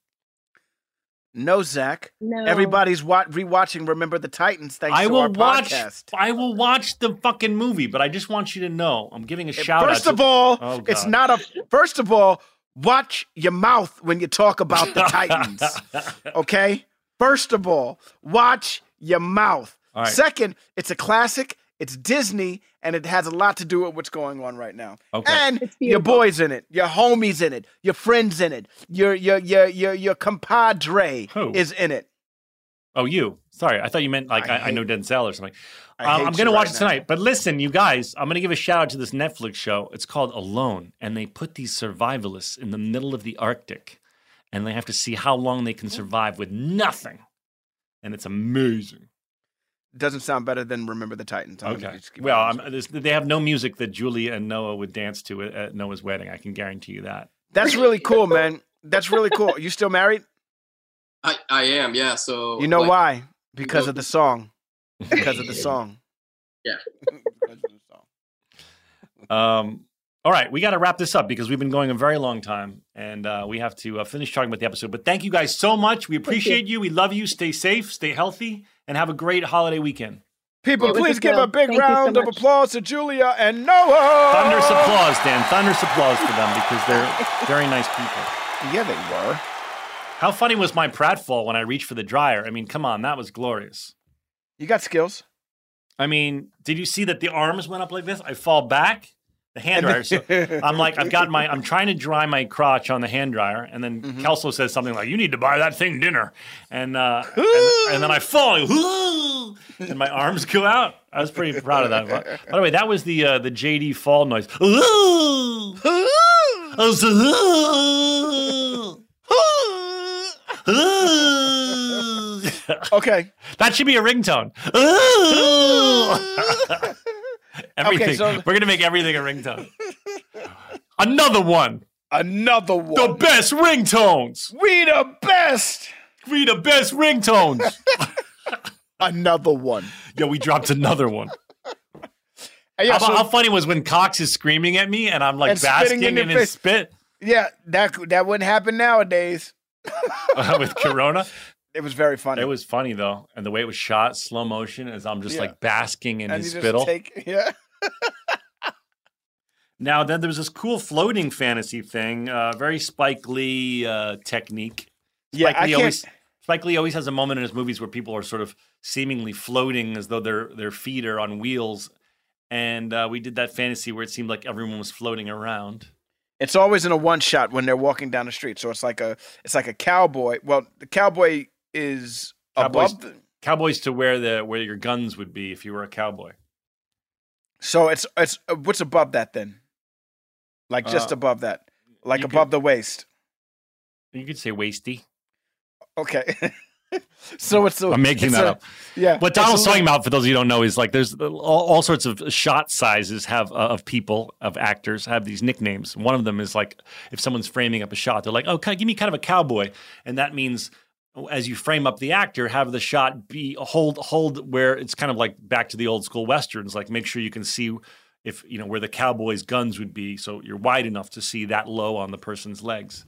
[SPEAKER 2] No, Zach.
[SPEAKER 4] No.
[SPEAKER 2] Everybody's wa- rewatching. Remember the Titans. Thanks
[SPEAKER 1] I
[SPEAKER 2] to
[SPEAKER 1] will
[SPEAKER 2] our
[SPEAKER 1] watch.
[SPEAKER 2] podcast.
[SPEAKER 1] I will watch the fucking movie, but I just want you to know I'm giving a shout
[SPEAKER 2] First
[SPEAKER 1] out.
[SPEAKER 2] of
[SPEAKER 1] to-
[SPEAKER 2] all,
[SPEAKER 1] Oh,
[SPEAKER 2] it's
[SPEAKER 1] God.
[SPEAKER 2] not a. First of all, watch your mouth when you talk about the Titans. Okay. First of all, watch your mouth.
[SPEAKER 6] All right.
[SPEAKER 2] Second, it's a classic. It's Disney, and it has a lot to do with what's going on right now.
[SPEAKER 6] Okay.
[SPEAKER 2] And
[SPEAKER 6] It's
[SPEAKER 2] your
[SPEAKER 6] beautiful.
[SPEAKER 2] boys in it, your homies in it, your friends in it, your your your your your compadre is in it.
[SPEAKER 1] Oh, you. Sorry, I thought you meant like I, I know Denzel or something.
[SPEAKER 2] I
[SPEAKER 1] Um,
[SPEAKER 2] hate
[SPEAKER 1] I'm going to
[SPEAKER 2] you
[SPEAKER 1] watch
[SPEAKER 2] right
[SPEAKER 1] it tonight. But listen, you guys, I'm going to give a shout out to this Netflix show. It's called Alone, and they put these survivalists in the middle of the Arctic, and they have to see how long
[SPEAKER 2] Oh.
[SPEAKER 1] they can survive with nothing. And it's amazing.
[SPEAKER 2] Doesn't sound better than Remember the Titans. I'm gonna
[SPEAKER 1] Okay.
[SPEAKER 2] just keep-
[SPEAKER 1] Well, I'm, this, they have no music that Julia and Noah would dance to at- at Noah's wedding. I can guarantee you that.
[SPEAKER 2] That's really cool, man. That's really cool. You still married?
[SPEAKER 13] I, I am, yeah. So
[SPEAKER 2] You know
[SPEAKER 13] like,
[SPEAKER 2] why? Because of the song. Because of the song.
[SPEAKER 13] Yeah.
[SPEAKER 1] Um, all right, we got to wrap this up because we've been going a very long time, and uh, we have to uh, finish talking about the episode. But thank you guys so much. We appreciate you. We love you. Stay safe. Stay healthy, and have a great holiday weekend.
[SPEAKER 2] People,
[SPEAKER 1] It was
[SPEAKER 2] please
[SPEAKER 1] a
[SPEAKER 2] give
[SPEAKER 1] thrill.
[SPEAKER 2] a big
[SPEAKER 1] Thank you so
[SPEAKER 2] round of
[SPEAKER 1] much.
[SPEAKER 2] applause to Julia and Noah.
[SPEAKER 1] Thunderous applause, Dan. Thunderous applause for them because they're very nice people.
[SPEAKER 2] Yeah, they were.
[SPEAKER 1] How funny was my pratfall when I reached for the dryer? I mean, come on, that was glorious.
[SPEAKER 2] You got skills.
[SPEAKER 1] I mean, did you see that the arms went up like this? I fall back. The hand dryer. So I'm like, I've got my, I'm trying to dry my crotch on the hand dryer. And then
[SPEAKER 2] Mm-hmm.
[SPEAKER 1] Kelso says something like, you need to buy that thing dinner. And, uh, and, and then I fall and my arms go out. I was pretty proud of that. By, by the way, that was the, uh, the JD fall noise. I was,
[SPEAKER 2] okay.
[SPEAKER 1] That should be a ringtone. everything.
[SPEAKER 6] so-
[SPEAKER 1] We're going to make everything a ringtone. Another one.
[SPEAKER 2] Another one.
[SPEAKER 1] The best ringtones.
[SPEAKER 2] We the best.
[SPEAKER 1] We the best ringtones.
[SPEAKER 2] another one.
[SPEAKER 1] Yeah, we dropped another one.
[SPEAKER 2] Hey, yeah,
[SPEAKER 1] how, about-
[SPEAKER 2] so-
[SPEAKER 1] how funny was when Cox is screaming at me and I'm like
[SPEAKER 2] And spitting
[SPEAKER 1] basking
[SPEAKER 2] in
[SPEAKER 1] in,
[SPEAKER 2] your
[SPEAKER 1] his
[SPEAKER 2] face.
[SPEAKER 1] spit
[SPEAKER 2] Yeah, that that wouldn't happen nowadays.
[SPEAKER 1] uh, with Corona.
[SPEAKER 2] It was very funny.
[SPEAKER 1] It was funny though, and the way it was shot, slow motion, as I'm just
[SPEAKER 2] Yeah.
[SPEAKER 1] like basking in
[SPEAKER 2] and
[SPEAKER 1] his
[SPEAKER 2] you just
[SPEAKER 1] spittle.
[SPEAKER 2] take- yeah.
[SPEAKER 1] Now, then there was this cool floating fantasy thing, uh, very Spike Lee uh, technique.
[SPEAKER 2] Yeah,
[SPEAKER 1] Spike
[SPEAKER 2] I
[SPEAKER 1] Lee
[SPEAKER 2] can't-
[SPEAKER 1] always Spike Lee always has a moment in his movies where people are sort of seemingly floating as though their their feet are on wheels. And uh, we did that fantasy where it seemed like everyone was floating around.
[SPEAKER 2] It's always in a one shot when they're walking down the street. So it's like a it's like a cowboy. Well, the cowboy is
[SPEAKER 1] Cowboys,
[SPEAKER 2] above the,
[SPEAKER 1] cowboys to where the where your guns would be if you were a cowboy.
[SPEAKER 2] So it's it's uh, what's above that then? Like just
[SPEAKER 1] Uh,
[SPEAKER 2] above that. Like
[SPEAKER 1] you
[SPEAKER 2] above the waist.
[SPEAKER 1] You could say wasty.
[SPEAKER 2] Okay. so it's a,
[SPEAKER 1] I'm making
[SPEAKER 2] it's
[SPEAKER 1] that
[SPEAKER 2] a-
[SPEAKER 1] up.
[SPEAKER 2] Yeah.
[SPEAKER 1] What
[SPEAKER 2] it's a
[SPEAKER 1] Donald's
[SPEAKER 2] little-
[SPEAKER 1] talking about, for those of you who don't know, is like there's all, all sorts of shot sizes have uh, of people of actors have these nicknames. One of them is like if someone's framing up a shot, they're like, "Oh, kind give me kind of a cowboy," and that means as you frame up the actor, have the shot be hold hold where it's kind of like back to the old school westerns. Like make sure you can see if you know where the cowboy's guns would be, so you're wide enough to see that low on the person's legs.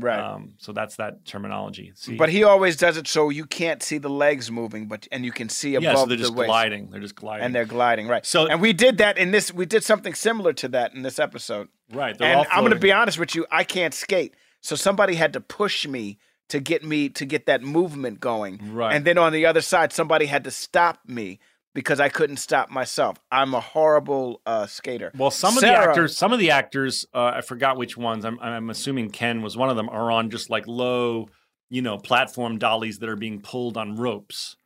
[SPEAKER 2] Right.
[SPEAKER 1] Um, so that's that terminology. See?
[SPEAKER 2] But he always does it so you can't see the legs moving, but and you can see above
[SPEAKER 1] yeah, so they're just
[SPEAKER 2] the waist.
[SPEAKER 1] gliding. They're just gliding.
[SPEAKER 2] And they're gliding, right? So and we did that in this. We did something similar to that in this episode,
[SPEAKER 1] Right, they're all
[SPEAKER 2] And I'm going to
[SPEAKER 1] floating.
[SPEAKER 2] be honest with you, I can't skate, so somebody had to push me to get me to get that movement going.
[SPEAKER 1] Right.
[SPEAKER 2] And then on the other side, somebody had to stop me because I couldn't stop myself. I'm a horrible uh, skater.
[SPEAKER 1] Well, some of
[SPEAKER 2] Sarah-
[SPEAKER 1] the actors, some of the actors, uh, I forgot which ones. I'm, I'm assuming Ken was one of them. Are on just like low, you know, platform dollies that are being pulled on ropes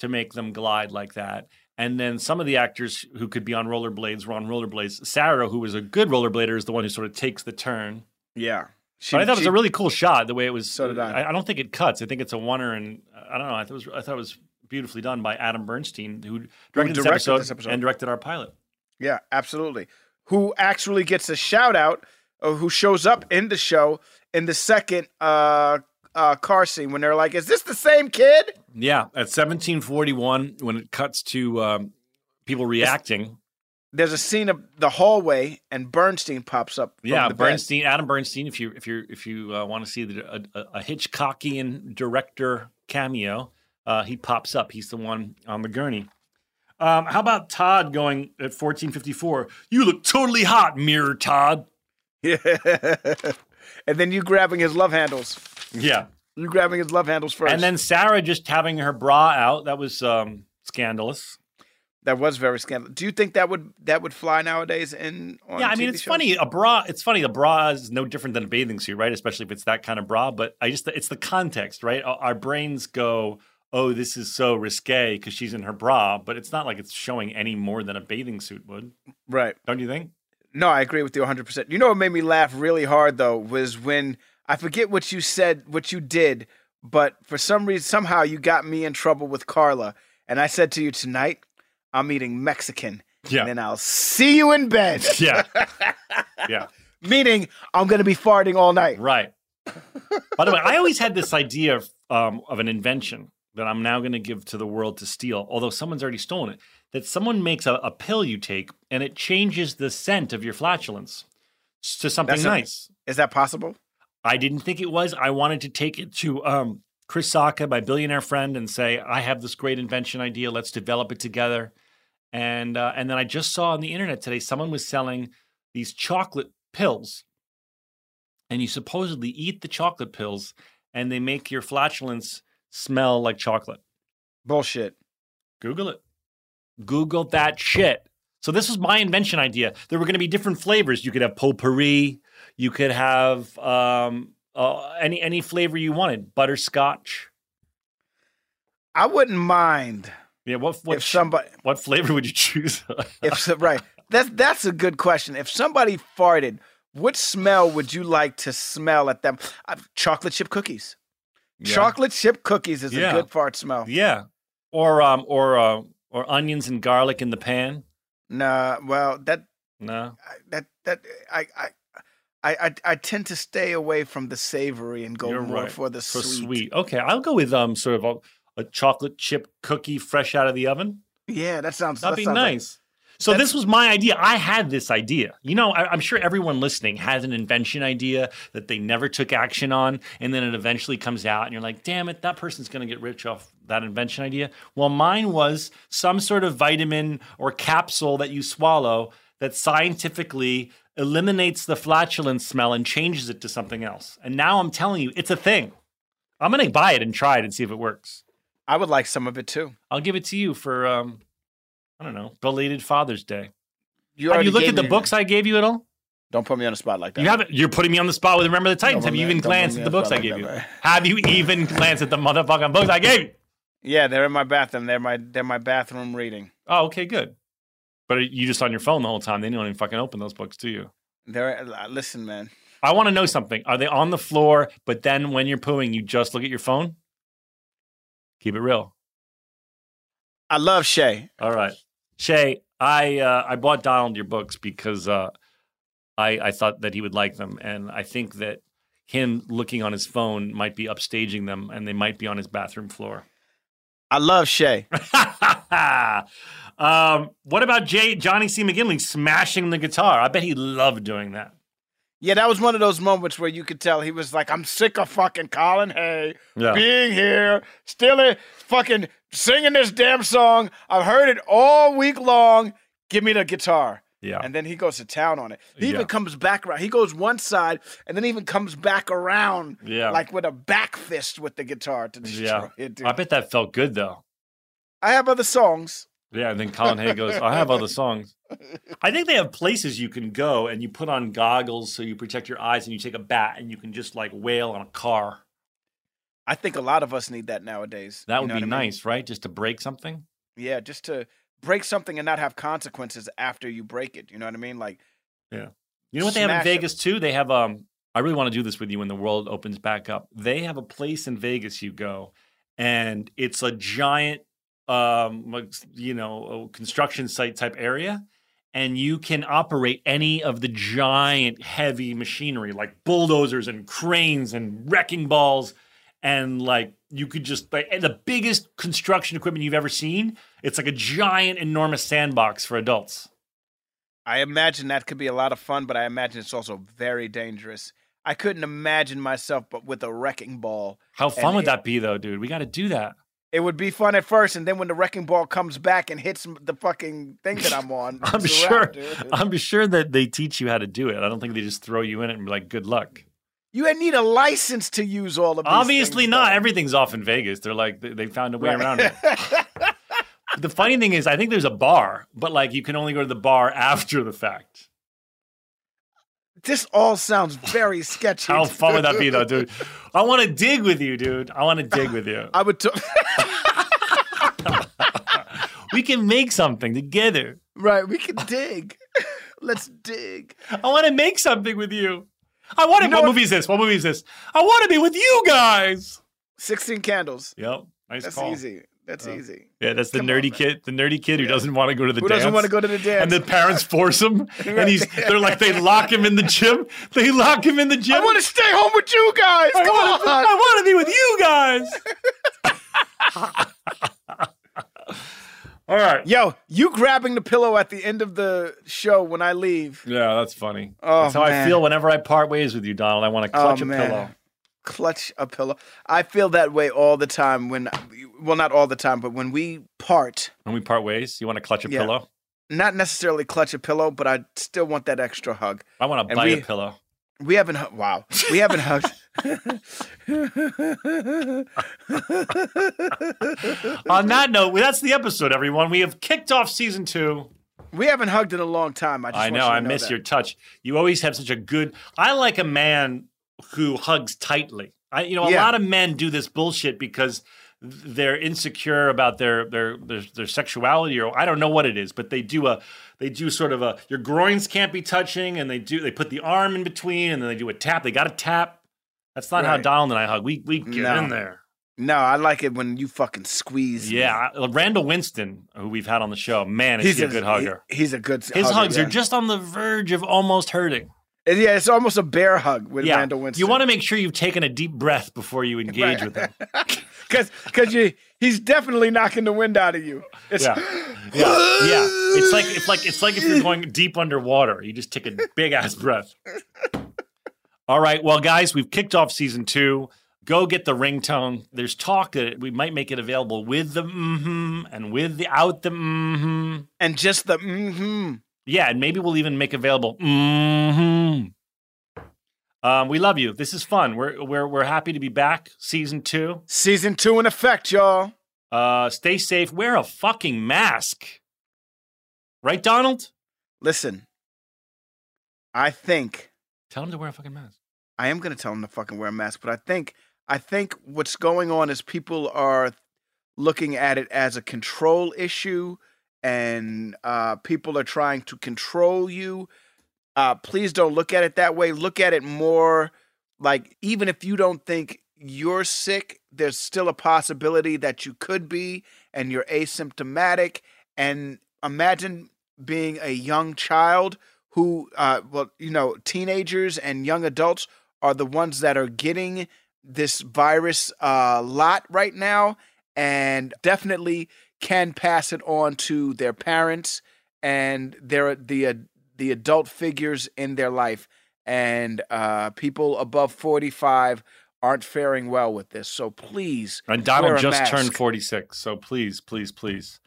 [SPEAKER 1] to make them glide like that. And then some of the actors who could be on rollerblades were on rollerblades. Sarah, who was a good rollerblader, is the one who sort of takes the turn.
[SPEAKER 2] Yeah.
[SPEAKER 1] She, I thought it was a really cool shot. The way it was. So did I. I. I don't think it cuts. I think it's a oneer, and I don't know. I thought it was, I thought it was beautifully done by Adam Bernstein, who directed, this,
[SPEAKER 2] directed
[SPEAKER 1] episode
[SPEAKER 2] this episode.
[SPEAKER 1] and directed our pilot.
[SPEAKER 2] Yeah, absolutely. Who actually gets a shout out, or who shows up in the show in the second uh, uh, car scene when they're like, Is this the same kid?
[SPEAKER 1] Yeah, at 1741, when it cuts to um, people reacting.
[SPEAKER 2] There's a scene of the hallway and Bernstein pops up. From
[SPEAKER 1] Yeah,
[SPEAKER 2] the bed.
[SPEAKER 1] Bernstein, Adam Bernstein. If you if you if you uh, want to see the, a, a- a Hitchcockian director cameo, uh, he pops up. He's the one on the gurney. Um, how about Todd going at fourteen fifty four? You look totally hot, mirror Todd.
[SPEAKER 2] Yeah, and then you grabbing his love handles.
[SPEAKER 1] Yeah,
[SPEAKER 2] You grabbing his love handles first.
[SPEAKER 1] and then Sarah just having her bra out. That was um, scandalous.
[SPEAKER 2] that was very scandalous. Do you think that would that would fly nowadays? In on
[SPEAKER 1] yeah, I mean,
[SPEAKER 2] TV
[SPEAKER 1] it's
[SPEAKER 2] shows?
[SPEAKER 1] funny. A bra, it's funny. A bra is no different than a bathing suit, right? Especially if it's that kind of bra. But I just, it's the context, right? Our our brains go, oh, this is so risque because she's in her bra, but it's not like it's showing any more than a bathing suit would.
[SPEAKER 2] Right.
[SPEAKER 1] Don't you think?
[SPEAKER 2] No, I agree with you 100%. You know what made me laugh really hard though was when I forget what you said, what you did, but for some reason somehow you got me in trouble with Carla and I said to you tonight I'm eating Mexican.
[SPEAKER 1] Yeah.
[SPEAKER 2] And then I'll see you in bed.
[SPEAKER 1] Yeah. Yeah.
[SPEAKER 2] Meaning I'm going to be farting all night.
[SPEAKER 1] Right. By the way, I always had this idea of, um, of an invention that I'm now going to give to the world to steal, although someone's already stolen it. That someone makes a, a pill you take and it changes the scent of your flatulence s- to something
[SPEAKER 2] That's a-
[SPEAKER 1] nice.
[SPEAKER 2] Is that possible?
[SPEAKER 1] I didn't think it was. I wanted to take it to um, Chris Saka, my billionaire friend, and say, I have this great invention idea. Let's develop it together. And uh, and then I just saw on the internet today someone was selling these chocolate pills, and you supposedly eat the chocolate pills, and they make your flatulence smell like chocolate.
[SPEAKER 2] Bullshit.
[SPEAKER 1] Google it. Google that shit. So this was my invention idea. There were going to be different flavors. You could have potpourri. You could have um, uh, any any flavor you wanted. Butterscotch.
[SPEAKER 2] I wouldn't mind
[SPEAKER 1] Yeah. What what
[SPEAKER 2] if somebody
[SPEAKER 1] what flavor would you choose?
[SPEAKER 2] if so, right. That's that's a good question. If somebody farted, what smell would you like to smell at them? Uh, chocolate chip cookies.
[SPEAKER 1] Yeah.
[SPEAKER 2] Chocolate chip cookies is
[SPEAKER 1] Yeah.
[SPEAKER 2] a good fart smell.
[SPEAKER 1] yeah. Or um or uh, or onions and garlic in the pan.
[SPEAKER 2] Nah, well that
[SPEAKER 1] No.
[SPEAKER 2] that that I I. I, I, I tend to stay away from the savory and go
[SPEAKER 1] You're
[SPEAKER 2] more
[SPEAKER 1] right.
[SPEAKER 2] for the
[SPEAKER 1] So
[SPEAKER 2] sweet.
[SPEAKER 1] Okay, I'll go with um sort of a, a chocolate chip cookie fresh out of the oven.
[SPEAKER 2] Yeah, that sounds
[SPEAKER 1] That'd
[SPEAKER 2] that
[SPEAKER 1] be
[SPEAKER 2] sounds like-
[SPEAKER 1] nice. so this was my idea. I had this idea. You know, I, I'm sure everyone listening has an invention idea that they never took action on, and then it eventually comes out, and you're like, "Damn it, that person's going to get rich off that invention idea." Well, mine was some sort of vitamin or capsule that you swallow that scientifically eliminates the flatulence smell and changes it to something else. And now I'm telling you, it's a thing. I'm going to buy it and try it and see if it works.
[SPEAKER 2] I would like some of it too.
[SPEAKER 1] I'll give it to you for um, I don't know, belated Father's Day.
[SPEAKER 2] You
[SPEAKER 1] Have
[SPEAKER 2] already
[SPEAKER 1] you looked
[SPEAKER 2] gave
[SPEAKER 1] at the
[SPEAKER 2] me-
[SPEAKER 1] books I gave you at all?
[SPEAKER 2] Don't put me on the spot like that.
[SPEAKER 1] You haven't. You're putting me on the spot with Remember the Titans.
[SPEAKER 2] Don't
[SPEAKER 1] Have you
[SPEAKER 2] remember-
[SPEAKER 1] even
[SPEAKER 2] don't put
[SPEAKER 1] glanced
[SPEAKER 2] me
[SPEAKER 1] at the
[SPEAKER 2] on the
[SPEAKER 1] books I
[SPEAKER 2] spot like
[SPEAKER 1] gave you?
[SPEAKER 2] that, man.
[SPEAKER 1] Have you even glanced at the motherfucking books I gave you?
[SPEAKER 2] Yeah, they're in my bathroom. They're my they're my bathroom reading.
[SPEAKER 1] Oh, okay, good. But you just on your phone the whole time. They don't even fucking open those books, do you?
[SPEAKER 2] They're uh, listen, man.
[SPEAKER 1] I want to know something. Are they on the floor? But then when you're pooing, you just look at your phone. Keep it real.
[SPEAKER 2] I love Shay.
[SPEAKER 1] All right, Shay. I uh, I bought Donald your books because uh, I I thought that he would like them, and I think that him looking on his phone might be upstaging them, and they might be on his bathroom floor.
[SPEAKER 2] I love Shay.
[SPEAKER 1] um, what about Jay, Johnny C. McGinley smashing the guitar? I bet he loved doing that.
[SPEAKER 2] Yeah, that was one of those moments where you could tell he was like, I'm sick of fucking Colin Hay
[SPEAKER 1] Yeah.
[SPEAKER 2] being here, still i- fucking singing this damn song. I've heard it all week long. Give me the guitar.
[SPEAKER 1] Yeah.
[SPEAKER 2] And then he goes to town on it. He
[SPEAKER 1] Yeah.
[SPEAKER 2] even comes back around. He goes one side and then even comes back around
[SPEAKER 1] Yeah.
[SPEAKER 2] like with a back fist with the guitar to destroy
[SPEAKER 1] Yeah,
[SPEAKER 2] it, dude.
[SPEAKER 1] I bet that felt good though.
[SPEAKER 2] I have other songs.
[SPEAKER 1] Yeah, and then Colin Hay goes, I have other songs. I think they have places you can go and you put on goggles so you protect your eyes and you take a bat and you can just like wail on a car.
[SPEAKER 2] I think a lot of us need that nowadays.
[SPEAKER 1] That
[SPEAKER 2] You
[SPEAKER 1] would
[SPEAKER 2] know
[SPEAKER 1] be
[SPEAKER 2] what I mean?
[SPEAKER 1] nice, right? Just to break something.
[SPEAKER 2] Yeah, just to break something and not have consequences after you break it. You know what I mean? Like,
[SPEAKER 1] Yeah. You know what they have in
[SPEAKER 2] Smash it.
[SPEAKER 1] Vegas too? They have um I really want to do this with you when the world opens back up. They have a place in Vegas you go and it's a giant um like, you know, construction site type area and you can operate any of the giant heavy machinery like bulldozers and cranes and wrecking balls and like you could just like and the biggest construction equipment you've ever seen it's like a giant enormous sandbox for adults
[SPEAKER 2] I imagine that could be a lot of fun, but I imagine it's also very dangerous. I couldn't imagine myself, but with a wrecking ball.
[SPEAKER 1] how fun
[SPEAKER 2] and
[SPEAKER 1] would
[SPEAKER 2] it-
[SPEAKER 1] that be though dude we got to do that
[SPEAKER 2] It would be fun at first, and then when the wrecking ball comes back and hits m- the fucking thing that I'm on,
[SPEAKER 1] I'm
[SPEAKER 2] it's a
[SPEAKER 1] sure.
[SPEAKER 2] wrap, dude.
[SPEAKER 1] I'm sure that they teach you how to do it. I don't think they just throw you in it and be like, "Good luck."
[SPEAKER 2] You would need a license to use all of. These
[SPEAKER 1] Obviously
[SPEAKER 2] things,
[SPEAKER 1] not. Everything's off in Vegas. They're like they they found a way
[SPEAKER 2] Right.
[SPEAKER 1] around it. the funny thing is, I think there's a bar, but like you can only go to the bar after the fact.
[SPEAKER 2] This all sounds very sketchy.
[SPEAKER 1] How fun would that be, though, dude? I want to dig with you, dude. I want to dig with you.
[SPEAKER 2] I would. T-
[SPEAKER 1] we can make something together.
[SPEAKER 2] Right, we can dig. Let's dig.
[SPEAKER 1] I want to make something with you. I want to.
[SPEAKER 2] You know
[SPEAKER 1] what,
[SPEAKER 2] what-
[SPEAKER 1] movie is this? What movie is this? I want to be with you guys.
[SPEAKER 2] Sixteen candles.
[SPEAKER 1] Yep. Nice
[SPEAKER 2] That's
[SPEAKER 1] call.
[SPEAKER 2] easy. That's easy.
[SPEAKER 1] Yeah, that's the nerdy kid, the nerdy kid who doesn't want to go to the
[SPEAKER 2] Who
[SPEAKER 1] dance.
[SPEAKER 2] doesn't want to go to the dance?
[SPEAKER 1] And the parents force him, and he's they're like they lock him in the gym. They lock him in the gym.
[SPEAKER 2] I want to stay home with you guys.
[SPEAKER 1] I
[SPEAKER 2] Come
[SPEAKER 1] wanna-
[SPEAKER 2] on.
[SPEAKER 1] I want to be with you guys. All right.
[SPEAKER 2] Yo, you grabbing the pillow at the end of the show when I leave.
[SPEAKER 1] Yeah, that's funny.
[SPEAKER 2] Oh,
[SPEAKER 1] that's how I
[SPEAKER 2] man.
[SPEAKER 1] feel whenever I part ways with you, Donald. I want to clutch
[SPEAKER 2] Oh,
[SPEAKER 1] a
[SPEAKER 2] man.
[SPEAKER 1] pillow.
[SPEAKER 2] Clutch a pillow. I feel that way all the time when, well, not all the time, but when we part,
[SPEAKER 1] When we part ways, you want to clutch a
[SPEAKER 2] Yeah.
[SPEAKER 1] pillow?
[SPEAKER 2] not necessarily clutch a pillow, but I still want that extra hug.
[SPEAKER 1] I want to
[SPEAKER 2] And
[SPEAKER 1] bite
[SPEAKER 2] we-
[SPEAKER 1] a pillow.
[SPEAKER 2] We haven't, hu- wow, we haven't hugged.
[SPEAKER 1] On that note, that's the episode, everyone. We have kicked off season two.
[SPEAKER 2] We haven't hugged in a long time. I, just
[SPEAKER 1] I
[SPEAKER 2] want
[SPEAKER 1] know.
[SPEAKER 2] you to
[SPEAKER 1] I miss
[SPEAKER 2] that.
[SPEAKER 1] your touch. You always have such a good. I like a man who hugs tightly. I, you know, a
[SPEAKER 2] Yeah.
[SPEAKER 1] lot of men do this bullshit because they're insecure about their their their, their sexuality or I don't know what it is, but they do a they do sort of a your groins can't be touching, and they do they put the arm in between, and then they do a tap. They got to tap. That's not how
[SPEAKER 2] Right.
[SPEAKER 1] Donald and I hug. We we get
[SPEAKER 2] No.
[SPEAKER 1] in there.
[SPEAKER 2] No, I like it when you fucking squeeze. me.
[SPEAKER 1] Yeah, I- Randall Winston, who we've had on the show, man, is he a good hugger.
[SPEAKER 2] he- he's a good
[SPEAKER 1] His
[SPEAKER 2] hugger,
[SPEAKER 1] hugs
[SPEAKER 2] yeah.
[SPEAKER 1] are just on the verge of almost hurting.
[SPEAKER 2] And yeah, it's almost a bear hug with
[SPEAKER 1] yeah.
[SPEAKER 2] Randall Winston.
[SPEAKER 1] You want to make sure you've taken a deep breath before you engage with them.
[SPEAKER 2] because because you he's definitely knocking the wind out of you. It's
[SPEAKER 1] Yeah. Yeah. yeah. It's like it's like it's like if you're going deep underwater. You just take a big ass breath. All right. Well, guys, we've kicked off season two. Go get the ringtone. There's talk that we might make it available with the mm-hmm and with the out the mm-hmm.
[SPEAKER 2] and just the mm-hmm.
[SPEAKER 1] Yeah, and maybe we'll even make available mm-hmm. Um, we love you. This is fun. We're we're we're happy to be back. Season two.
[SPEAKER 2] Season two in effect, y'all.
[SPEAKER 1] Uh, stay safe. Wear a fucking mask. Right, Donald?
[SPEAKER 2] Listen, I think
[SPEAKER 1] Tell him to wear a fucking mask.
[SPEAKER 2] I am gonna tell him to fucking wear a mask, but I think I think what's going on is people are looking at it as a control issue, and uh, people are trying to control you. Uh, please don't look at it that way. Look at it more like even if you don't think you're sick, there's still a possibility that you could be, and you're asymptomatic. And imagine being a young child who, uh, well, you know, teenagers and young adults are the ones that are getting this virus a lot right now, and definitely can pass it on to their parents and their the uh, the adult figures in their life and uh, people above 45 aren't faring well with this so please
[SPEAKER 1] And
[SPEAKER 2] wear
[SPEAKER 1] Donald
[SPEAKER 2] a
[SPEAKER 1] just
[SPEAKER 2] mask.
[SPEAKER 1] turned 46, so please, please, please.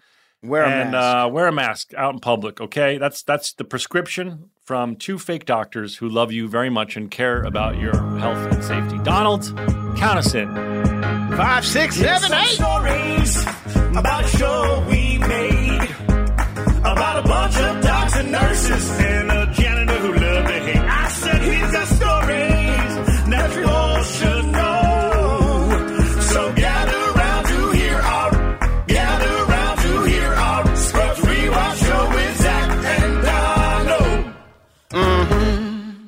[SPEAKER 2] Wear a
[SPEAKER 1] and,
[SPEAKER 2] mask.
[SPEAKER 1] Uh, wear a mask out in public, okay? That's that's the prescription from two fake doctors who love you very much and care about your health and safety. Donald, count us in.
[SPEAKER 2] Five, six,
[SPEAKER 6] seven, eight. Stories about a show we made. About a bunch of docs and nurses and a janitor who loved to hate. I said, here's our stories that you all should know. So gather round to hear our, gather round to hear our Scrubs
[SPEAKER 2] Mm-hmm.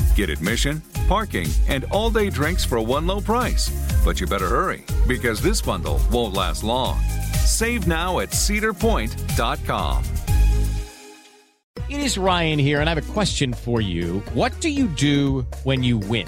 [SPEAKER 14] Get admission, parking, and all day drinks for one low price. But you better hurry because this bundle won't last long. Save now at cedarpoint.com.
[SPEAKER 15] It is Ryan here, and I have a question for you. What do you do when you win?